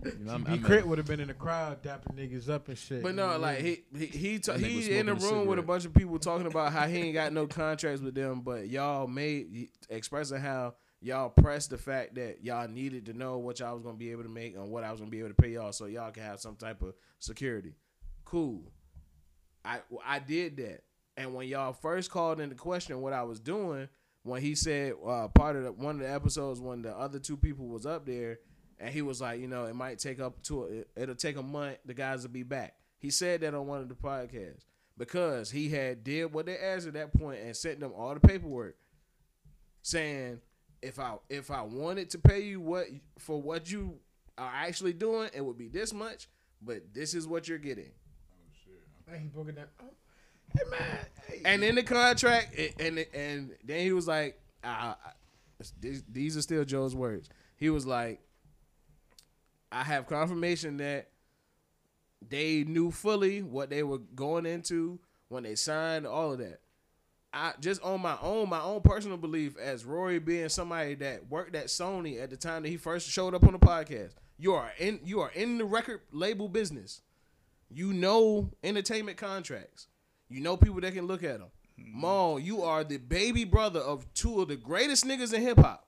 S7: You know, I'm- I
S6: Big
S7: met
S6: Crit
S7: him.
S6: would have been in the crowd dapping niggas up and shit.
S1: But
S6: you know what
S1: no,
S6: I
S1: like
S6: mean?
S1: he he he, ta-
S7: That nigga
S1: he in
S7: smoking
S1: a
S7: a
S1: room with a
S7: cigarette.
S1: bunch of people talking about how he ain't got no contracts with them, but y'all made expressing how y'all pressed the fact that y'all needed to know what y'all was gonna be able to make and what I was gonna be able to pay y'all, so y'all can have some type of security. Cool. I I did that, and when y'all first called into question what I was doing, when he said uh, part of the, one of the episodes when the other two people was up there, and he was like, you know, it might take up to it, it'll take a month. The guys will be back. He said that on one of the podcasts because he had did what they asked at that point and sent them all the paperwork saying if I if I wanted to pay you what for what you are actually doing, it would be this much, but this is what you're getting.
S6: Like, he broke it down. Oh, hey man, hey.
S1: And in the contract, it, and and then he was like, I, I, these- "These are still Joe's words." He was like, "I have confirmation that they knew fully what they were going into when they signed all of that." I just on my own, my own personal belief as Rory being somebody that worked at Sony at the time that he first showed up on the podcast. You are in you are in the record label business. You know entertainment contracts. You know people that can look at them.
S5: Mm-hmm.
S1: Maul, you are the baby brother of two of the greatest niggas in hip hop.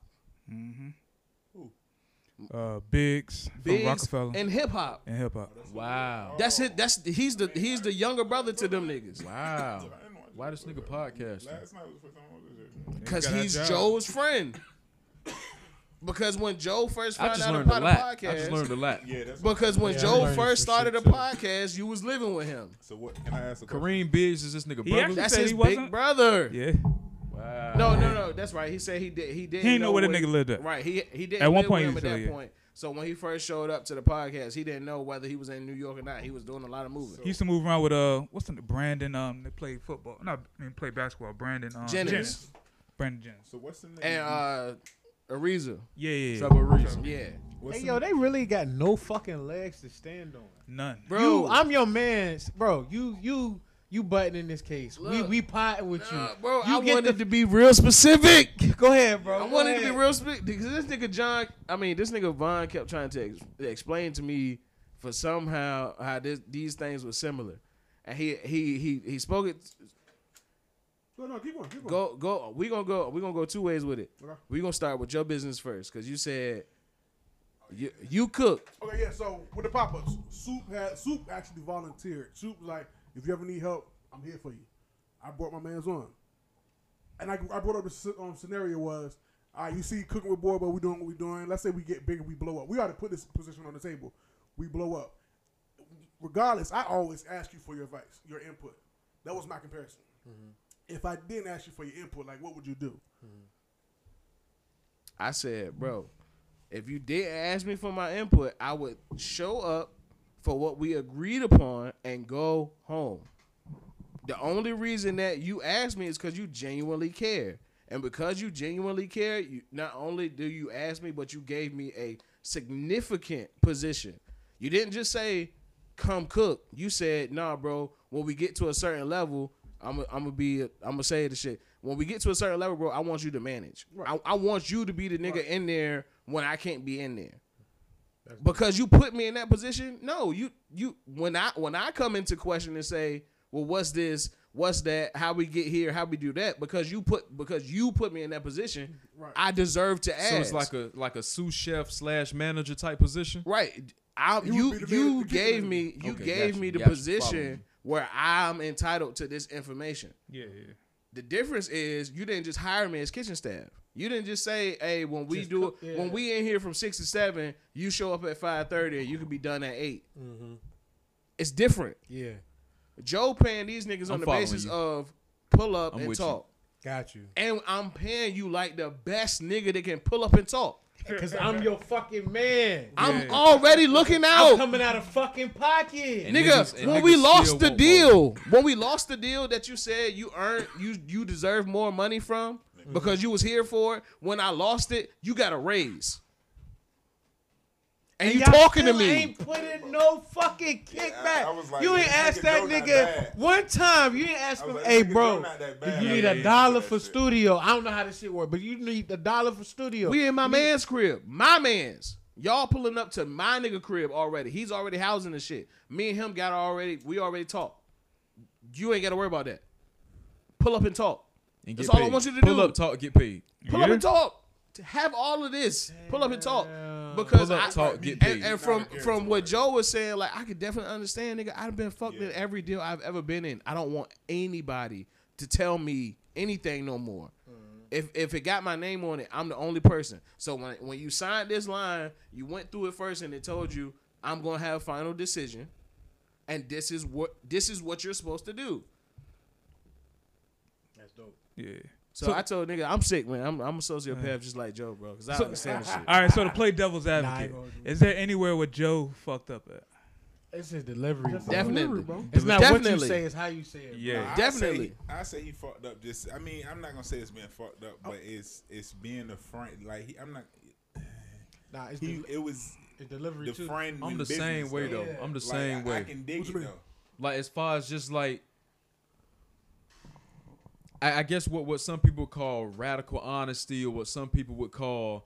S5: Uh, Biggs from
S1: Biggs
S5: Rockefeller and,
S1: and hip hop.
S5: hip hop.
S7: Wow.
S1: That's it. That's he's the he's the younger brother to them niggas.
S7: Wow.
S4: I didn't watch
S7: Why this nigga podcast?
S4: Last night was the first time I watched this shit.
S1: Because
S5: got that
S1: he's
S5: job.
S1: Joe's friend. Because when Joe first
S7: I
S1: found
S7: just
S1: out
S7: learned a
S1: about the
S7: lot. I just
S1: podcast,
S7: learned a lot.
S4: Yeah, that's what,
S1: because when
S6: Yeah, I
S1: Joe
S6: learned
S1: first
S6: some
S1: started the
S6: shit, too.
S1: podcast, you was living with him.
S4: So what? Can I ask a question?
S7: Kareem Biggs is this nigga
S5: He
S7: brother?
S5: actually-
S1: That's
S5: said
S1: his
S5: he
S1: big
S5: wasn't?
S1: brother.
S5: Yeah,
S1: No, no, no. That's right. He said he did. He did.
S5: He ain't know where the nigga lived at.
S1: Right. He he did. he
S5: At one
S1: lived with
S5: point he
S1: him at
S5: said,
S1: that
S5: yeah.
S1: point. So when he first showed up to the podcast, he didn't know whether he was in New York or not. He was doing a lot of moving.
S5: He used to move around with uh, what's the Brandon? Um, they played football. Not I mean, play basketball. Brandon um,
S1: Jennings.
S5: Brandon Jennings.
S4: So what's the name?
S1: and uh, Ariza.
S5: Yeah, yeah, yeah.
S1: Trevor Ariza. Yeah.
S4: What's
S6: Hey,
S4: the
S6: yo, they really got no fucking legs to stand on.
S5: None.
S1: Bro, uh,
S6: You, I'm your man, bro. You, you, you button in this case.
S1: Look.
S6: we, we potting with
S1: Nah,
S6: you,
S1: bro,
S6: You
S1: I
S6: get
S1: wanted
S6: the-
S1: to be real specific.
S6: Go ahead, bro.
S1: I
S6: Go
S1: wanted to be
S6: ahead.
S1: real specific because this nigga John, I mean, this nigga Vaughn kept trying to ex- explain to me for somehow how this, these things were similar, and he he he he spoke it.
S3: No, no, keep going, keep going.
S1: Go Oh, go. We gonna go. We gonna go two ways with it.
S3: Okay.
S1: We gonna start with your business first because you said you you cook.
S3: Okay, yeah. So with the pop ups, Soup had Soup actually volunteered. Soup was like, if you ever need help, I'm here for you. I brought my man's on, and I, I brought up the sce- um, scenario was, all right, you see, cooking with boy, but we doing what we doing. Let's say we get bigger, we blow up. We ought to put this position on the table. We blow up. Regardless, I always ask you for your advice, your input. That was my comparison. If I didn't ask you for your input, like what would you do?
S1: I said, bro, if you didn't ask me for my input, I would show up for what we agreed upon and go home. The only reason that you asked me is because you genuinely care. And because you genuinely care, you not only do you ask me, but you gave me a significant position. You didn't just say, come cook. You said, nah, bro, when we get to a certain level, I'm gonna I'm be, I'm gonna say the shit. When we get to a certain level, bro, I want you to manage. I, I want you to be the nigga in there when I can't be in there because you put me in that position. No, you you when I when I come into question and say, well, what's this? What's that? How we get here? How we do that? Because you put because you put me in that position.
S3: Right.
S1: I deserve to ask.
S7: So it's like a like a sous chef slash manager type position.
S1: right. I
S3: You
S1: you
S3: would be the man
S1: you
S3: to get
S1: gave
S3: it.
S1: me you
S7: Okay,
S1: gave
S7: gotcha,
S1: me the
S7: gotcha, follow
S1: position
S7: me.
S1: where I'm entitled to this information.
S5: Yeah, yeah.
S1: The difference is you didn't just hire me as kitchen staff. You didn't just say, "Hey, when we
S6: Just
S1: do
S6: cook, yeah.
S1: when we in here from six to seven, you show up at five thirty, and you can be done at 8
S6: Mm-hmm.
S1: It's different.
S6: Yeah,
S1: Joe paying these niggas on
S7: I'm
S1: the
S7: following
S1: basis
S7: you.
S1: of pull up
S7: I'm
S1: and
S7: with you.
S1: talk,
S6: got you.
S1: and I'm paying you like the best nigga that can pull up and talk.
S6: Cause I'm your fucking man.
S1: I'm already looking
S6: I'm
S1: out.
S6: coming out of fucking pocket.
S7: And
S1: nigga,
S7: niggas- and
S1: when
S7: niggas
S1: we
S7: still
S1: lost the
S7: won't
S1: deal, when we lost the deal that you said you earned, you you deserve more money from because you was here for it. When I lost it, you got a raise. And, you
S6: y'all
S1: talking to
S6: still
S1: me?
S6: Ain't putting no fucking kickback.
S4: Yeah, I- I was like,
S6: you ain't
S4: nigga,
S6: ask that
S4: Joe not
S6: nigga
S4: bad.
S6: one time. You ain't ask
S4: I
S6: him,
S4: was like,
S6: hey
S4: nigga, Joe
S6: bro,
S4: not that
S6: do
S4: bad."
S6: you
S4: Yeah,
S6: need
S4: yeah,
S6: a
S4: yeah.
S6: dollar
S4: That
S6: for
S4: shit.
S6: studio? I don't know how this shit works, but you need a dollar for studio.
S1: We in my man's crib. My man's. Y'all pulling up to my nigga crib already. He's already housing the shit. Me and him got already. We already talked. You ain't got to worry about that. Pull up and talk.
S7: And
S1: That's
S7: get
S1: all I
S7: paid.
S1: want you to
S7: Pull
S1: do.
S7: up, talk, get paid.
S1: Pull up and talk. To have all of this. Pull up and talk. Because
S7: Pull up,
S1: I,
S7: talk, get
S1: and,
S7: paid.
S1: and from from what Joe was saying, like I could definitely understand, nigga. I've been fucked in
S4: Yeah.
S1: every deal I've ever been in. I don't want anybody to tell me anything no more. If if it got my name on it, I'm the only person. So when when you signed this line, you went through it first, and it told you I'm gonna have final decision, and this is what this is what you're supposed to do.
S6: That's dope.
S5: Yeah.
S1: So, I told nigga, I'm sick, man. I'm I'm a sociopath just like Joe, bro, because I
S5: So-
S1: understand this shit.
S5: All right. So to play devil's
S6: I
S5: advocate,
S6: ain't gonna do
S5: is there anywhere where Joe fucked up at?
S6: It's his delivery.
S1: Definitely,
S3: bro.
S6: It's not what
S1: Definitely.
S6: you say; it's how you say it. bro.
S5: Yeah.
S4: I
S1: Definitely.
S4: say- I say he fucked up. Just I mean, I'm not gonna say it's being fucked up, but it's it's being the friend. Like he, I'm not.
S6: Nah, it's
S4: He
S6: the,
S4: it was
S6: it's delivery
S4: the
S6: too.
S4: friend.
S7: I'm
S4: in
S7: the
S4: business,
S7: same way though.
S6: Yeah.
S7: I'm the
S4: Like,
S7: same
S4: I-
S7: way.
S4: I can dig it though.
S7: like as far as just like I, I guess what, what some people call radical honesty or what some people would call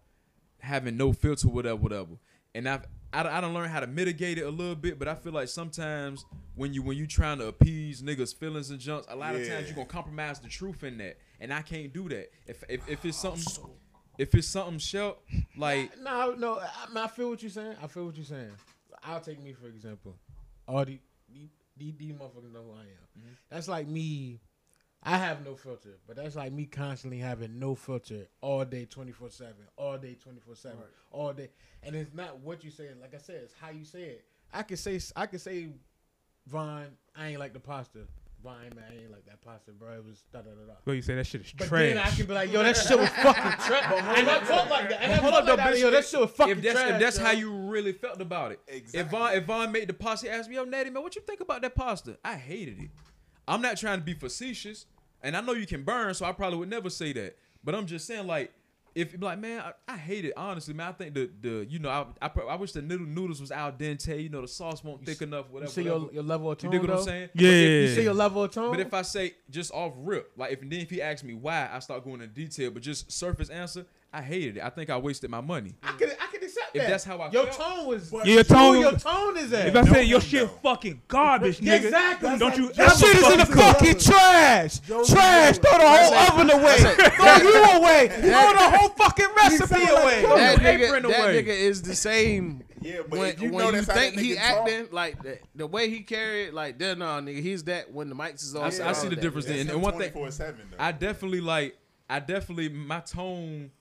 S7: having no filter whatever whatever and I've I, I don't learn how to mitigate it a little bit but I feel like sometimes when you when you trying to appease niggas feelings and jumps a lot of times
S4: Yeah.
S7: you're gonna compromise the truth in that and I can't do that if if, if it's something if it's something shell like
S6: No, no, I, I mean, I feel what you're saying. I feel what you're saying. I'll take me for example. All the these the, these motherfuckers know who I am. That's like me. I have no filter, but that's like me constantly having no filter all day, twenty four seven, all day, twenty four seven, all day. And it's not what you say. Like I said, it's how you say it. I could say I could say, Vaughn, I ain't like the pasta. Vine, man, I ain't like that pasta, bro. It was da da da da.
S5: Well, you say that shit is
S6: But
S5: trash.
S6: then I can be like, yo, that shit was fucking trash. and I felt like that. And I felt like that. Yo, that shit was fucking
S7: if that's,
S6: trash.
S7: If that's
S6: yo.
S7: how you really felt about it.
S4: Exactly.
S7: If Von, if Von made the pasta, asked me, yo, Natty, man, what you think about that pasta? I hated it. I'm not trying to be facetious, and I know you can burn, so I probably would never say that. But I'm just saying, like, if you're like, man, I, I hate it, honestly, man, I think the, the you know, I, I, prob- I wish the noodle noodles was al dente, you know, the sauce won't thick enough,
S6: You
S7: whatever.
S6: see
S7: whatever.
S6: your, your level of
S7: You
S6: tone.
S7: dig what I'm
S6: though?
S7: saying?
S5: Yeah.
S7: But if-
S6: You see your level of tone.
S7: But if I say just off rip, like if then if he asks me why, I start going into detail. But just surface answer, I hated it. I think I wasted my money.
S6: I can, I can accept
S7: If
S6: that.
S7: that's how I
S6: Your
S7: felt-
S6: tone was.
S5: Yeah, your tone-
S6: Who your tone is at.
S5: If I say
S4: Don't
S5: your
S4: him,
S5: shit
S4: though.
S5: fucking garbage, nigga.
S6: Exactly.
S5: Don't you
S9: That
S5: ever
S9: shit is in the
S5: fucking come-
S9: fucking trash. Trash. Throw the whole oven away. Throw you away. Throw the whole fucking recipe away.
S1: That
S7: your
S1: nigga,
S7: apron
S1: that
S7: away.
S1: nigga is the same.
S4: Yeah, but
S1: when
S4: if you
S1: when
S4: know
S1: you
S4: that's how that
S1: think he
S4: nigga talk-
S1: acting like that, the way he carried, like that, nah, nigga, he's that when the mics is on.
S7: I, s- I see the difference there. And, and one thing,
S4: 24/7 though.
S7: I definitely like, I definitely my tone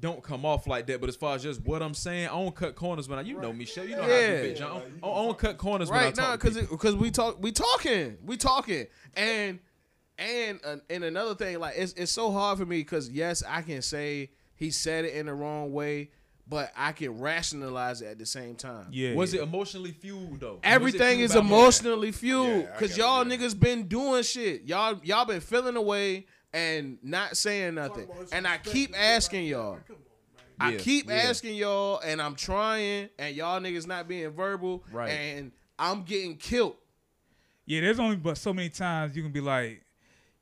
S7: don't come off like that. But as far as just what I'm saying, I don't cut corners when I, you know, Michelle, you know how I
S1: Yeah.
S7: do, bitch. I don't, I don't- I don't cut corners when I
S1: right
S7: talk.
S1: now
S7: to
S1: because
S7: people.
S1: because we talk we talking we talking and and uh, and another thing like it's it's so hard for me because yes I can say he said it in the wrong way but I can rationalize it at the same time.
S5: Yeah.
S7: was it emotionally fueled though? Was it
S1: Everything
S7: fueled
S1: is
S7: by-
S1: emotionally fueled
S4: Yeah, I
S1: because
S4: get it,
S1: y'all
S4: yeah.
S1: niggas been doing shit. Y'all y'all been feeling away and not saying nothing. And I keep asking y'all. I
S7: Yeah,
S1: keep
S7: yeah.
S1: asking y'all, and I'm trying, and y'all niggas not being verbal,
S7: Right.
S1: and I'm getting killed.
S5: Yeah, there's only but so many times you can be like,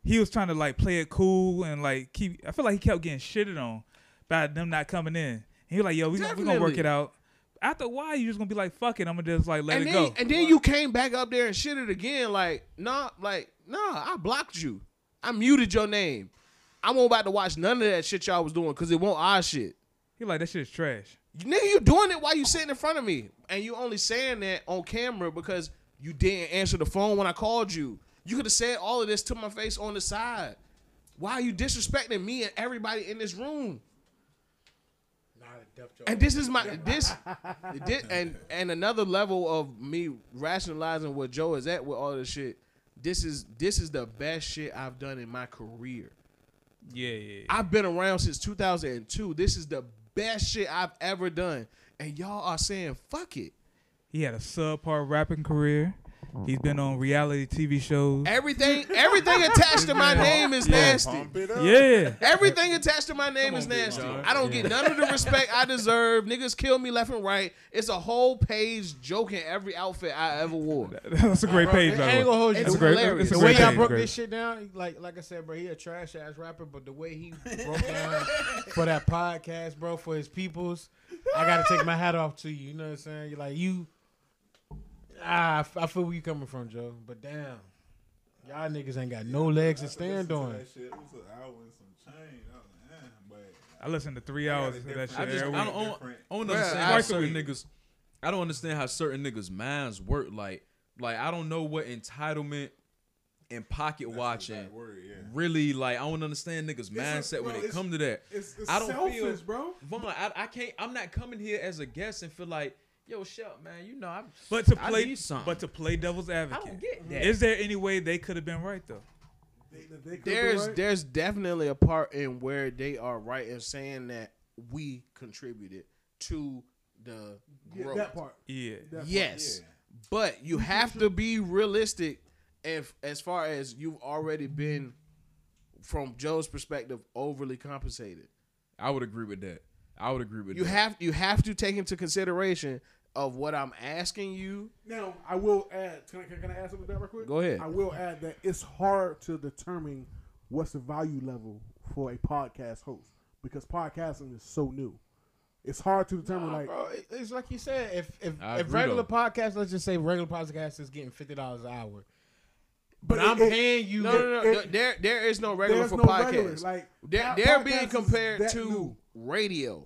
S5: he was trying to like play it cool and like keep. I feel like he kept getting shitted on by them not coming in. And he was like, yo, we gonna, we gonna work
S1: Definitely.
S5: it out. After a while, you just gonna be like, fuck it, I'm gonna just like let
S1: and
S5: it
S1: then,
S5: go.
S1: and then you came back up there and shit it again. Like, nah, like, nah, I blocked you. I muted your name. I won't about to watch none of that shit y'all was doing because it won't our shit.
S5: he like that shit is trash.
S1: Nigga, you doing it while you sitting in front of me. And you only saying that on camera because you didn't answer the phone when I called you. You could have said all of this to my face on the side. Why are you disrespecting me and everybody in this room? And this is my this, this and and another level of me rationalizing where Joe is at with all this shit. This is this is the best shit I've done in my career.
S5: Yeah, yeah.
S1: I've been around since 2002. This is the best shit I've ever done. And y'all are saying, fuck it.
S5: He had a subpar rapping career. He's been on reality TV shows.
S1: Everything everything attached to my name is nasty.
S4: Pump it up.
S5: Yeah.
S1: Everything attached to my name is nasty. I don't get none of the respect I deserve. Niggas kill me left and right. It's a whole page joking every outfit I ever wore.
S5: That's a great page,
S6: I
S5: by
S6: ain't
S5: the
S6: gonna
S5: way.
S6: hold you.
S1: It's
S5: That's a great,
S1: hilarious.
S5: it's a
S6: The
S5: great
S6: way y'all
S5: page,
S6: broke
S5: great.
S6: this shit down, like like I said, bro, he a trash ass rapper, but the way he broke down for that podcast, bro, for his peoples, I gotta take my hat off to you. You know what I'm saying? You're like you, ah, I f- I feel where you coming from, Joe. But damn, y'all niggas ain't got no legs to stand
S4: Listen to
S6: on.
S4: that shit. It was an hour and some change. I was like, eh, but
S5: I listened to three hours of that shit
S7: I just I
S5: every
S7: don't,
S5: week.
S7: I don't, I don't understand
S5: Bruh,
S7: how
S5: I
S7: certain
S5: see.
S7: niggas. I don't understand how certain niggas' minds work. Like, like I don't know what entitlement and pocket watching
S4: that word, yeah.
S7: really like. I don't understand niggas' mindset
S4: bro,
S7: when it
S4: it's-
S7: come to that.
S4: It's, it's
S7: I don't
S4: selfish,
S7: feel-
S4: bro.
S7: Vaughn, I, I can't. I'm not coming here as a guest and feel like, yo, Shep, man, you know, I.
S5: But to
S7: I
S5: play,
S7: need something.
S5: but to play devil's advocate,
S7: get that.
S5: is there any way they could have been right though?
S3: They- they could be
S1: There's
S3: right.
S1: there's definitely a part in where they are right in saying that we contributed to the
S3: Yeah,
S1: growth.
S3: that part.
S5: Yeah,
S3: That
S1: Yes, but you have to be realistic. If as far as you've already been, from Joe's perspective, overly compensated,
S7: I would agree with that. I would agree with
S1: you
S7: that.
S1: have you have to take into consideration of what I'm asking you.
S3: Now, I will add. Can I, can, I add something to that real quick?
S1: Go ahead.
S3: I will add that it's hard to determine what's the value level for a podcast host because podcasting is so new. It's hard to determine, like,
S6: Bro, it- it's like you said. If if,
S7: I
S6: if
S7: agree,
S6: regular
S7: though.
S6: podcast, let's just say regular podcast is getting fifty dollars an hour, but,
S3: But
S6: I'm
S3: it- it-
S6: paying you.
S1: No, no, no.
S3: It-
S1: there, there is no regular
S3: there's
S1: for
S3: no
S1: podcasts.
S3: regular, like,
S1: they're
S3: pod-
S1: they're
S3: podcast
S1: being
S3: is
S1: compared
S3: that
S1: to
S3: new.
S1: radio.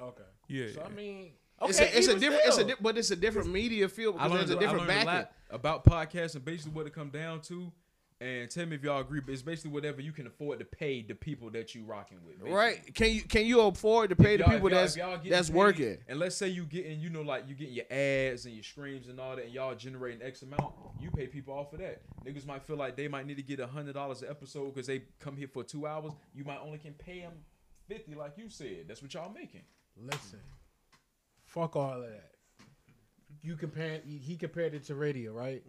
S6: Okay.
S5: yeah.
S6: So I mean,
S1: it's a, it's a
S6: even
S1: different, it's a
S6: still.
S1: di- but it's a different media field
S7: I
S1: because
S7: learned,
S1: there's a
S7: I
S1: different
S7: learned a
S1: backing.
S7: lot about podcasts and basically what it come down to And tell me if y'all agree, but it's basically whatever you can afford to pay the people that you rocking with. basically.
S9: Right? Can you can you afford to pay
S7: If
S9: the
S7: y'all- if
S9: people
S7: y'all-
S9: that's
S7: if y'all getting
S9: that's
S7: paid,
S9: working?
S7: And let's say you getting, you know, like you getting your ads and your streams and all that, and y'all generating X amount, you pay people off for that. Niggas might feel like they might need to get a hundred dollars an episode because they come here for two hours. You might only can pay them fifty, like you said. That's what y'all making.
S6: Listen, fuck all of that. You compare he compared it to radio, right?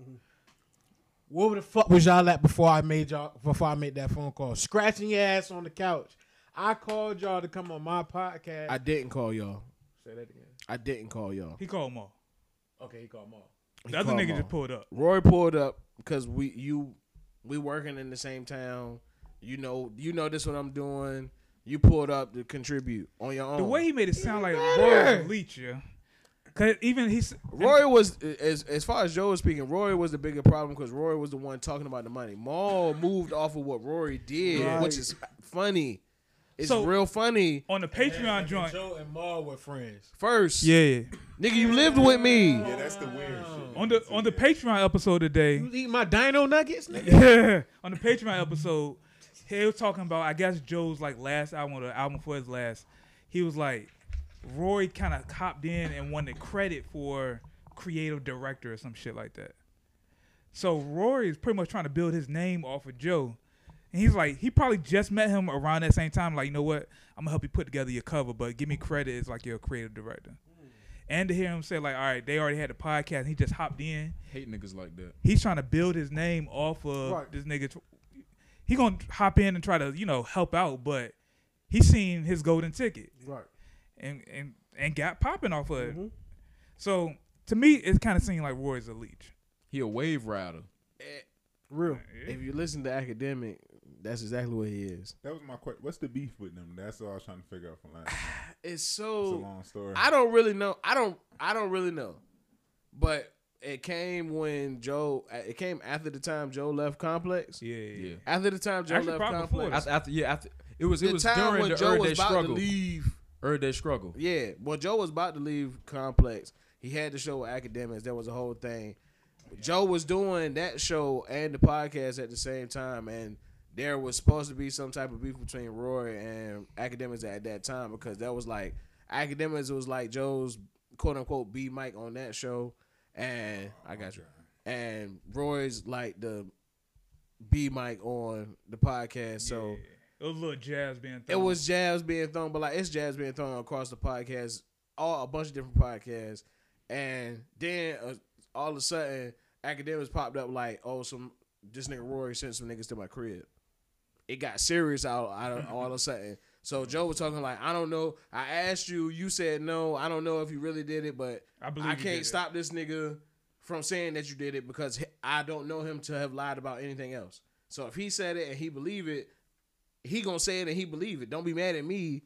S6: Where the fuck was y'all at before I made y'all before I made that phone call? Scratching your ass on the couch. I called y'all to come on my podcast.
S1: I didn't call y'all.
S6: Say that again.
S1: I didn't call y'all.
S5: He called Maul.
S6: Okay, he called Maul.
S1: He
S5: The other
S1: called
S5: nigga
S1: Maul.
S5: just pulled up.
S1: Roy pulled up because we you we working in the same town. You know you know this what I'm doing. You pulled up to contribute on your own.
S5: The way he made it sound like Roy was a leech, yeah. Cause even he's
S1: Roy was as as far as Joe was speaking. Roy was the bigger problem because Roy was the one talking about the money. Maul moved off of what Rory did,
S3: Right.
S1: which is funny. It's
S5: So-
S1: real funny.
S5: on the Patreon joint.
S6: Joe and Maul were friends.
S1: First,
S5: Yeah,
S1: nigga, you lived with me.
S4: Yeah, that's the weird shit.
S5: on the on the Patreon episode today.
S6: You eat my dino nuggets, nigga?
S5: Yeah. on the Patreon episode, he was talking about I guess Joe's like last album or the album before his last. He was like, Roy kind of copped in and wanted credit for creative director or some shit like that. So Rory is pretty much trying to build his name off of Joe. And he's like, he probably just met him around that same time. Like, you know what? I'm gonna help you put together your cover, but give me credit as like your creative director. And to hear him say, like, all right, they already had a podcast. And he just hopped in
S7: Hate niggas like that.
S5: he's trying to build his name off of
S3: Right.
S5: this nigga. tw- He gonna hop in and try to you know help out, but he seen his golden ticket
S3: Right.
S5: and and and got popping off of
S3: Mm-hmm.
S5: it. So to me, it kind of seemed like Roy's a leech.
S7: He a wave rider.
S3: Real.
S1: If you listen to academic, that's exactly what he is.
S4: That was my question. What's the beef with them? That's all I was trying to figure out from last. time.
S1: It's
S4: It's a
S1: so
S4: long story.
S1: I don't really know. I don't. I don't really know. But it came when Joe. It came after the time Joe left Complex.
S5: Yeah,
S7: Yeah.
S1: After the time Joe
S5: Actually,
S1: left
S5: probably before
S1: Complex.
S5: that.
S7: After, after yeah, after it was
S1: The
S7: it was
S1: time
S7: during
S1: when
S7: the
S1: Joe
S7: Earth
S1: was
S7: Day
S1: about to
S7: struggle.
S1: leave.
S7: Earth Day struggle.
S1: Yeah, well, Joe was about to leave Complex. He had the show with academics. There was a whole thing. Joe was doing that show and the podcast at the same time, and there was supposed to be some type of beef between Roy and academics at that time because that was like academics was like Joe's quote unquote B mic on that show, and I got you, and Roy's like the B mic on the podcast. So.
S5: It was a little jazz being.
S1: It
S5: thrown.
S1: was jabs being thrown, but like it's jabs being thrown across the podcast, all a bunch of different podcasts, and then uh, all of a sudden, academics popped up like, oh, some this nigga Rory sent some niggas to my crib. It got serious out, out of, all of a sudden. So Joe was talking like, I don't know. I asked you, you said no. I don't know if you really did it, but
S5: I believe
S1: I
S5: you did
S1: can't
S5: it.
S1: stop this nigga from saying that you did it because he- I don't know him to have lied about anything else. So if he said it and he believe it, he gonna say it and he believe it. Don't be mad at me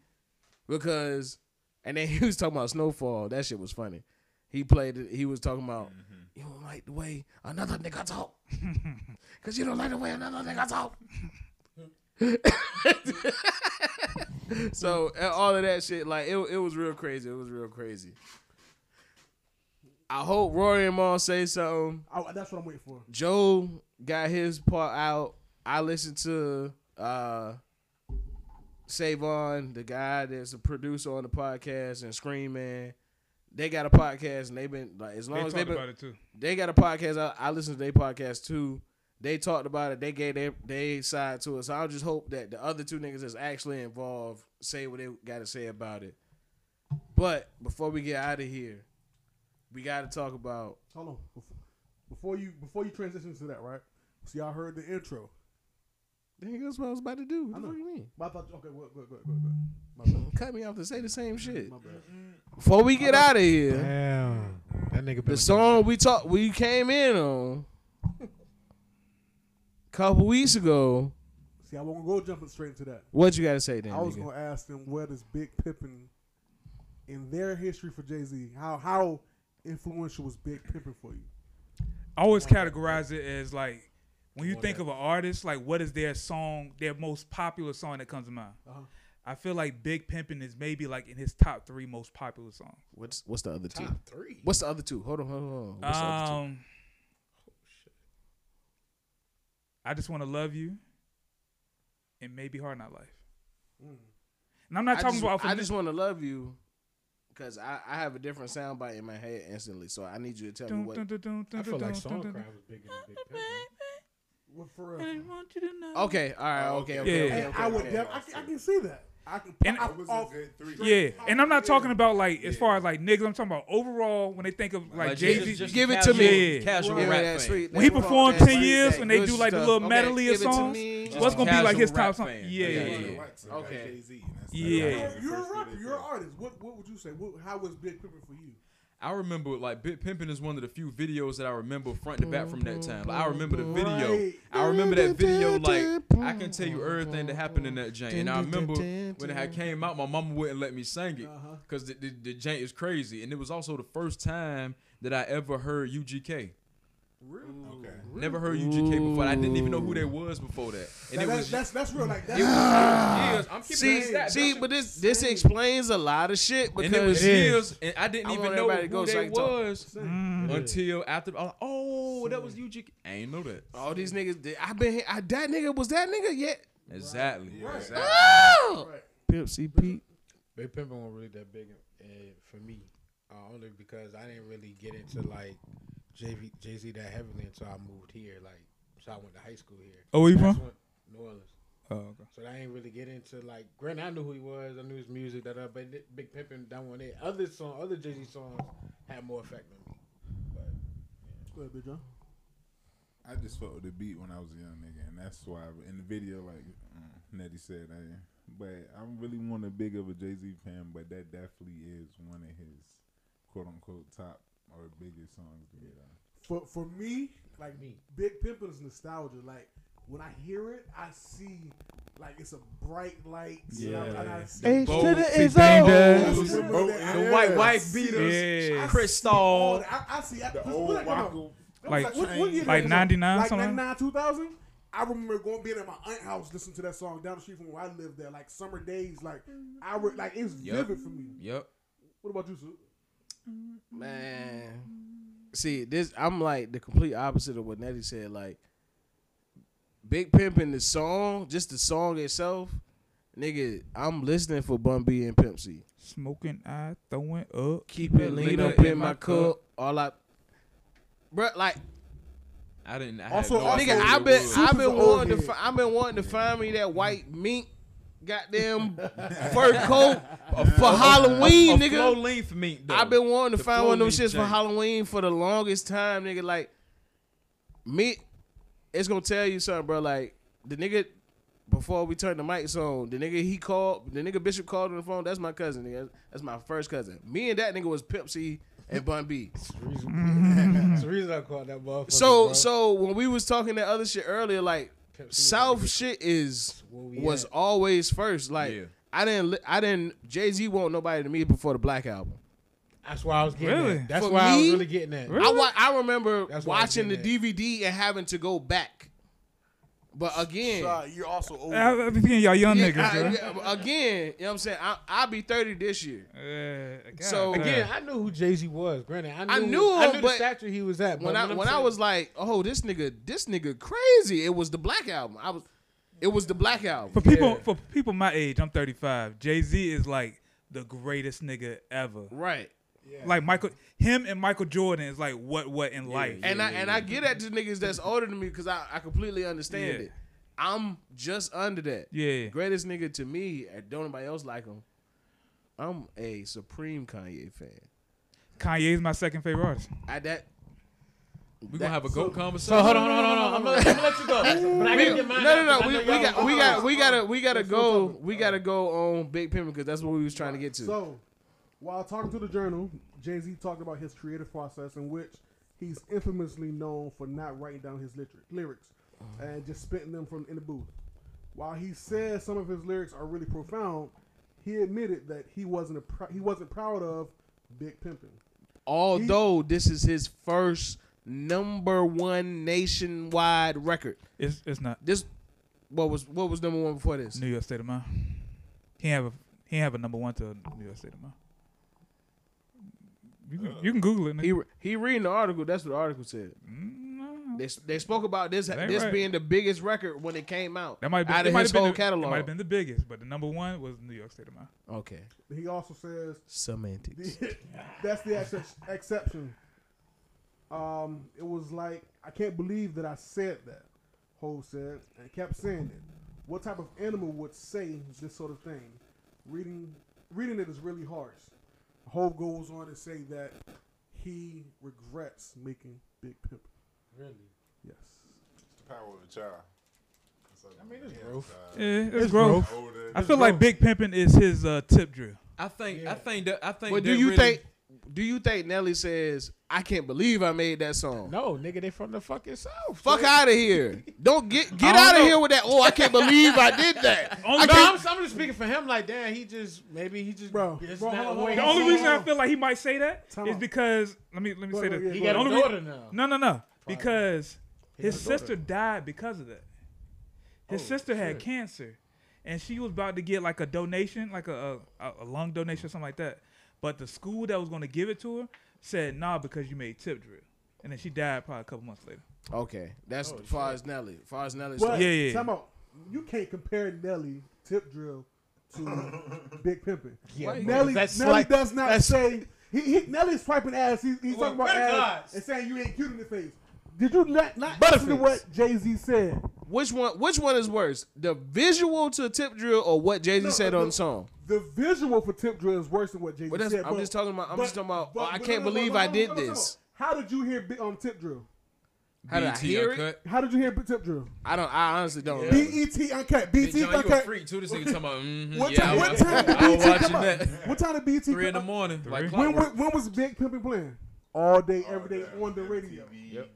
S1: because and then he was talking about Snowfall. That shit was funny. He played it, he was talking about
S5: Mm-hmm.
S1: you don't like the way another nigga talk. Cause you don't like the way another nigga talk. so and all of that shit, like it, it was real crazy. It was real crazy. I hope Rory and Maul say something.
S3: I, that's what I'm waiting for.
S1: Joe got his part out. I listened to uh Savon, the guy that's a producer on the podcast, and Scream Man. They got a podcast, and they've been like as long
S5: They
S1: as they've
S5: talked
S1: been
S5: about it too.
S1: they got a podcast. I, I listened to their podcast too. They talked about it. They gave their they side to it. So I just hope that the other two niggas that's actually involved say what they got to say about it. But before we get out of here, we got to talk about
S3: Hold on. Bef- Before you before you transition to that, right? So y'all heard the intro.
S1: Dang, that's what I was about to do. What
S3: I
S1: the
S3: know.
S1: fuck you mean?
S3: But I thought okay, good, good, good, good, good. My bad.
S1: Cut me off to say the same shit.
S3: My bad.
S1: Before we get out of here,
S6: Damn. That nigga been
S1: the song we talked we came in on a couple weeks ago.
S3: See, I won't go jumping straight into that.
S1: What you got to say, then?
S3: I was
S1: nigga?
S3: gonna ask them where does Big Pippin in their history for Jay Z, how how influential was Big Pippin for you?
S5: I always categorize it as like when you think of an artist, like what is their song, their most popular song that comes to mind.
S3: Uh-huh.
S5: I feel like Big Pimpin' is maybe like in his top three most popular songs.
S1: What's what's the other two?
S6: top three.
S1: What's the
S5: Um,
S1: other two? Hold on, hold on. Hold on. What's the other two?
S5: Um, I just want to love you and maybe harden our life. And I'm not
S1: I
S5: talking
S1: just-
S5: about.
S1: I just want to love you because I, I have a different soundbite in my head instantly. So I need you to tell me what.
S5: I
S6: was bigger than Big Pimp.
S3: Well, for real.
S5: want you to know.
S1: Okay, all right, okay, okay,
S5: Yeah.
S1: okay,
S3: And
S1: okay,
S3: I would.
S1: okay.
S3: def- I, can, I can see that. I can.
S5: And-
S3: I, Oh,
S4: That was
S3: off-
S4: a good three.
S5: Yeah, and I'm not talking about like as far as like niggas. I'm talking about overall when they think of like, Jay Z.
S7: just
S1: Give it
S7: casual-
S1: to me.
S7: Casual
S1: Give me
S7: rap
S1: that
S7: fan.
S1: sweet-
S5: when he
S1: that raw,
S5: performed
S1: that
S5: 10
S1: sweet,
S5: years
S1: that
S5: and they
S1: good
S5: do like the
S1: stuff.
S5: little
S1: Okay,
S5: medley of
S1: give it to
S5: songs,
S1: me.
S5: what's gonna be like his
S7: Casual
S5: top
S7: rap
S5: song?
S7: fan.
S5: Yeah,
S7: Yeah,
S5: yeah,
S7: yeah.
S5: yeah.
S1: Okay.
S5: Yeah.
S3: You're a rapper. You're an artist. What What would you say? What, how was Big Pimpin' for you?
S7: I remember like Bit Pimpin' is one of the few videos that I remember front to back from that time. Like I remember the video.
S3: Right.
S7: I remember that video like I can tell you everything that happened in that joint. And I remember when it had came out, my mama wouldn't let me sing it
S3: Uh-huh.
S7: because the, the, the joint is crazy. And it was also the first time that I ever heard UGK.
S4: Okay.
S7: Never heard UGK before. I didn't even know who they was before that. And
S3: That,
S7: it
S3: that,
S7: was.
S3: that's That's real. Like
S7: it was
S3: that's.
S7: years.
S1: Ah.
S7: I'm keeping
S1: See,
S7: it stat,
S1: see,
S7: bitch.
S1: but this this explains a lot of shit because
S7: and it was years, and I didn't
S1: I
S7: even
S1: want
S7: know
S1: everybody to go
S7: who
S1: so I
S7: they
S1: can talk.
S7: was until after. I'm like, oh, that was UGK. I ain't know that.
S1: all these niggas. did- I been here- I, that nigga was that nigga yet.
S7: Exactly. exactly.
S1: Oh, Pimp C Pete.
S6: Big Pimpin' wasn't really that big uh, for me, uh, only because I didn't really get into like Jay Z that heavily until I moved here. Like, so I went to high school here.
S5: Oh, where you
S6: That's
S5: from?
S6: when- New Orleans.
S5: Oh, okay.
S6: So I ain't really get into like. Granted, I knew who he was. I knew his music. That but it- Big Pimpin' that one. It. Other song, other Jay Z songs had more effect on me.
S3: Go ahead, Big John.
S4: I just felt the beat when I was a young nigga, and that's why I, in the video, like mm, Nettie said, I, but I'm really one of big of a Jay Z fan, but that definitely is one of his quote unquote top or biggest songs to get out.
S3: For For me,
S6: Like me.
S3: Big Pimpin' is nostalgia. Like when I hear it, I see like it's a bright light. Yeah. And I, and I see
S9: H
S7: Bold
S9: to the is
S3: I
S9: O.
S3: just remember that-
S7: The white white beaters,
S5: Yeah.
S7: Crystal.
S3: I, I see I,
S4: The
S3: this-
S4: old
S3: what, come on.
S4: Waco,
S3: That was
S5: Like-
S3: what- what year
S5: like
S3: that was?
S5: 99,
S3: like
S5: something like
S3: 99, 2000. I remember going being at my aunt's house, listening to that song down the street from where I lived. There, like summer days, like I re- like it's
S7: Yep.
S3: vivid for me.
S7: Yep.
S3: What about you, Sue?
S1: Man, see this. I'm like the complete opposite of what Nettie said. Like, Big Pimpin' the song, just the song itself, nigga. I'm listening for Bun B and Pimp C.
S5: Smoking, I throwing up.
S1: Keep it lean up in my cup. All I, bruh, like
S7: I didn't. I
S3: Also-
S7: had no
S3: also-
S7: idea
S1: nigga,
S7: what
S1: I've
S7: it
S1: been
S7: was.
S1: I've
S3: Super
S1: been
S3: old
S1: wanting to
S3: head.
S1: fi- I've been wanting to find me that white mink, goddamn fur coat for Halloween,
S7: a
S1: nigga.
S7: flow length meat. Though.
S1: I've been wanting to
S7: The
S1: find one of them
S7: flow
S1: shits
S7: means
S1: for
S7: jank.
S1: Halloween for the longest time, nigga. Like, me, it's gonna tell you something, bro. Like, the nigga, before we turned the mics on, the nigga he called, the nigga Bishop called on the phone. That's my cousin, nigga. That's my first cousin. Me and that nigga was Pimp C and Bun B.
S6: It's the reason, it's the reason I called that motherfucker.
S1: So,
S6: bro.
S1: so when we was talking that other shit earlier, like,
S6: Pimp C was
S1: South
S6: like-
S1: shit is
S6: where we
S1: was
S6: at.
S1: always first. Like,
S7: Yeah.
S1: I didn't, li- I didn't. Jay Z won't nobody to me before the Black album.
S6: That's why I was getting.
S5: Really?
S6: At. That's
S1: For
S6: why I was
S1: me?
S6: really getting at.
S5: Really?
S1: I wa- I remember
S6: That's why I was
S1: watching the
S6: getting
S1: DVD and having to go back. But again,
S9: you're also old.
S5: I, I be thinking y'all young
S1: yeah,
S5: niggas,
S1: I-
S5: bro.
S1: yeah, again, you know what I'm saying? I, I'll be 30 this year.
S5: Yeah, God
S1: So-
S5: damn.
S6: Again, I knew who Jay Z was. Granted, I
S1: I
S6: knew,
S1: knew
S6: I
S1: him,
S6: knew the
S1: but
S6: stature he was at. but
S1: When I
S6: I'm
S1: when I
S6: saying-
S1: was like, oh, this nigga, this nigga crazy. It was the Black Album. I was, it was the Black
S5: for
S1: Album.
S5: people for people my age, I'm 35. Jay Z is like the greatest nigga ever.
S1: Right.
S5: Like Michael, him and Michael Jordan is like what what in life.
S1: And I and I get at the niggas that's older than me because I, I completely understand
S5: Yeah.
S1: it. I'm just under that.
S5: Yeah.
S1: Greatest nigga to me, and don't nobody else like him. I'm a supreme Kanye fan.
S5: Kanye is my second favorite artist.
S1: I that
S7: We gonna have a goat conversation.
S6: So hold on, hold on, hold on. I'm gonna, I'm gonna let you go. But I
S1: We,
S6: gotta
S1: no,
S6: get mine
S1: no,
S6: out,
S1: no.
S6: 'cause I
S1: We,
S6: know
S1: we
S6: y'all
S1: got,
S6: was
S1: we
S6: on
S1: got,
S6: it.
S1: we gotta, we gotta
S3: That's what I'm
S1: go.
S3: talking
S1: We gotta go on Big Pimpin' because that's what we was trying to get to.
S3: So, while talking to the journal, Jay Z talked about his creative process, in which he's infamously known for not writing down his lyric- lyrics and just spitting them from in the booth. While he says some of his lyrics are really profound, he admitted that he wasn't a pr- he wasn't proud of Big Pimpin.
S1: Although this is his first number one nationwide record.
S5: It's it's not
S1: This, what was, what was number one before this?
S5: New York State of Mind. He ain't have a he ain't have a number one to New York State of Mind. You can, you can Google it. Nigga.
S1: Uh, He, re- he reading the article. That's what the article said.
S5: Mm, no,
S1: They, they spoke about this
S5: They
S1: this
S5: right.
S1: being the biggest record when it came out.
S5: That might be
S1: out
S5: it
S1: of
S5: might
S1: his
S5: have been
S1: whole
S5: the, It
S1: catalog.
S5: might have been the biggest, but the number one was New York State of Mind.
S11: Okay.
S3: He also says
S11: Semantics.
S3: that's the ex- exception. Um, it was like I can't believe that I said that. Ho said and kept saying it. What type of animal would say this sort of thing? Reading, reading it is really harsh. Ho goes on to say that he regrets making Big Pimp.
S6: Really?
S3: Yes.
S4: It's the power of the child. It's like, I mean, it's
S6: growth.
S5: Yeah, it's,
S6: It's
S5: growth.
S4: growth. Older.
S5: I
S4: It's
S5: feel like Big Pimpin' is his uh, tip drill.
S7: I think I think that I think.
S1: But do
S7: that
S1: you
S7: really-
S1: think do you think Nelly says I can't believe I made that song?
S6: No, nigga, they from the fucking south.
S1: Fuck out of here! Don't get
S5: I
S1: get
S5: don't
S1: out of
S5: know.
S1: here with that. Oh, I can't believe I did that.
S5: Only-
S1: I
S6: No,
S1: can't-
S6: I'm, I'm just speaking for him. Like, damn, he just maybe he just
S3: Bro,
S6: it's
S3: bro,
S6: not
S3: hold on,
S6: the way
S3: hold
S5: The
S3: on,
S6: he
S5: only
S3: hold
S6: sees
S5: reason I
S3: on.
S5: feel like he might say that
S3: Time
S5: is
S3: out.
S5: because let me let me
S3: Wait,
S5: say
S3: wait,
S5: this.
S3: yeah,
S6: it. He
S3: go
S5: The
S6: got
S5: only
S6: a
S5: rea-
S6: daughter now.
S5: No, no, no.
S6: Probably.
S5: Because his
S6: has a daughter.
S5: sister died because of that. His sister had cancer, and she was about to get like a donation, like a a, a lung donation or something like that. But the school that was going to give it to her said, "Nah, because you made tip drill," and then she died probably a couple months later.
S11: okay.
S3: Oh,
S11: That's as far as Nelly. As far as Nelly's
S3: But
S5: Yeah, yeah.
S3: time out. You can't compare Nelly Tip Drill to Big Pimpin.
S6: Yeah,
S3: Nelly,
S6: but
S3: Nelly
S6: that's like-
S3: does not
S6: that's-
S3: say he, he Nelly's swiping ass. He's, he's talking about
S6: Well, good
S3: ass
S6: gods.
S3: and saying you ain't cute in the face. Did you not, not listen to
S1: Butterfingers.
S3: what Jay Z said?
S1: Which one? Which one is worse? The visual to Tip Drill or what Jay Z
S3: No,
S1: said
S3: no,
S1: on
S3: no.
S1: the song?
S3: The visual for Tip Drill is worse than what Jay Z
S1: But that's-
S3: said.
S1: I'm
S3: but-
S1: just talking about- I'm just talking about, oh, I
S3: no,
S1: can't
S3: no, no,
S1: believe
S3: no,
S1: I
S3: no,
S1: did
S3: no, no, no.
S1: this.
S3: How did you hear Big- um Tip Drill?
S1: How did I
S7: BET
S1: hear it?
S7: Uncut?
S3: How did you hear Big Tip Drill?
S1: I don't. I honestly don't.
S3: B
S1: remember.
S3: E T uncut.
S7: Hey,
S3: B T
S7: John, you a
S3: uncut.
S7: freak too. This nigga talking about. mhm,
S3: What
S7: yeah,
S3: time?
S7: I
S3: What
S7: was-
S3: time did
S7: I was
S3: BT
S7: watching
S3: come out?
S7: that.
S3: What time did BT
S7: Three
S3: come
S7: in the
S3: out?
S7: morning. Like
S3: When,
S7: clockwork.
S3: when, when was Big Pimpin playing? All day, every day, on the radio.
S4: Yep.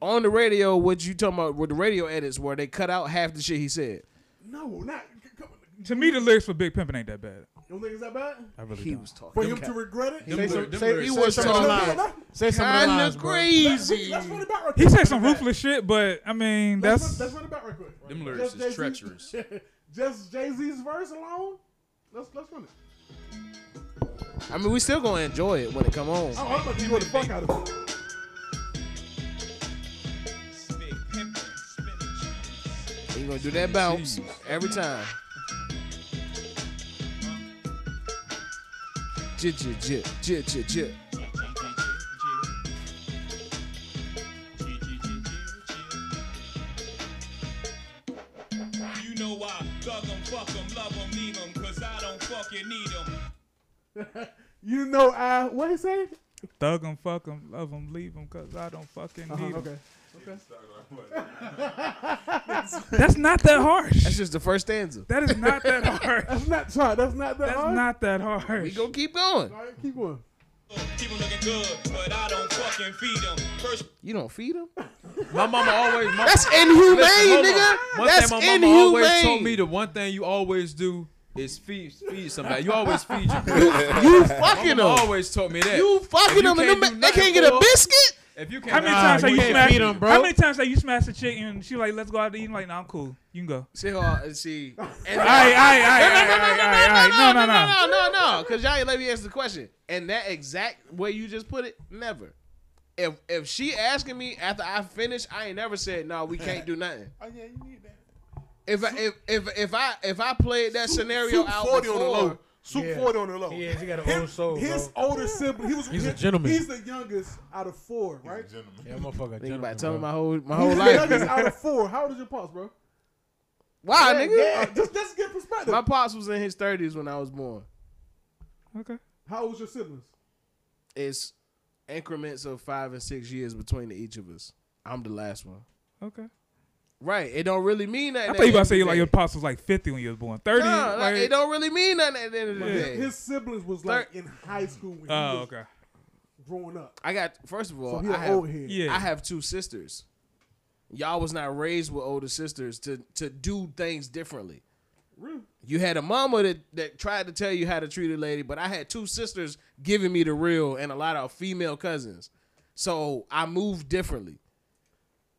S1: On the radio, what you talking about? With the radio edits, where they cut out half the shit he said.
S3: No, not. c- Come on.
S5: To me, the lyrics for Big Pimpin' ain't that bad.
S3: You think it's that bad?
S5: I really
S1: He
S5: don't.
S1: was talking.
S3: For him to regret it?
S7: Them
S6: Say
S7: lyri-
S6: some-
S7: them
S6: say-
S7: lyrics-
S1: He was
S6: some of the
S1: talking
S6: lines. Say some of the
S1: kind
S6: lines,
S1: of
S6: bro.
S1: crazy.
S3: Let's run it back real quick.
S5: He said
S3: Let's
S5: some
S3: run it back.
S5: ruthless shit, but I mean
S3: Let's
S5: that's
S3: run- Let's run it back real quick.
S7: Them lyrics is treacherous.
S3: Just Jay Z's verse alone? Let's, let's run it.
S1: I mean, we still gonna enjoy it when it come on.
S3: Oh, I'm about to enjoy the fuck out of it.
S2: Big pimpin', spinach.
S1: You gonna do that bounce every time. Jit jit jit jit jit jit.
S2: You know why? Thug 'em, fuck 'em, love 'em, leave 'em, 'cause I don't fucking need 'em.
S3: You know, I. What he say?
S5: thug 'em, fuck 'em, love 'em, leave 'em, cause I don't fucking
S3: Uh-huh,
S5: need 'em.
S3: okay.
S5: That's not that
S1: That's
S5: harsh.
S1: just the first stanza.
S5: That is not that harsh.
S3: That's not try. That's not that
S5: That's
S3: hard.
S5: not that
S1: We
S5: harsh.
S1: gonna keep going.
S3: All right, keep going.
S2: Keep 'em looking good, but I don't fucking feed 'em. First
S1: You don't feed them.
S7: My mama always. My,
S1: That's inhumane,
S7: Listen, hold on.
S1: nigga.
S7: One
S1: That's
S7: thing my mama always told me
S1: inhumane.
S7: the one thing you always do is feed feed somebody. You always feed your
S1: You,
S7: people.
S1: you fucking
S7: Mama
S1: them.
S7: always taught me that.
S1: You fucking
S7: If you
S1: them,
S7: can't
S1: and
S7: do
S1: them, they
S7: nothing
S1: can't get a
S7: for 'em,
S1: biscuit.
S7: If you can't,
S5: How many
S7: Nah,
S5: times have
S7: you
S5: you
S7: can't
S5: smashed?
S7: feed 'em,
S5: How many times have you smashed a chick and she like, let's go out to eat? and like, no, I'm cool. You can go.
S1: See, uh, see. And
S5: Aye, aye, aye, aye, aye, aye, aye. No, no, no.
S1: no, no, no, no, because y'all ain't let me answer the question. And that exact way you just put it, never. If if she asking me after I finish, I ain't never said no. We can't do nothing.
S4: Oh yeah, you need that.
S1: If I if if, if I if I played that scenario
S3: Soup
S1: out
S3: 40
S1: before,
S3: on the low. Soup
S6: Yeah.
S3: 40 on the low.
S6: He is. He got an
S3: Him-
S6: old soul,
S3: His older sibling. He was.
S6: He's a
S3: his-
S6: gentleman.
S3: He's the youngest out of four, right?
S4: Right? Gentleman.
S6: Yeah, motherfucker.
S1: Think about
S6: gentleman,
S1: it, telling
S6: bro.
S1: my whole my
S3: He's
S1: whole
S3: the youngest
S1: life.
S3: out of four. How old is your pops, bro?
S1: Why,
S3: Yeah,
S1: Ah, nigga?
S3: just just get perspective.
S1: My pops was in his thirties when I was born.
S5: Okay.
S3: How old was your siblings?
S1: It's increments of five and six years between each of us. I'm the last one.
S5: Okay.
S1: Right. It don't really mean nothing.
S5: I
S1: at
S5: thought you
S1: the
S5: about to
S1: end
S5: say
S1: of the
S5: like
S1: day.
S5: your pops was like 50 when you was born. 30.
S1: Nah, like,
S5: like-
S1: it don't really mean nothing at the end of the day.
S3: His siblings was like in high school when
S5: oh,
S3: he was
S5: okay.
S3: growing up.
S1: I got first of
S3: So
S1: all,
S3: he
S1: I
S3: an old
S1: have
S3: head.
S5: Yeah.
S1: I have two sisters. Y'all was not raised with older sisters to to do things differently.
S3: Really?
S1: You had a mama that, that tried to tell you how to treat a lady, but I had two sisters giving me the real and a lot of female cousins. So I moved differently.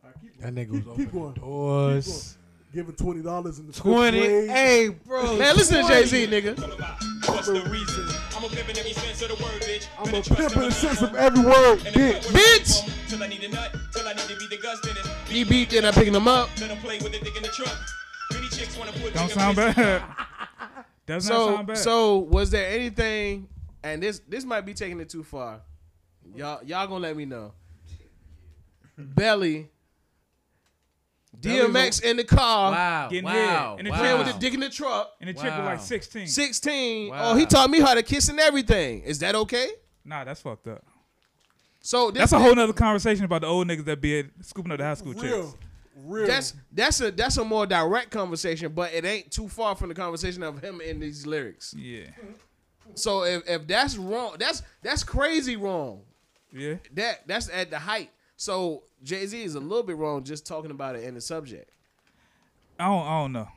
S3: All right, keep,
S6: That nigga
S3: keep,
S6: was
S3: keep
S6: opening
S3: going.
S6: doors.
S3: Give him twenty dollars in the fifth
S6: Twenty.
S3: grade.
S6: Hey, bro.
S1: Man, listen to Jay Z, nigga.
S2: Talking about What's the reason? I'm a pimp in every sense of the word, bitch.
S3: I'm
S2: Better
S3: a
S2: trust
S3: pimp
S2: in
S3: in the sense of
S2: motherfucker.
S3: every word,
S2: And
S3: bitch.
S2: if that was
S1: Bitch!
S2: from, Till I need a nut, till I need to be the Gus Dennis.
S1: He beat, then I picking him up.
S2: Let 'em play with the dick in the truck. Many chicks wanna put
S5: Don't
S2: dick in
S5: sound
S2: pussy.
S5: bad. Does not
S1: So,
S5: sound bad.
S1: so was there anything? And this this might be taking it too far. Y'all y'all gonna let me know. Belly, DMX in the car,
S12: Wow.
S5: Getting
S12: wow.
S5: hit. And the
S12: wow.
S1: playing with the dick in the truck.
S5: and the chick was
S12: Wow.
S5: like 16.
S1: Sixteen.
S12: Wow.
S1: Oh, he taught me how to kiss and everything. Is that okay?
S5: Nah, that's fucked up.
S1: So this,
S5: That's a whole nother conversation about the old niggas that be at, scooping up the high school chicks.
S3: Real, real.
S1: That's that's a that's a more direct conversation, but it ain't too far from the conversation of him in these lyrics.
S5: Yeah.
S1: So if, if that's wrong, that's that's crazy wrong.
S5: Yeah.
S1: That that's at the height. So Jay Z is a little bit wrong just talking about it in the subject.
S5: I don't, I don't know.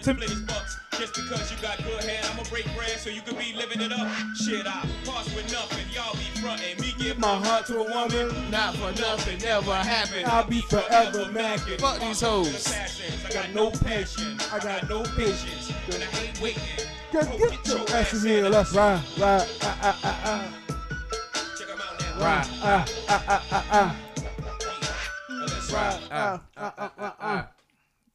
S2: Tim- bucks. Just because you got good hair, I'ma break bread so you can be living it up. Shit, I pass with nothing. Y'all be frontin'. Me give my heart to a woman.
S1: Not for nothing ever happened.
S3: I'll be forever macking.
S1: Fuck these hoes.
S2: Assassins. I got no passion. I got no patience. And I ain't waiting.
S3: Get,
S2: Go
S3: get your ass in
S2: in.
S3: here. Let's ride, ride, ah, ah, ah,
S2: Check 'em out now.
S12: Right.
S3: ah, ah, ah, ah, ah,
S2: Now Let's ride.
S3: ah, ah, ah, ah, ah.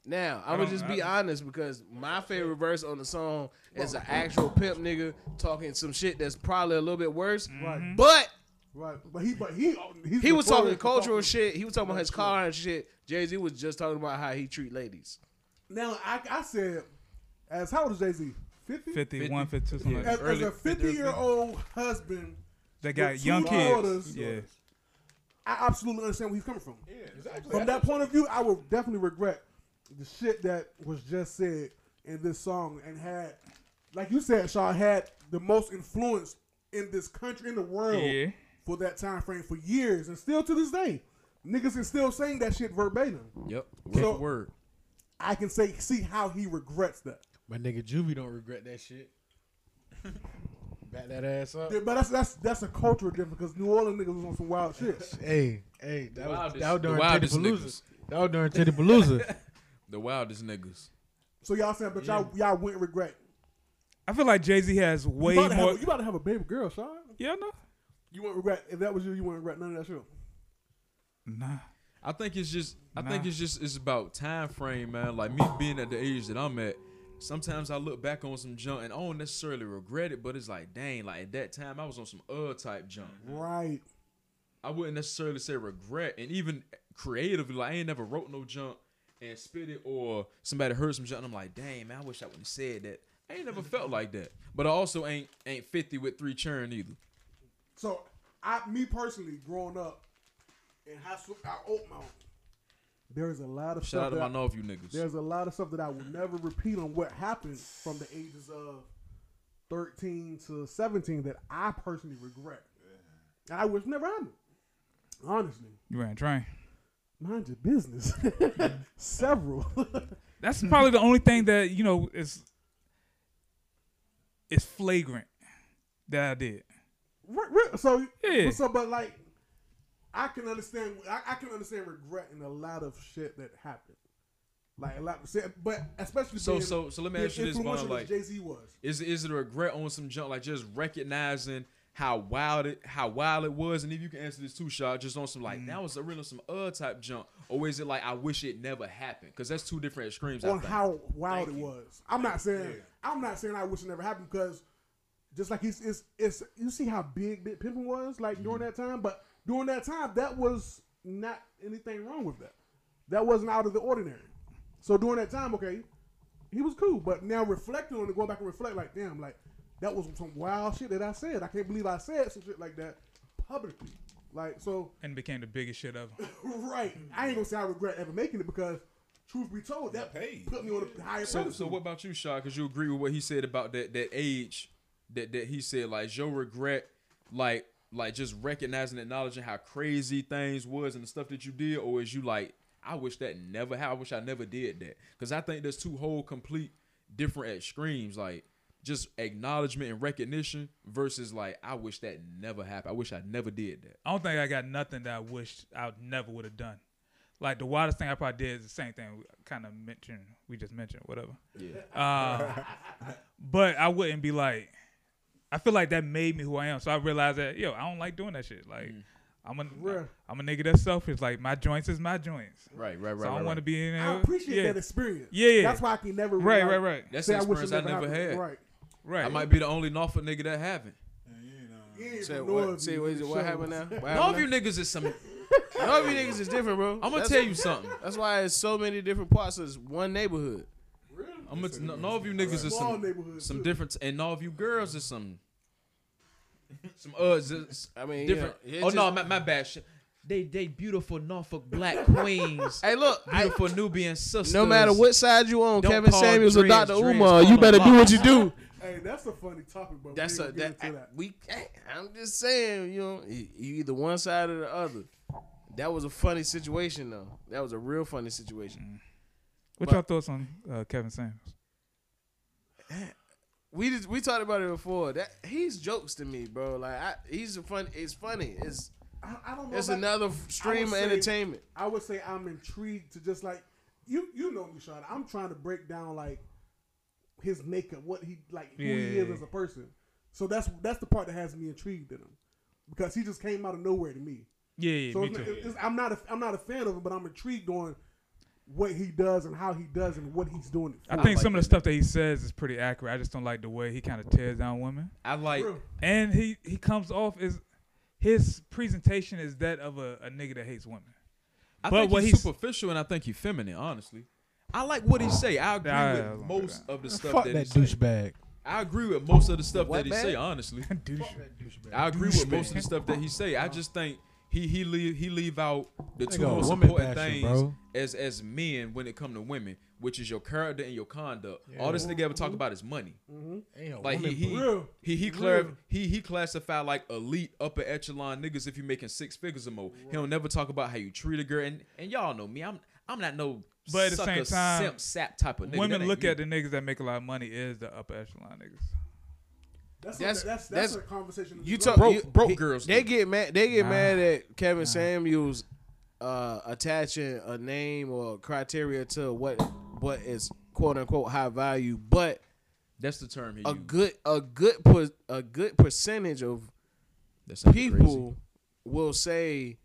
S1: Now I'm gonna
S5: don't-
S1: just
S5: I
S1: be
S5: don't-
S1: honest because my favorite verse on the song is an actual pimp nigga talking some shit that's probably a little bit worse,
S3: Right.
S1: but.
S3: Right, but he, but he, he's
S1: He was talking
S3: notorious for
S1: cultural
S3: talking-
S1: shit. He was talking about his car and shit. Jay Z was just talking about how he treat ladies.
S3: Now I, I said, as how old is Jay Z? Fifty.
S5: 51, 52, something like
S3: As,
S5: that.
S3: as a fifty-year-old husband,
S5: They got
S3: with
S5: young
S3: two
S5: kids.
S3: daughters.
S5: Yeah.
S3: I absolutely understand where he's coming from. From that point of view, I would definitely regret the shit that was just said in this song and had, like you said, Shaw had the most influence in this country in the world
S5: Yeah.
S3: for that time frame for years and still to this day, niggas is still saying that shit verbatim.
S7: Yep.
S3: So-
S7: word.
S3: I can say see how he regrets that.
S6: My nigga Juvie don't regret that shit. Back that ass up.
S3: Yeah, But that's that's that's a cultural difference because New Orleans niggas was on some wild shit.
S6: Hey, hey, that was,
S7: wildest-
S6: that was during
S7: the wildest
S6: Teddy Palooza. That was during Teddy Palooza.
S7: The wildest niggas.
S3: So y'all saying, but y'all y'all wouldn't regret.
S5: I feel like Jay Z has way
S3: You about, to
S5: more.
S3: have a, you about to have a baby girl, Sean.
S5: yeah, no.
S3: You wouldn't regret if that was you. You wouldn't regret none of that shit.
S5: Nah.
S7: I think it's just I
S5: Nah.
S7: think it's just it's about time frame, man. Like me being at the age that I'm at, sometimes I look back on some junk and I don't necessarily regret it, but it's like, dang, like at that time I was on some uh type junk.
S3: Right.
S7: I wouldn't necessarily say regret, and even creatively, like I ain't never wrote no junk and spit it, or somebody heard some junk, and I'm like, dang, man, I wish I would have said that. I ain't never felt like that, but I also ain't ain't fifty with three churn either.
S3: So I, me personally, growing up in high school at Oakmont, there's a lot of
S7: Shout out
S3: stuff.
S7: to my
S3: that
S7: know you niggas.
S3: there's a lot of stuff that I will never repeat on what happened from the ages of 13 to 17 that I personally regret. And I wish never happened. Honestly,
S5: You ran a train.
S3: mind your business. Several.
S5: That's
S3: Hmm.
S5: probably the only thing that, you know, is is flagrant that I did.
S3: Re- re- so,
S5: Yeah.
S3: so, but like, I can understand. I, I can understand regret in a lot of shit that happened. Like a lot of shit, but especially
S7: So
S3: being-
S7: so so let me
S3: being
S7: ask you this,
S3: influential
S7: Vaughn.
S3: as
S7: Like,
S3: Jay Z was.
S7: Is is it a regret on some junk like just recognizing how wild it how wild it was? And if you can answer this too, shot just on some like that was a real some uh type junk, or is it like I wish it never happened? Because that's two different extremes. I
S3: on
S7: think.
S3: how wild
S7: Thank
S3: it
S7: you.
S3: was. I'm not saying I'm not saying I wish it never happened because just like it's it's, it's you see how big Bit Pimpin was like during that time, but during that time that was not anything wrong with that. That wasn't out of the ordinary. So during that time, okay, he was cool. But now reflecting on it, going back and reflect, like damn, like that was some wild shit that I said. I can't believe I said some shit like that publicly. Like so,
S5: And became the biggest shit ever.
S3: right? I ain't gonna say I regret ever making it because, truth be told, that
S13: paid.
S3: put me on a higher
S7: So,
S3: pedestal.
S7: so what about you, Shaw? Because you agree with what he said about that that age that that he said like your regret, like like just recognizing, acknowledging how crazy things was and the stuff that you did, or is you like I wish that never happened. I wish I never did that because I think there's two whole complete different extremes like. Just acknowledgement and recognition versus like I wish that never happened. I wish I never did that.
S5: I don't think I got nothing that I wished I would never would have done. Like the wildest thing I probably did is the same thing we kind of mentioned. We just mentioned whatever. Yeah. but I Uh, wouldn't be like, I feel like that made me who I am. So I realized that yo, I don't like doing that shit. Like I'm a
S3: Bruh.
S5: am a nigga that's selfish. Like my joints is my joints.
S7: Right, right, right.
S5: So I don't
S7: right,
S5: want to
S7: right.
S5: be in there.
S3: I appreciate
S5: yeah.
S3: that experience.
S5: Yeah, yeah.
S3: That's why I can never.
S5: Right,
S3: like,
S5: right, right,
S7: That's
S3: say
S7: the
S3: I wish it
S7: experience I never
S3: happened.
S7: had.
S3: Right.
S5: right.
S7: I might be the only Norfolk nigga that haven't.
S3: Yeah,
S1: Say
S3: from
S1: what?
S3: Northview,
S1: Say what,
S3: nigga,
S1: what
S3: shows.
S1: happened now? What
S7: All of you
S1: happened
S7: niggas is some.
S1: now? All of you niggas is different, bro.
S7: I'm gonna
S1: That's-
S7: tell you something.
S1: That's why it's so many different parts of this one neighborhood.
S7: I'm gonna. All of you niggas is
S3: Small
S7: some.
S3: neighborhood.
S7: Some
S3: too.
S7: different, and all of you girls is some. Some uh, z-
S1: I mean,
S7: different.
S1: yeah, it
S7: oh no,
S1: just-
S7: my, my bad. Sh- They they beautiful Norfolk black queens,
S1: Hey, look. I,
S7: beautiful Nubian sisters.
S1: no matter what side you on,
S7: Don't
S1: Kevin
S7: call
S1: Samuels or
S7: dreads
S1: Dr.
S7: dreads,
S1: Umar,
S7: call
S1: you
S7: them
S1: better do what
S7: lies.
S1: you do.
S3: Hey, that's a funny topic, but
S1: That's
S3: we
S1: a
S3: ain't gonna
S1: that,
S3: get into that.
S1: we. I'm just saying, you know, you you either one side or the other. That was a funny situation, though. That was a real funny situation.
S5: What y'all thoughts on uh, Kevin Samuels?
S1: We just we talked about it before. That he's jokes to me, bro. Like I, he's a fun. It's funny. It's
S3: I, I don't know.
S1: it's
S3: about-
S1: another f- stream of
S3: say-
S1: entertainment.
S3: I would say I'm intrigued to just like you. You know me, Sean. I'm trying to break down like his makeup, what he like, who he
S5: Yeah.
S3: is as a person. So that's that's the part that has me intrigued in him because he just came out of nowhere to me.
S5: Yeah, yeah,
S3: so
S5: me
S3: it's-
S5: too.
S3: it's- I'm not a, I'm not a fan of him, but I'm intrigued on what he does and how he does and what he's doing. It
S5: I
S3: for.
S5: think some of the stuff that he says is pretty accurate. I just don't like the way he kind of tears down women,
S7: I like.
S3: Real.
S5: and he he comes off as his presentation is that of a, a nigga that hates women.
S7: I
S5: But
S7: think
S5: what
S7: he's,
S5: he's-
S7: superficial and I think he's feminine. Honestly, I like what he say. I agree
S5: Nah, I don't
S7: with
S5: like
S7: most of the stuff
S6: Fuck
S7: that,
S6: that
S7: he say.
S6: douchebag.
S7: I agree with most of the stuff
S1: What,
S7: that he
S1: man?
S7: say. Honestly,
S5: Douche.
S7: I agree with most of the stuff that he say. I just think he he leave he leave out the two
S6: Nigga, a
S7: most
S6: woman
S7: important
S6: basher,
S7: things
S6: bro.
S7: as as men when it come to women, which is your character and your conduct. All this nigga ever talk about is money.
S6: Ain't a
S7: Like he
S6: woman
S7: he
S3: Real.
S7: he he, clar- he he classify like elite upper echelon niggas if you making six figures or more. He'll never talk about how you treat a girl and and y'all know me. I'm I'm not no
S5: But at the same
S7: sucker,
S5: time,
S7: simp sap type of nigga. That
S5: women
S7: ain't
S5: look
S7: me.
S5: at the niggas that make a lot of money is the upper echelon niggas.
S3: That's
S1: That's-
S3: that's that's,
S1: that's-
S3: that's a conversation.
S1: You
S3: that's
S1: talk
S7: Broke-
S1: you-
S7: broke
S1: he-
S7: girls
S1: They
S7: do.
S1: get mad. They get mad at Kevin Samuels uh, attaching a name or criteria to what what is quote unquote high value, but
S7: that's the term he
S1: a
S7: used.
S1: good a good per, a good percentage of
S7: That sounded crazy.
S1: people will say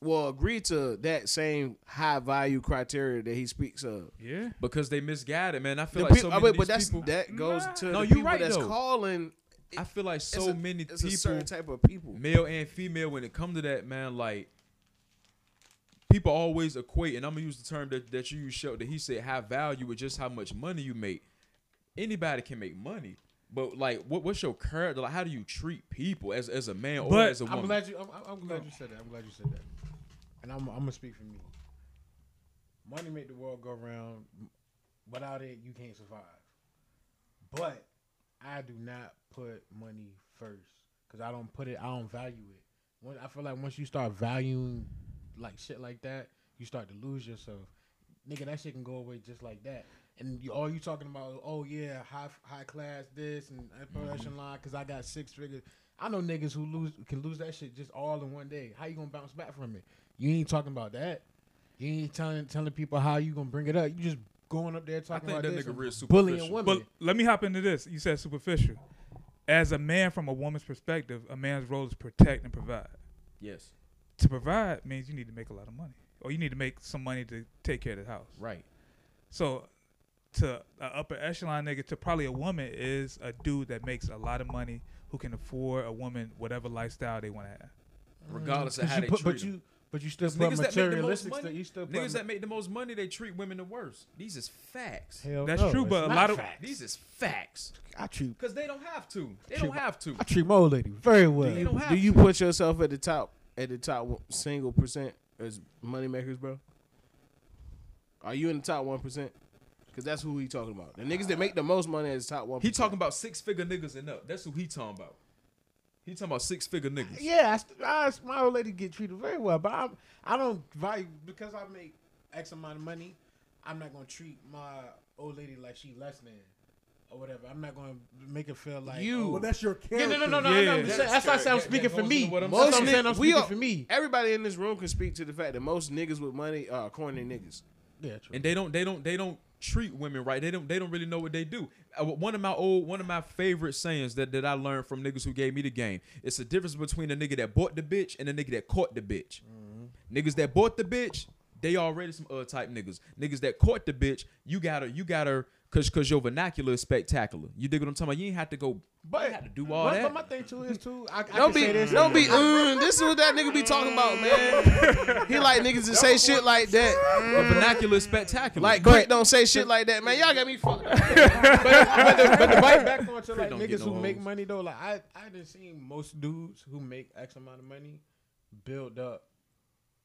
S1: will agree to that same high value criteria that he speaks of.
S5: Yeah.
S7: because they misguided, man. I
S1: The
S7: feel like
S1: peop-
S7: so
S1: I
S7: many
S1: mean,
S7: of
S1: but
S7: these
S1: that's
S7: people.
S1: that goes to
S7: No,
S1: the
S7: you
S1: people
S7: right,
S1: that's
S7: though.
S1: calling.
S7: I feel like
S1: it's
S7: so
S1: a-
S7: many
S1: it's a
S7: people,
S1: certain type of people.
S7: male and female, when it come to that, man, like people always equate, and I'm gonna use the term that, that you used, Shel- that he said, high value with just how much money you make. Anybody can make money, but like, what what's your character? Like, how do you treat people as as a man or
S5: But
S7: as a
S6: I'm
S7: woman?
S6: glad you. I'm, I'm- I'm glad you said that. I'm glad you said that. And I'm, I'm gonna speak for me. Money make the world go round. Without it, you can't survive. But I do not put money first because I don't put it. I don't value it. When, I feel like once you start valuing like shit like that, you start to lose yourself. Nigga, that shit can go away just like that. And you, all you talking about, is, oh yeah, high high class this and
S7: Mm-hmm.
S6: upper line because I got six figures. I know niggas who lose can lose that shit just all in one day. How you gonna bounce back from it? You ain't talking about that. You ain't telling telling people how you gonna bring it up. You just going up there
S7: I
S6: talking
S7: think
S6: about
S7: that
S6: this
S7: nigga
S6: and
S7: real superficial.
S6: bullying women.
S5: But let me hop into this. You said superficial. As a man from a woman's perspective, a man's role is protect and provide.
S7: Yes,
S5: To provide means you need to make a lot of money, or you need to make some money to take care of the house.
S7: right.
S5: So, to an upper echelon nigga, to probably a woman, is a dude that makes a lot of money who can afford a woman whatever lifestyle they want to have.
S7: Regardless of
S6: But
S7: how
S6: Mm. you
S7: they
S6: put,
S7: treat
S6: but
S7: 'em.
S6: you but you still put
S7: Niggas that make the most
S6: materialistic stuff.
S7: money,
S6: You still put
S7: niggas that make the most money, they treat women the worst. These is facts.
S6: Hell
S5: That's
S6: no,
S5: true,
S6: it's
S5: but a
S6: not
S5: lot of-
S6: facts.
S7: These is facts.
S6: I treat
S7: Cause they don't have to. They
S6: True.
S7: don't have to.
S6: I treat my old lady very well.
S7: They don't have
S1: Do you
S7: to.
S1: put yourself at the top at the top one- single percent as moneymakers, bro? Are you in the top one percent? Because that's who he talking about. The niggas that make the most money is top one.
S7: He talking about six figure niggas and up. That's who he talking about. He talking about six figure niggas.
S6: Yeah, I, st- I, my old lady get treated very well, but I'm, I don't value because I make X amount of money. I'm not gonna treat my old lady like she less than or whatever. I'm not gonna make her feel like
S1: You.
S6: Oh,
S3: Well, that's your
S6: yeah,
S3: character.
S6: no, no, no, no. I know, I'm just saying- that's why I said I'm speaking for me.
S7: That- that
S6: That's
S7: goes
S6: what
S7: into
S6: I'm
S7: what
S6: saying. I'm
S1: we
S6: speaking
S1: are-
S6: for me.
S1: Everybody in this room can speak to the fact that most niggas with money are corny niggas.
S6: Yeah, true.
S7: And they don't they don't they don't treat women right. They don't they don't really know what they do. Uh, One of my old one of my favorite sayings that, that I learned from niggas who gave me the game. It's the difference between a nigga that bought the bitch and a nigga that caught the bitch. Niggas that bought the bitch, they already some other type niggas. Niggas that caught the bitch, you gotta you gotta cause cause your vernacular is spectacular. You dig what I'm talking about? You ain't have to go but you ain't have to do all
S6: But,
S7: that.
S6: but my thing too is too. I, I
S1: Don't
S6: can
S1: be,
S6: say this.
S1: don't be. Mm, this is what that nigga be talking about, man. He like niggas that say shit like that.
S7: The vernacular is spectacular.
S1: Like, quick, don't say shit like that, man. Y'all got me fucked. up.
S6: but the, but the bite back on to like
S7: don't get
S6: niggas
S7: no
S6: who make
S7: hoes.
S6: money though, like I I done seen most dudes who make X amount of money build up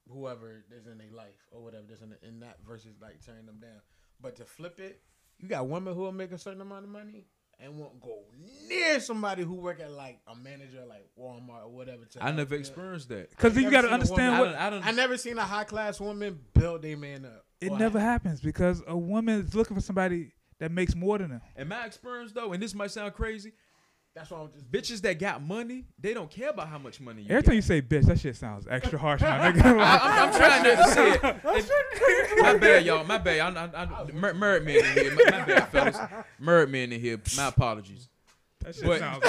S6: whoever that's in their life or whatever that's in, the, in that versus like tearing them down. But to flip it, you got women who will make a certain amount of money and won't go near somebody who work at like a manager at, like Walmart or whatever. to
S7: I
S6: help
S7: never
S6: build-
S7: experienced that.
S5: Because you
S6: Never
S5: got to
S6: seen a
S5: understand
S7: I
S5: what
S7: don't, I don't
S6: I never seen a high class woman build their man up.
S5: it
S6: Or-
S5: never happens because a woman is looking for somebody that makes more than them.
S7: in my experience though, and this might sound crazy,
S6: That's why I'm just
S7: bitches that got money, they don't care about how much money you
S5: Every
S7: got.
S5: time you say bitch, that shit sounds extra harsh, my nigga.
S7: I,
S5: Like,
S7: I'm, I'm trying not to say it. If- my bad, y'all. My bad. I, I, I, mer- married men in here. My, my bad, fellas. Married men in here. My apologies.
S5: that shit
S7: But-
S5: sounds.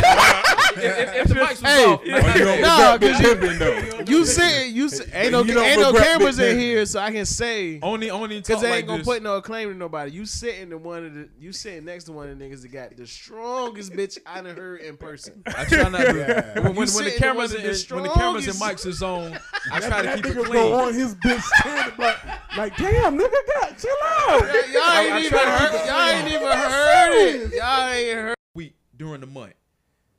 S7: If, if, if the mics was
S1: Hey,
S7: off, my, my bad.
S1: Nah,
S4: Good
S1: cause you,
S4: living though.
S1: you sit, you sit, ain't no,
S4: You don't
S1: ain't no
S4: regret
S1: cameras in
S4: business.
S1: here, so I can say.
S7: only only talk
S1: Cause they
S7: like
S1: ain't gonna
S7: this.
S1: put no claim to nobody. You sitting in one of the, you sitting next to one of the niggas that got the strongest bitch I done heard in person.
S7: I try not to.
S4: Yeah.
S7: When, when,
S1: You
S7: when the
S1: sitting
S7: cameras
S1: one
S7: in,
S1: of the
S7: when the cameras and
S1: strongest.
S7: mics is on, I try to
S4: That
S7: keep it
S4: nigga
S7: clean.
S4: go on his bitch standing, but
S3: Like, damn, nigga, God, chill out.
S1: Y'all ain't
S7: I
S1: even
S7: tried to keep
S1: heard. Y'all ain't even heard it. Y'all ain't heard.
S7: week during the month.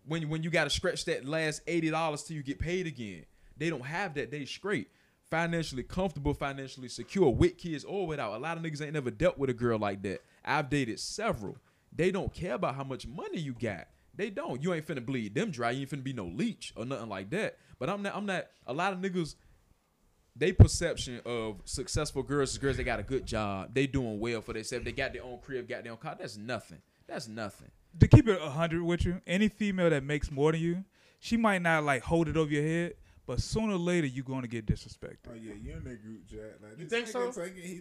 S7: When when you gotta stretch that last eighty dollars till you get paid again. They don't have that. They straight. Financially comfortable, financially secure, with kids or without. A lot of niggas ain't never dealt with a girl like that. I've dated several. They don't care about how much money you got. They don't. You ain't finna bleed them dry. You ain't finna be no leech or nothing like that. But I'm not I'm not a lot of niggas they perception of successful girls is girls they got a good job, they doing well for themselves, they got their own crib, got their own car. That's nothing. That's nothing.
S5: to keep it 100 with you, any female that makes more than you, she might not like hold it over your head, but sooner or later you're going to get disrespected.
S4: Oh yeah, you in that group chat? Like, you
S6: think so?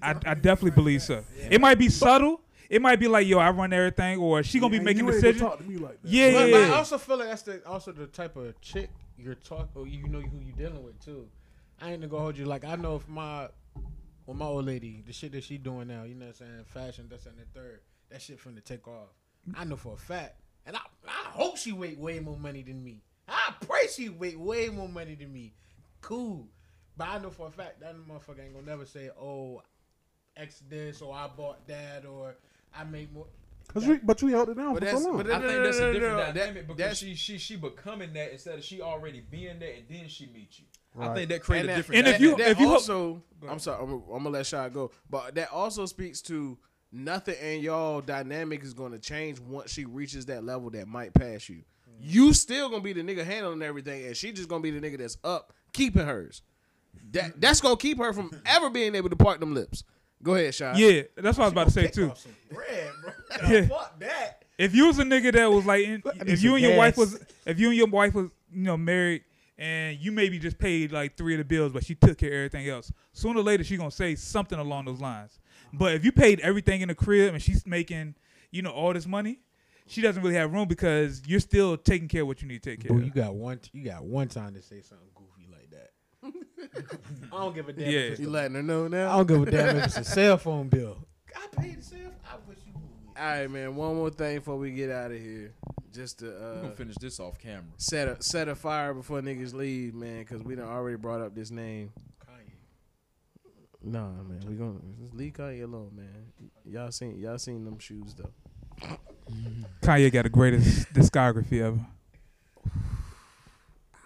S5: I, I definitely believe so. It might be subtle. It might be like, yo, I run everything, or she going to be
S3: And
S5: making
S3: you ain't
S5: decisions.
S3: gonna Talk to me like that.
S5: Yeah,
S6: But,
S5: yeah,
S6: but I
S5: yeah.
S6: also feel like that's the also the type of chick you're talking, or you know who you're dealing with too. I ain't gonna go hold you. Like I know if my, well, my old lady, the shit that she doing now, you know what I'm saying, fashion, that's and the third, that shit from the take off. I know for a fact, and I, I hope she weight way more money than me. I pray she weight way more money than me. Cool, but I know for a fact that motherfucker ain't gonna never say, oh, X this or I bought that or I made more.
S3: 'Cause you- but you held it down
S1: But
S3: for so
S1: that's-
S3: long.
S1: but
S7: I
S1: No,
S7: think
S1: no,
S7: that's
S1: no,
S7: a
S1: no,
S7: different
S1: no. That-
S7: dynamic because
S1: that's-
S7: she she she becoming that instead of she already being that and then she meet you. I think that created a
S1: that-
S7: different.
S5: And if
S7: dynamic.
S5: you-
S1: that
S5: if you hook-
S1: also, I'm sorry, I'm, gonna- I'm gonna let y'all go, but that also speaks to nothing in y'all dynamic is gonna change once she reaches that level that might pass you. You still gonna be the nigga handling everything, and she just gonna be the nigga that's up keeping hers. That that's gonna keep her from ever being able to part them lips. Go ahead, Sean.
S5: Yeah, that's what I was about to say, too.
S6: Off some bread, bro.
S5: Yeah.
S6: Fuck that.
S5: If you was a nigga that was like, in, if you and your wife was, if you and your wife was, you know, married, and you maybe just paid like three of the bills, but she took care of everything else. Sooner or later, she gonna say something along those lines. But if you paid everything in the crib and she's making, you know, all this money, she doesn't really have room because you're still taking care of what you need to take care
S6: Boo,
S5: of.
S6: Oh, you got one. You got one time to say something goofy like that. I don't give a damn. If
S5: Yeah.
S1: You
S6: it's,
S1: letting her know now?
S6: I don't give a damn if it's a cell phone bill. I paid the cell. I wish you would.
S1: All right, man. One more thing before we get out of here, just to
S7: I'm
S1: uh,
S7: gonna finish this off camera.
S1: set a set a fire before niggas leave, man, because we done already brought up this name.
S6: Kanye.
S1: Nah, man, we gonna just leave Kanye alone, man. Y'all seen y'all seen them shoes though.
S5: Kanye got the greatest discography ever.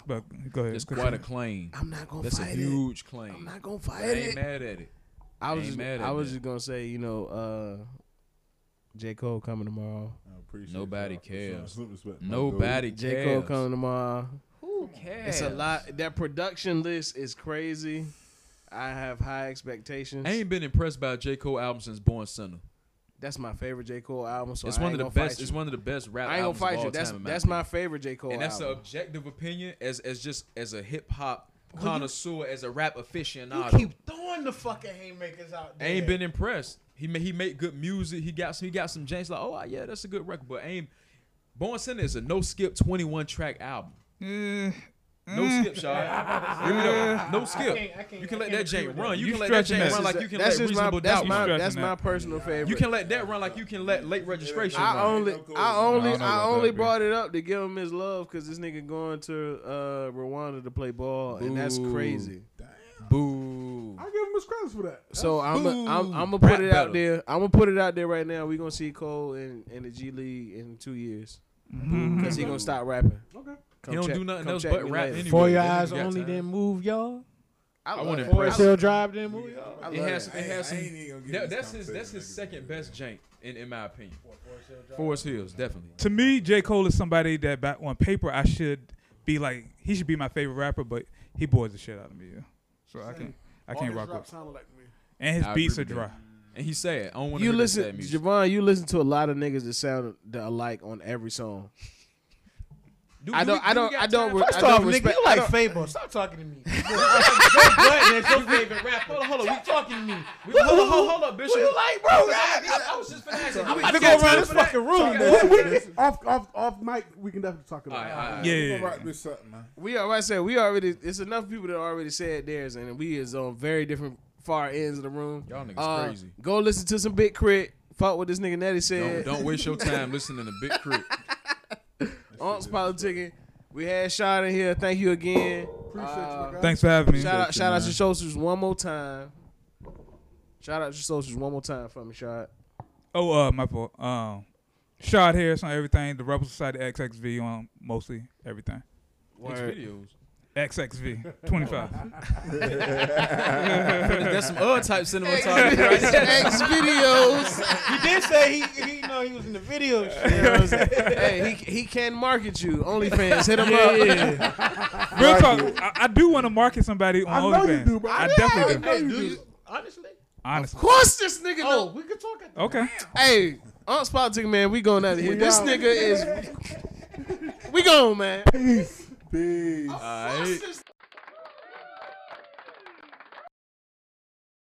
S5: But go ahead.
S7: It's
S5: continue.
S7: quite a claim.
S1: I'm not gonna
S7: That's a
S1: fight
S7: huge
S1: it. I'm
S7: claim.
S1: not gonna
S7: I
S1: fight
S7: ain't
S1: it.
S7: mad at it.
S1: I was
S7: ain't
S1: just,
S7: mad at
S1: I was
S7: that.
S1: just gonna say, you know, uh, J Cole coming tomorrow.
S7: Nobody cares. Nobody
S4: Nobody.
S1: J
S7: cares.
S1: Cole coming tomorrow.
S7: Who cares?
S1: It's a lot. That production list is crazy. I have high expectations.
S7: I ain't been impressed by a J Cole album since Born Sinner.
S1: That's my favorite J Cole album. So
S7: it's
S1: I
S7: one of
S1: ain't
S7: the
S1: gonna
S7: best.
S1: fight
S7: It's
S1: you.
S7: one of the best rap.
S1: I ain't gonna
S7: albums of
S1: fight you.
S7: all
S1: That's
S7: time, in
S1: that's
S7: opinion.
S1: my favorite J Cole
S7: and that's an
S1: album.
S7: objective opinion as as just as a hip hop connoisseur, as a rap
S6: You
S7: aficionado.
S6: keep throwing the fucking haymakers out
S7: I
S6: there.
S7: ain't been impressed. He made he make good music. He got some he got some janks like oh yeah that's a good record. But aim, Born Sinner is a no skip twenty one track album.
S1: Mm.
S5: Eh,
S7: No skip, shot. Give me that one. No skip.
S6: can't- I can't-
S7: you can
S6: I
S7: let
S6: can't
S7: that jank
S6: agree
S7: run. You,
S5: You
S7: can let that
S5: stretching
S7: jank
S5: that.
S7: run like
S1: That's
S7: you can
S1: just
S7: let reasonable
S1: my, that's
S7: doubt
S1: my,
S7: run.
S1: that's
S5: that.
S1: my personal favorite.
S7: You can let that run like you can let late registration
S1: I
S7: run.
S1: only,
S4: Cool.
S1: I only,
S5: I don't know
S1: I
S5: about
S1: only
S5: that, B.
S1: brought it up to give him his love because this nigga going to uh, Rwanda to play ball, and that's
S7: Boo.
S1: crazy.
S7: Boo.
S3: I give him his credits for that.
S1: So I'm,
S7: Boo.
S1: I'm, I'm gonna
S7: Rap
S1: put it
S7: battle.
S1: out there. I'm gonna put it out there right now. We gonna see Cole in, in the G League in two years because he gonna stop rapping.
S3: Okay.
S1: Come
S7: Mm-hmm. he don't
S1: check-
S7: do nothing
S1: come
S7: else
S1: check
S7: but
S1: me
S7: rap
S1: later.
S7: anyway.
S6: For your
S7: That nigga
S6: eyes
S7: got
S6: only,
S7: time.
S6: then move, y'all.
S1: I
S7: I
S1: love
S7: want
S1: that.
S7: impress
S1: I-
S6: Still drive, then move, y'all.
S1: I
S7: It
S1: love
S7: has
S1: it.
S7: it has
S4: I
S7: some.
S4: ain't even gonna get
S7: That,
S4: in this
S7: that's his that's his second best jank in in my opinion.
S6: Four.
S7: Forest Hills definitely.
S5: To me, J. Cole is somebody that back on paper I should be like he should be my favorite rapper, but he bores the shit out of me. Yeah. So I can I can't rock with.
S3: sounded like me.
S5: And his
S7: I agree
S5: beats are
S7: with
S5: dry.
S7: that. And he said, "I don't want to
S1: You
S7: hear listen,
S1: listen,
S7: sad music."
S1: Javon. You listen to a lot of niggas that sound that alike on every song.
S7: Do-
S1: I
S7: do we-
S1: don't, I
S7: do we
S1: don't,
S7: got
S1: I don't,
S7: time
S1: re-
S7: for-
S1: I
S6: First
S1: don't
S6: off, nigga,
S1: respect.
S6: you
S1: I
S6: like
S1: don't-
S6: Fable. Stop talking to me. Joe Budden is your favorite rapper. Hold on, hold on. We talking to me.
S7: We- Hold up, hold up, Bishop.
S6: Who you like, bro?
S7: I, I- I was just finessing. Do we-
S6: I go around this fucking room.
S3: We- we- off, off, off mic, we can definitely talk about
S7: All right,
S3: it.
S7: all right.
S4: Gonna
S5: Yeah.
S4: rock this up, man.
S1: We already said we already. It's enough people that already said theirs, and we is on very different far ends of the room.
S7: Y'all niggas
S1: Uh,
S7: crazy.
S1: Go listen to some Big Crit. Fuck what this nigga Nettie
S7: Don't,
S1: said.
S7: don't waste your time listening to Big Crit.
S1: Unks politicking. We had Sean in here. Thank you again. Uh,
S3: Appreciate you, my guy.
S5: Thanks for having me.
S1: Shout out, shout out
S5: man.
S1: your socials one more time. Shout out your socials one more time for me, Shot.
S5: Oh, uh, my fault. Um, Shot Harris on everything. The Rebel Society XXV on mostly everything.
S7: His videos.
S5: XXV 25.
S7: That's some other type cinematography. right there.
S1: X videos.
S6: He did say he, he, you know, he was in the video. Shit.
S1: You know what I'm saying? hey, he, he can market you. OnlyFans, hit him up.
S5: Real talk. I, I do want to market somebody on
S3: I know you
S5: OnlyFans.
S3: do, bro.
S5: I,
S3: I know
S5: definitely
S3: you
S5: do.
S3: do.
S6: Hey, do you honestly?
S5: Honestly.
S1: Of course, this nigga
S6: Oh,
S1: know.
S6: we could talk at the
S5: Okay.
S1: Hey, Unks politic man, we going out of here.
S3: We
S1: This
S3: out.
S1: nigga is. We gone, man.
S3: Peace. Peace.
S7: All right.